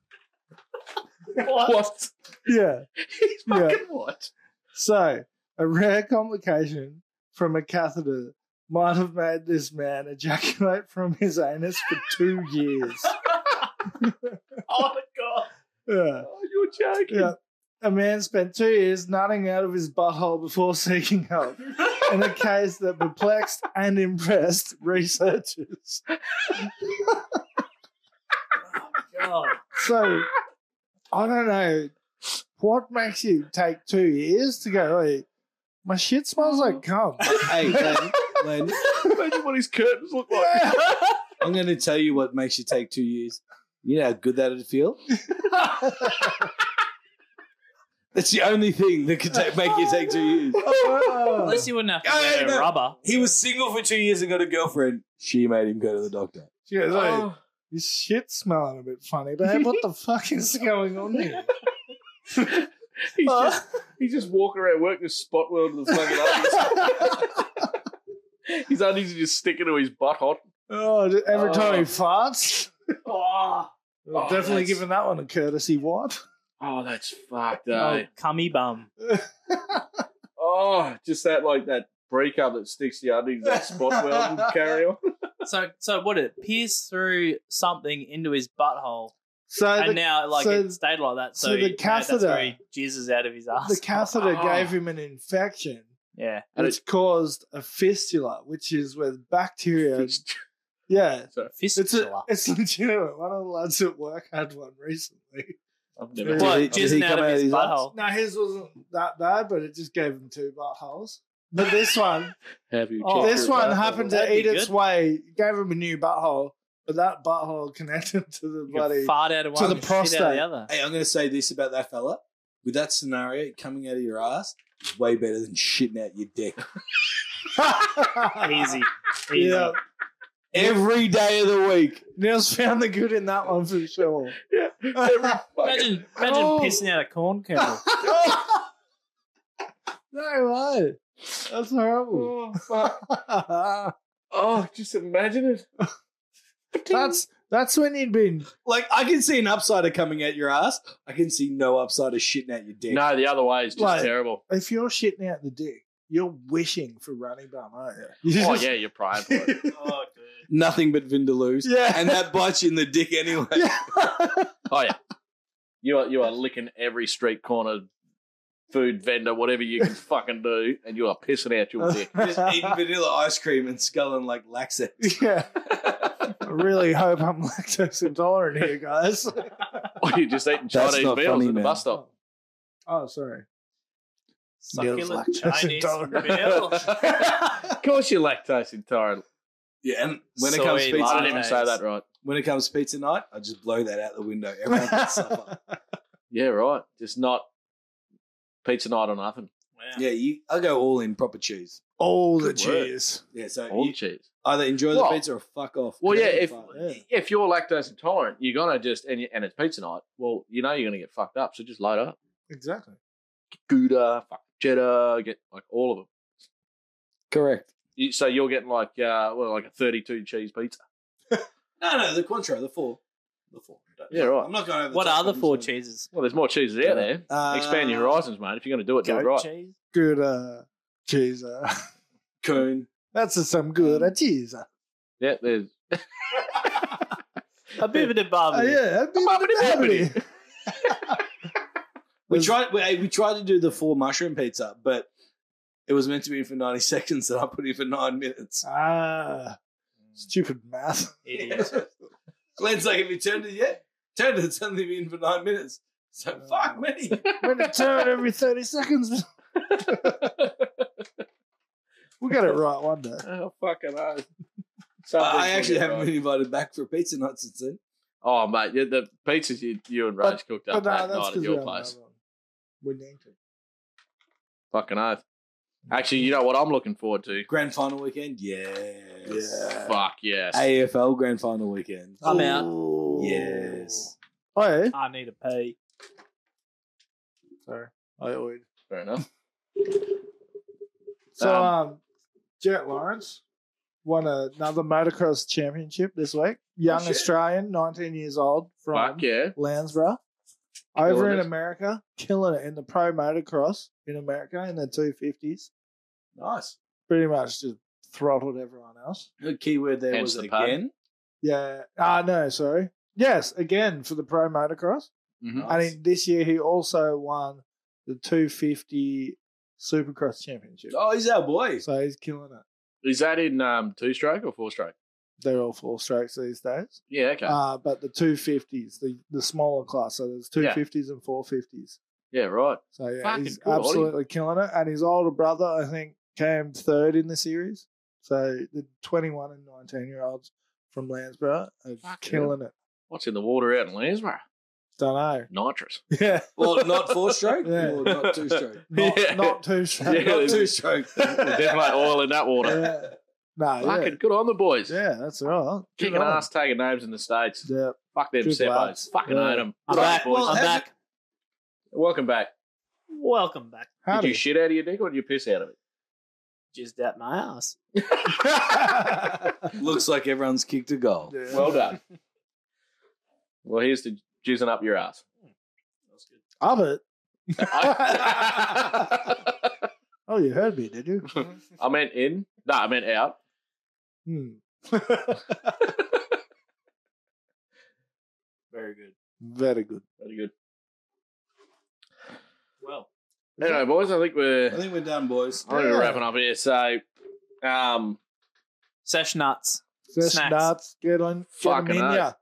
Speaker 4: What?
Speaker 3: Yeah.
Speaker 4: He's
Speaker 3: Yeah.
Speaker 4: fucking what?
Speaker 3: So, a rare complication from a catheter might have made this man ejaculate from his anus for two years.
Speaker 2: Oh my god!
Speaker 3: Yeah.
Speaker 4: Oh, you're joking.
Speaker 3: yeah. A man spent two years nutting out of his butthole before seeking help in a case that perplexed and impressed researchers.
Speaker 2: Oh,
Speaker 3: So I don't know what makes you take two years to go. Hey, my shit smells like cum.
Speaker 5: hey, Len, Len,
Speaker 4: Imagine what his curtains look like.
Speaker 5: I'm going to tell you what makes you take two years. You know how good that would feel? That's the only thing that could ta- make you take two years.
Speaker 2: unless you wouldn't have to
Speaker 5: Oh,
Speaker 2: wear
Speaker 5: no.
Speaker 2: rubber.
Speaker 5: He was single for two years and got a girlfriend. She made him go to the doctor.
Speaker 3: She goes, hey,
Speaker 2: Oh.
Speaker 3: your shit's smelling a bit funny, babe. What the fuck is going on here?
Speaker 4: He's just he's just walking around working with spot weld with his fucking undies. his undies are just sticking to his butt hot.
Speaker 3: Oh, d- every time he
Speaker 4: Oh.
Speaker 3: farts.
Speaker 4: Oh, Oh,
Speaker 3: definitely
Speaker 4: that's-
Speaker 3: giving that one a courtesy wipe.
Speaker 4: oh that's fucked, eh?
Speaker 2: Oh, cummy bum.
Speaker 4: Oh, just that like that breakup that sticks the undies that spot weld and carry on.
Speaker 2: So, so what? It pierced through something into his butthole,
Speaker 3: So
Speaker 2: and
Speaker 3: the,
Speaker 2: now like
Speaker 3: so-
Speaker 2: it stayed like that. So,
Speaker 3: so the
Speaker 2: you know, that's where
Speaker 3: catheter-
Speaker 2: he jizzes out of his ass.
Speaker 3: the catheter
Speaker 4: Oh.
Speaker 3: gave him an infection,
Speaker 2: yeah,
Speaker 4: And
Speaker 3: which caused a fistula, which is where bacteria. Yeah, it's a,
Speaker 2: fistula.
Speaker 3: it's legitimate. One of the lads at work had one recently.
Speaker 4: I've
Speaker 3: a-
Speaker 4: never heard
Speaker 3: What?
Speaker 2: But
Speaker 5: did he
Speaker 2: jizzing
Speaker 5: come
Speaker 2: out of
Speaker 5: out of
Speaker 2: his
Speaker 5: his ass?
Speaker 2: butthole.
Speaker 3: Now his wasn't that bad, but it just gave him two buttholes. But this one,
Speaker 4: Have you
Speaker 2: Oh,
Speaker 4: checked
Speaker 3: this
Speaker 4: your
Speaker 3: one
Speaker 4: butthole?
Speaker 3: happened
Speaker 2: That'd
Speaker 3: to
Speaker 2: be
Speaker 3: eat its
Speaker 2: good.
Speaker 3: way. Gave him a new butthole, but that butthole connected to the
Speaker 2: You
Speaker 3: bloody.
Speaker 2: can fart out of
Speaker 3: to
Speaker 2: one,
Speaker 3: the
Speaker 2: and shit out of
Speaker 3: prostate.
Speaker 2: the other.
Speaker 5: Hey, I'm going to say this about that fella. With that scenario, coming out of your ass is way better than shitting out your dick.
Speaker 2: Easy, easy.
Speaker 3: Yeah,
Speaker 5: Every day of the week.
Speaker 3: Neil's found the good in that one for sure.
Speaker 4: Yeah, every fucking-
Speaker 2: Imagine, imagine
Speaker 3: Oh.
Speaker 2: pissing out a corn kernel.
Speaker 3: No way. That's
Speaker 4: Oh,
Speaker 3: horrible.
Speaker 4: fuck. oh, just imagine it.
Speaker 3: that's that's when you'd been.
Speaker 5: Like, I can see an upside of coming out your ass. I can see no upside of shitting out your dick.
Speaker 4: No, the other way is just
Speaker 3: Like-
Speaker 4: terrible.
Speaker 3: If you're shitting out the dick, you're wishing for running bum, aren't you? You
Speaker 4: Oh
Speaker 3: just-
Speaker 4: yeah, you're primed for it.
Speaker 2: oh, dude.
Speaker 5: Nothing but Vindaloos.
Speaker 3: Yeah.
Speaker 5: And that bites you in the dick anyway.
Speaker 4: Oh yeah, you are you are licking every street corner food vendor, whatever you can fucking do, and you are pissing out your dick.
Speaker 5: Just eating vanilla ice cream and sculling like laxative.
Speaker 3: yeah. I really hope I'm lactose intolerant here, guys.
Speaker 4: or you're just eating
Speaker 5: That's
Speaker 4: Chinese
Speaker 5: not
Speaker 4: meals
Speaker 5: funny,
Speaker 4: at the
Speaker 5: man.
Speaker 4: bus stop.
Speaker 3: Oh, sorry.
Speaker 2: Succulent
Speaker 3: Neil's lactose
Speaker 2: Chinese
Speaker 3: intolerant.
Speaker 2: meal.
Speaker 4: of course, you're lactose intolerant.
Speaker 5: Yeah, and when it
Speaker 2: Soy
Speaker 5: comes to pizza,
Speaker 4: I
Speaker 2: latte.
Speaker 4: didn't even say that right.
Speaker 5: when it comes to pizza night, I just blow that out the window. Everyone can suffer.
Speaker 4: Yeah, right. Just not pizza night or nothing.
Speaker 2: Wow.
Speaker 5: Yeah, you, I go all in proper cheese.
Speaker 3: All the
Speaker 4: Good work.
Speaker 3: cheese.
Speaker 5: Yeah, so
Speaker 4: All the
Speaker 5: you
Speaker 4: cheese.
Speaker 5: either enjoy the
Speaker 4: Well-
Speaker 5: pizza or fuck off.
Speaker 4: Well, yeah,
Speaker 5: Fuck
Speaker 4: if
Speaker 5: off.
Speaker 4: if you're lactose intolerant, you're gonna just and, you- and it's pizza night. Well, you know you're gonna get fucked up, so just load up.
Speaker 3: Exactly.
Speaker 4: Gouda, fuck cheddar, get like all of them.
Speaker 5: correct.
Speaker 4: You, so you're getting like uh, well, like a 32 cheese pizza.
Speaker 5: No, no, the Contro, the four, the four.
Speaker 4: Yeah, right.
Speaker 5: I'm not going over.
Speaker 2: What
Speaker 5: the top,
Speaker 2: are the
Speaker 5: I'm
Speaker 2: four
Speaker 5: just
Speaker 2: cheeses?
Speaker 4: Well, there's more cheeses out there.
Speaker 5: gonna-
Speaker 4: Expand your
Speaker 5: Uh,
Speaker 4: horizons, mate. If you're going to do it, do it
Speaker 2: Goat
Speaker 4: right.
Speaker 2: cheese?
Speaker 3: Good uh, cheese. uh,
Speaker 5: Coon.
Speaker 3: That's a, some good uh, cheese. uh.
Speaker 4: Yeah, there's
Speaker 2: A bibbidi
Speaker 3: Oh,
Speaker 2: bobbidi.
Speaker 3: yeah, that'd be lovely.
Speaker 5: We
Speaker 3: Was-
Speaker 5: tried. We, we tried to do the four mushroom pizza, but it was meant to be for 90 seconds, and I put it for nine minutes.
Speaker 3: Ah, stupid math.
Speaker 2: Idiot.
Speaker 5: Glenn's like, have you turned it yet? Turned it. It's only been for nine minutes. So
Speaker 4: Oh,
Speaker 5: fuck me.
Speaker 3: When to turn every 30 seconds. We'll get it right one day.
Speaker 4: oh fucking hell.
Speaker 5: I actually haven't been invited back for pizza night since then.
Speaker 4: Oh mate, yeah, the pizzas you, you and Raj cooked up
Speaker 3: no,
Speaker 4: that night at your
Speaker 3: haven't
Speaker 4: place.
Speaker 3: had one. We need to.
Speaker 4: Fucking oath. Actually, you know what I'm looking forward to?
Speaker 5: Grand final weekend, yes.
Speaker 4: Fuck yes.
Speaker 5: AFL grand final weekend,
Speaker 2: I'm out.
Speaker 3: Ooh.
Speaker 5: yes.
Speaker 3: Oh, yeah?
Speaker 2: I need a pee.
Speaker 3: Sorry. I always.
Speaker 4: Fair enough.
Speaker 3: So,
Speaker 4: Um,
Speaker 3: um, Jarrett Lawrence won another motocross championship this week. Young
Speaker 5: shit.
Speaker 3: Australian, 19 years old from
Speaker 4: Oh, Fuck yeah.
Speaker 3: Landsborough.
Speaker 4: Killing
Speaker 3: Over in
Speaker 4: it.
Speaker 3: America, killing it in the pro motocross in America in the 250s.
Speaker 5: Nice.
Speaker 3: Pretty much just throttled everyone else.
Speaker 5: The key word there
Speaker 4: Hence
Speaker 5: was
Speaker 4: the pun.
Speaker 5: again.
Speaker 3: Yeah. Ah, no, sorry. Yes, again for the pro motocross.
Speaker 4: Mhm.
Speaker 3: And in this year, he also won the 250 Supercross Championship.
Speaker 5: Oh, he's our boy.
Speaker 3: So he's killing it.
Speaker 4: Is that in um, two stroke or four stroke?
Speaker 3: they're all four strokes these days.
Speaker 4: Yeah, okay.
Speaker 3: Uh, but the two fifties, the the smaller class, so there's two
Speaker 4: Yeah.
Speaker 3: fifties and four fifties.
Speaker 4: yeah, right.
Speaker 3: So yeah,
Speaker 4: Fucking
Speaker 3: he's
Speaker 4: good, Ollie.
Speaker 3: absolutely killing it. And his older brother, I think, came third in the series. So the 21 and 19 year olds from Landsborough are
Speaker 4: Fuck
Speaker 3: killing it.
Speaker 4: What's in the water out in Lansborough?
Speaker 3: Don't know.
Speaker 4: Nitrous.
Speaker 3: Yeah,
Speaker 5: Or not four stroke,
Speaker 3: Yeah.
Speaker 5: or not two stroke.
Speaker 3: not,
Speaker 4: Yeah.
Speaker 3: not too straight.
Speaker 4: Yeah.
Speaker 5: Not two stroke.
Speaker 4: There's definitely oil in that water.
Speaker 3: Yeah. No, yeah.
Speaker 4: Fucking good on the boys.
Speaker 3: yeah, that's all right. Good
Speaker 4: Kicking
Speaker 3: on
Speaker 4: ass, taking names in the States.
Speaker 3: him. Yeah,
Speaker 4: Fuck them
Speaker 3: Good
Speaker 4: seppos.
Speaker 3: lads.
Speaker 4: Fucking
Speaker 3: Yeah.
Speaker 4: own them.
Speaker 2: I'm back.
Speaker 4: boys.
Speaker 2: I'm back.
Speaker 4: Welcome back.
Speaker 2: Welcome back.
Speaker 3: Howdy.
Speaker 4: Did you shit out of your dick or did you piss out of it?
Speaker 2: Jizzed out my ass.
Speaker 5: Looks like everyone's kicked a goal.
Speaker 3: Yeah.
Speaker 4: Well done. well, here's to jizzing up your ass.
Speaker 2: That's good.
Speaker 3: Up it.
Speaker 4: I
Speaker 3: Oh, you heard me, did you?
Speaker 4: I meant in. No, I meant out.
Speaker 3: Hmm.
Speaker 2: Very good.
Speaker 3: Very good.
Speaker 4: Very good.
Speaker 2: Well,
Speaker 4: Anyway, boys, I think we're
Speaker 5: I think we're done, boys.
Speaker 4: I think we're wrapping up here. So, um,
Speaker 2: sesh nuts.
Speaker 3: Just
Speaker 2: Snacks.
Speaker 3: nuts. Get on. Get 'em
Speaker 4: Fucking
Speaker 3: in
Speaker 4: oath.
Speaker 3: ya.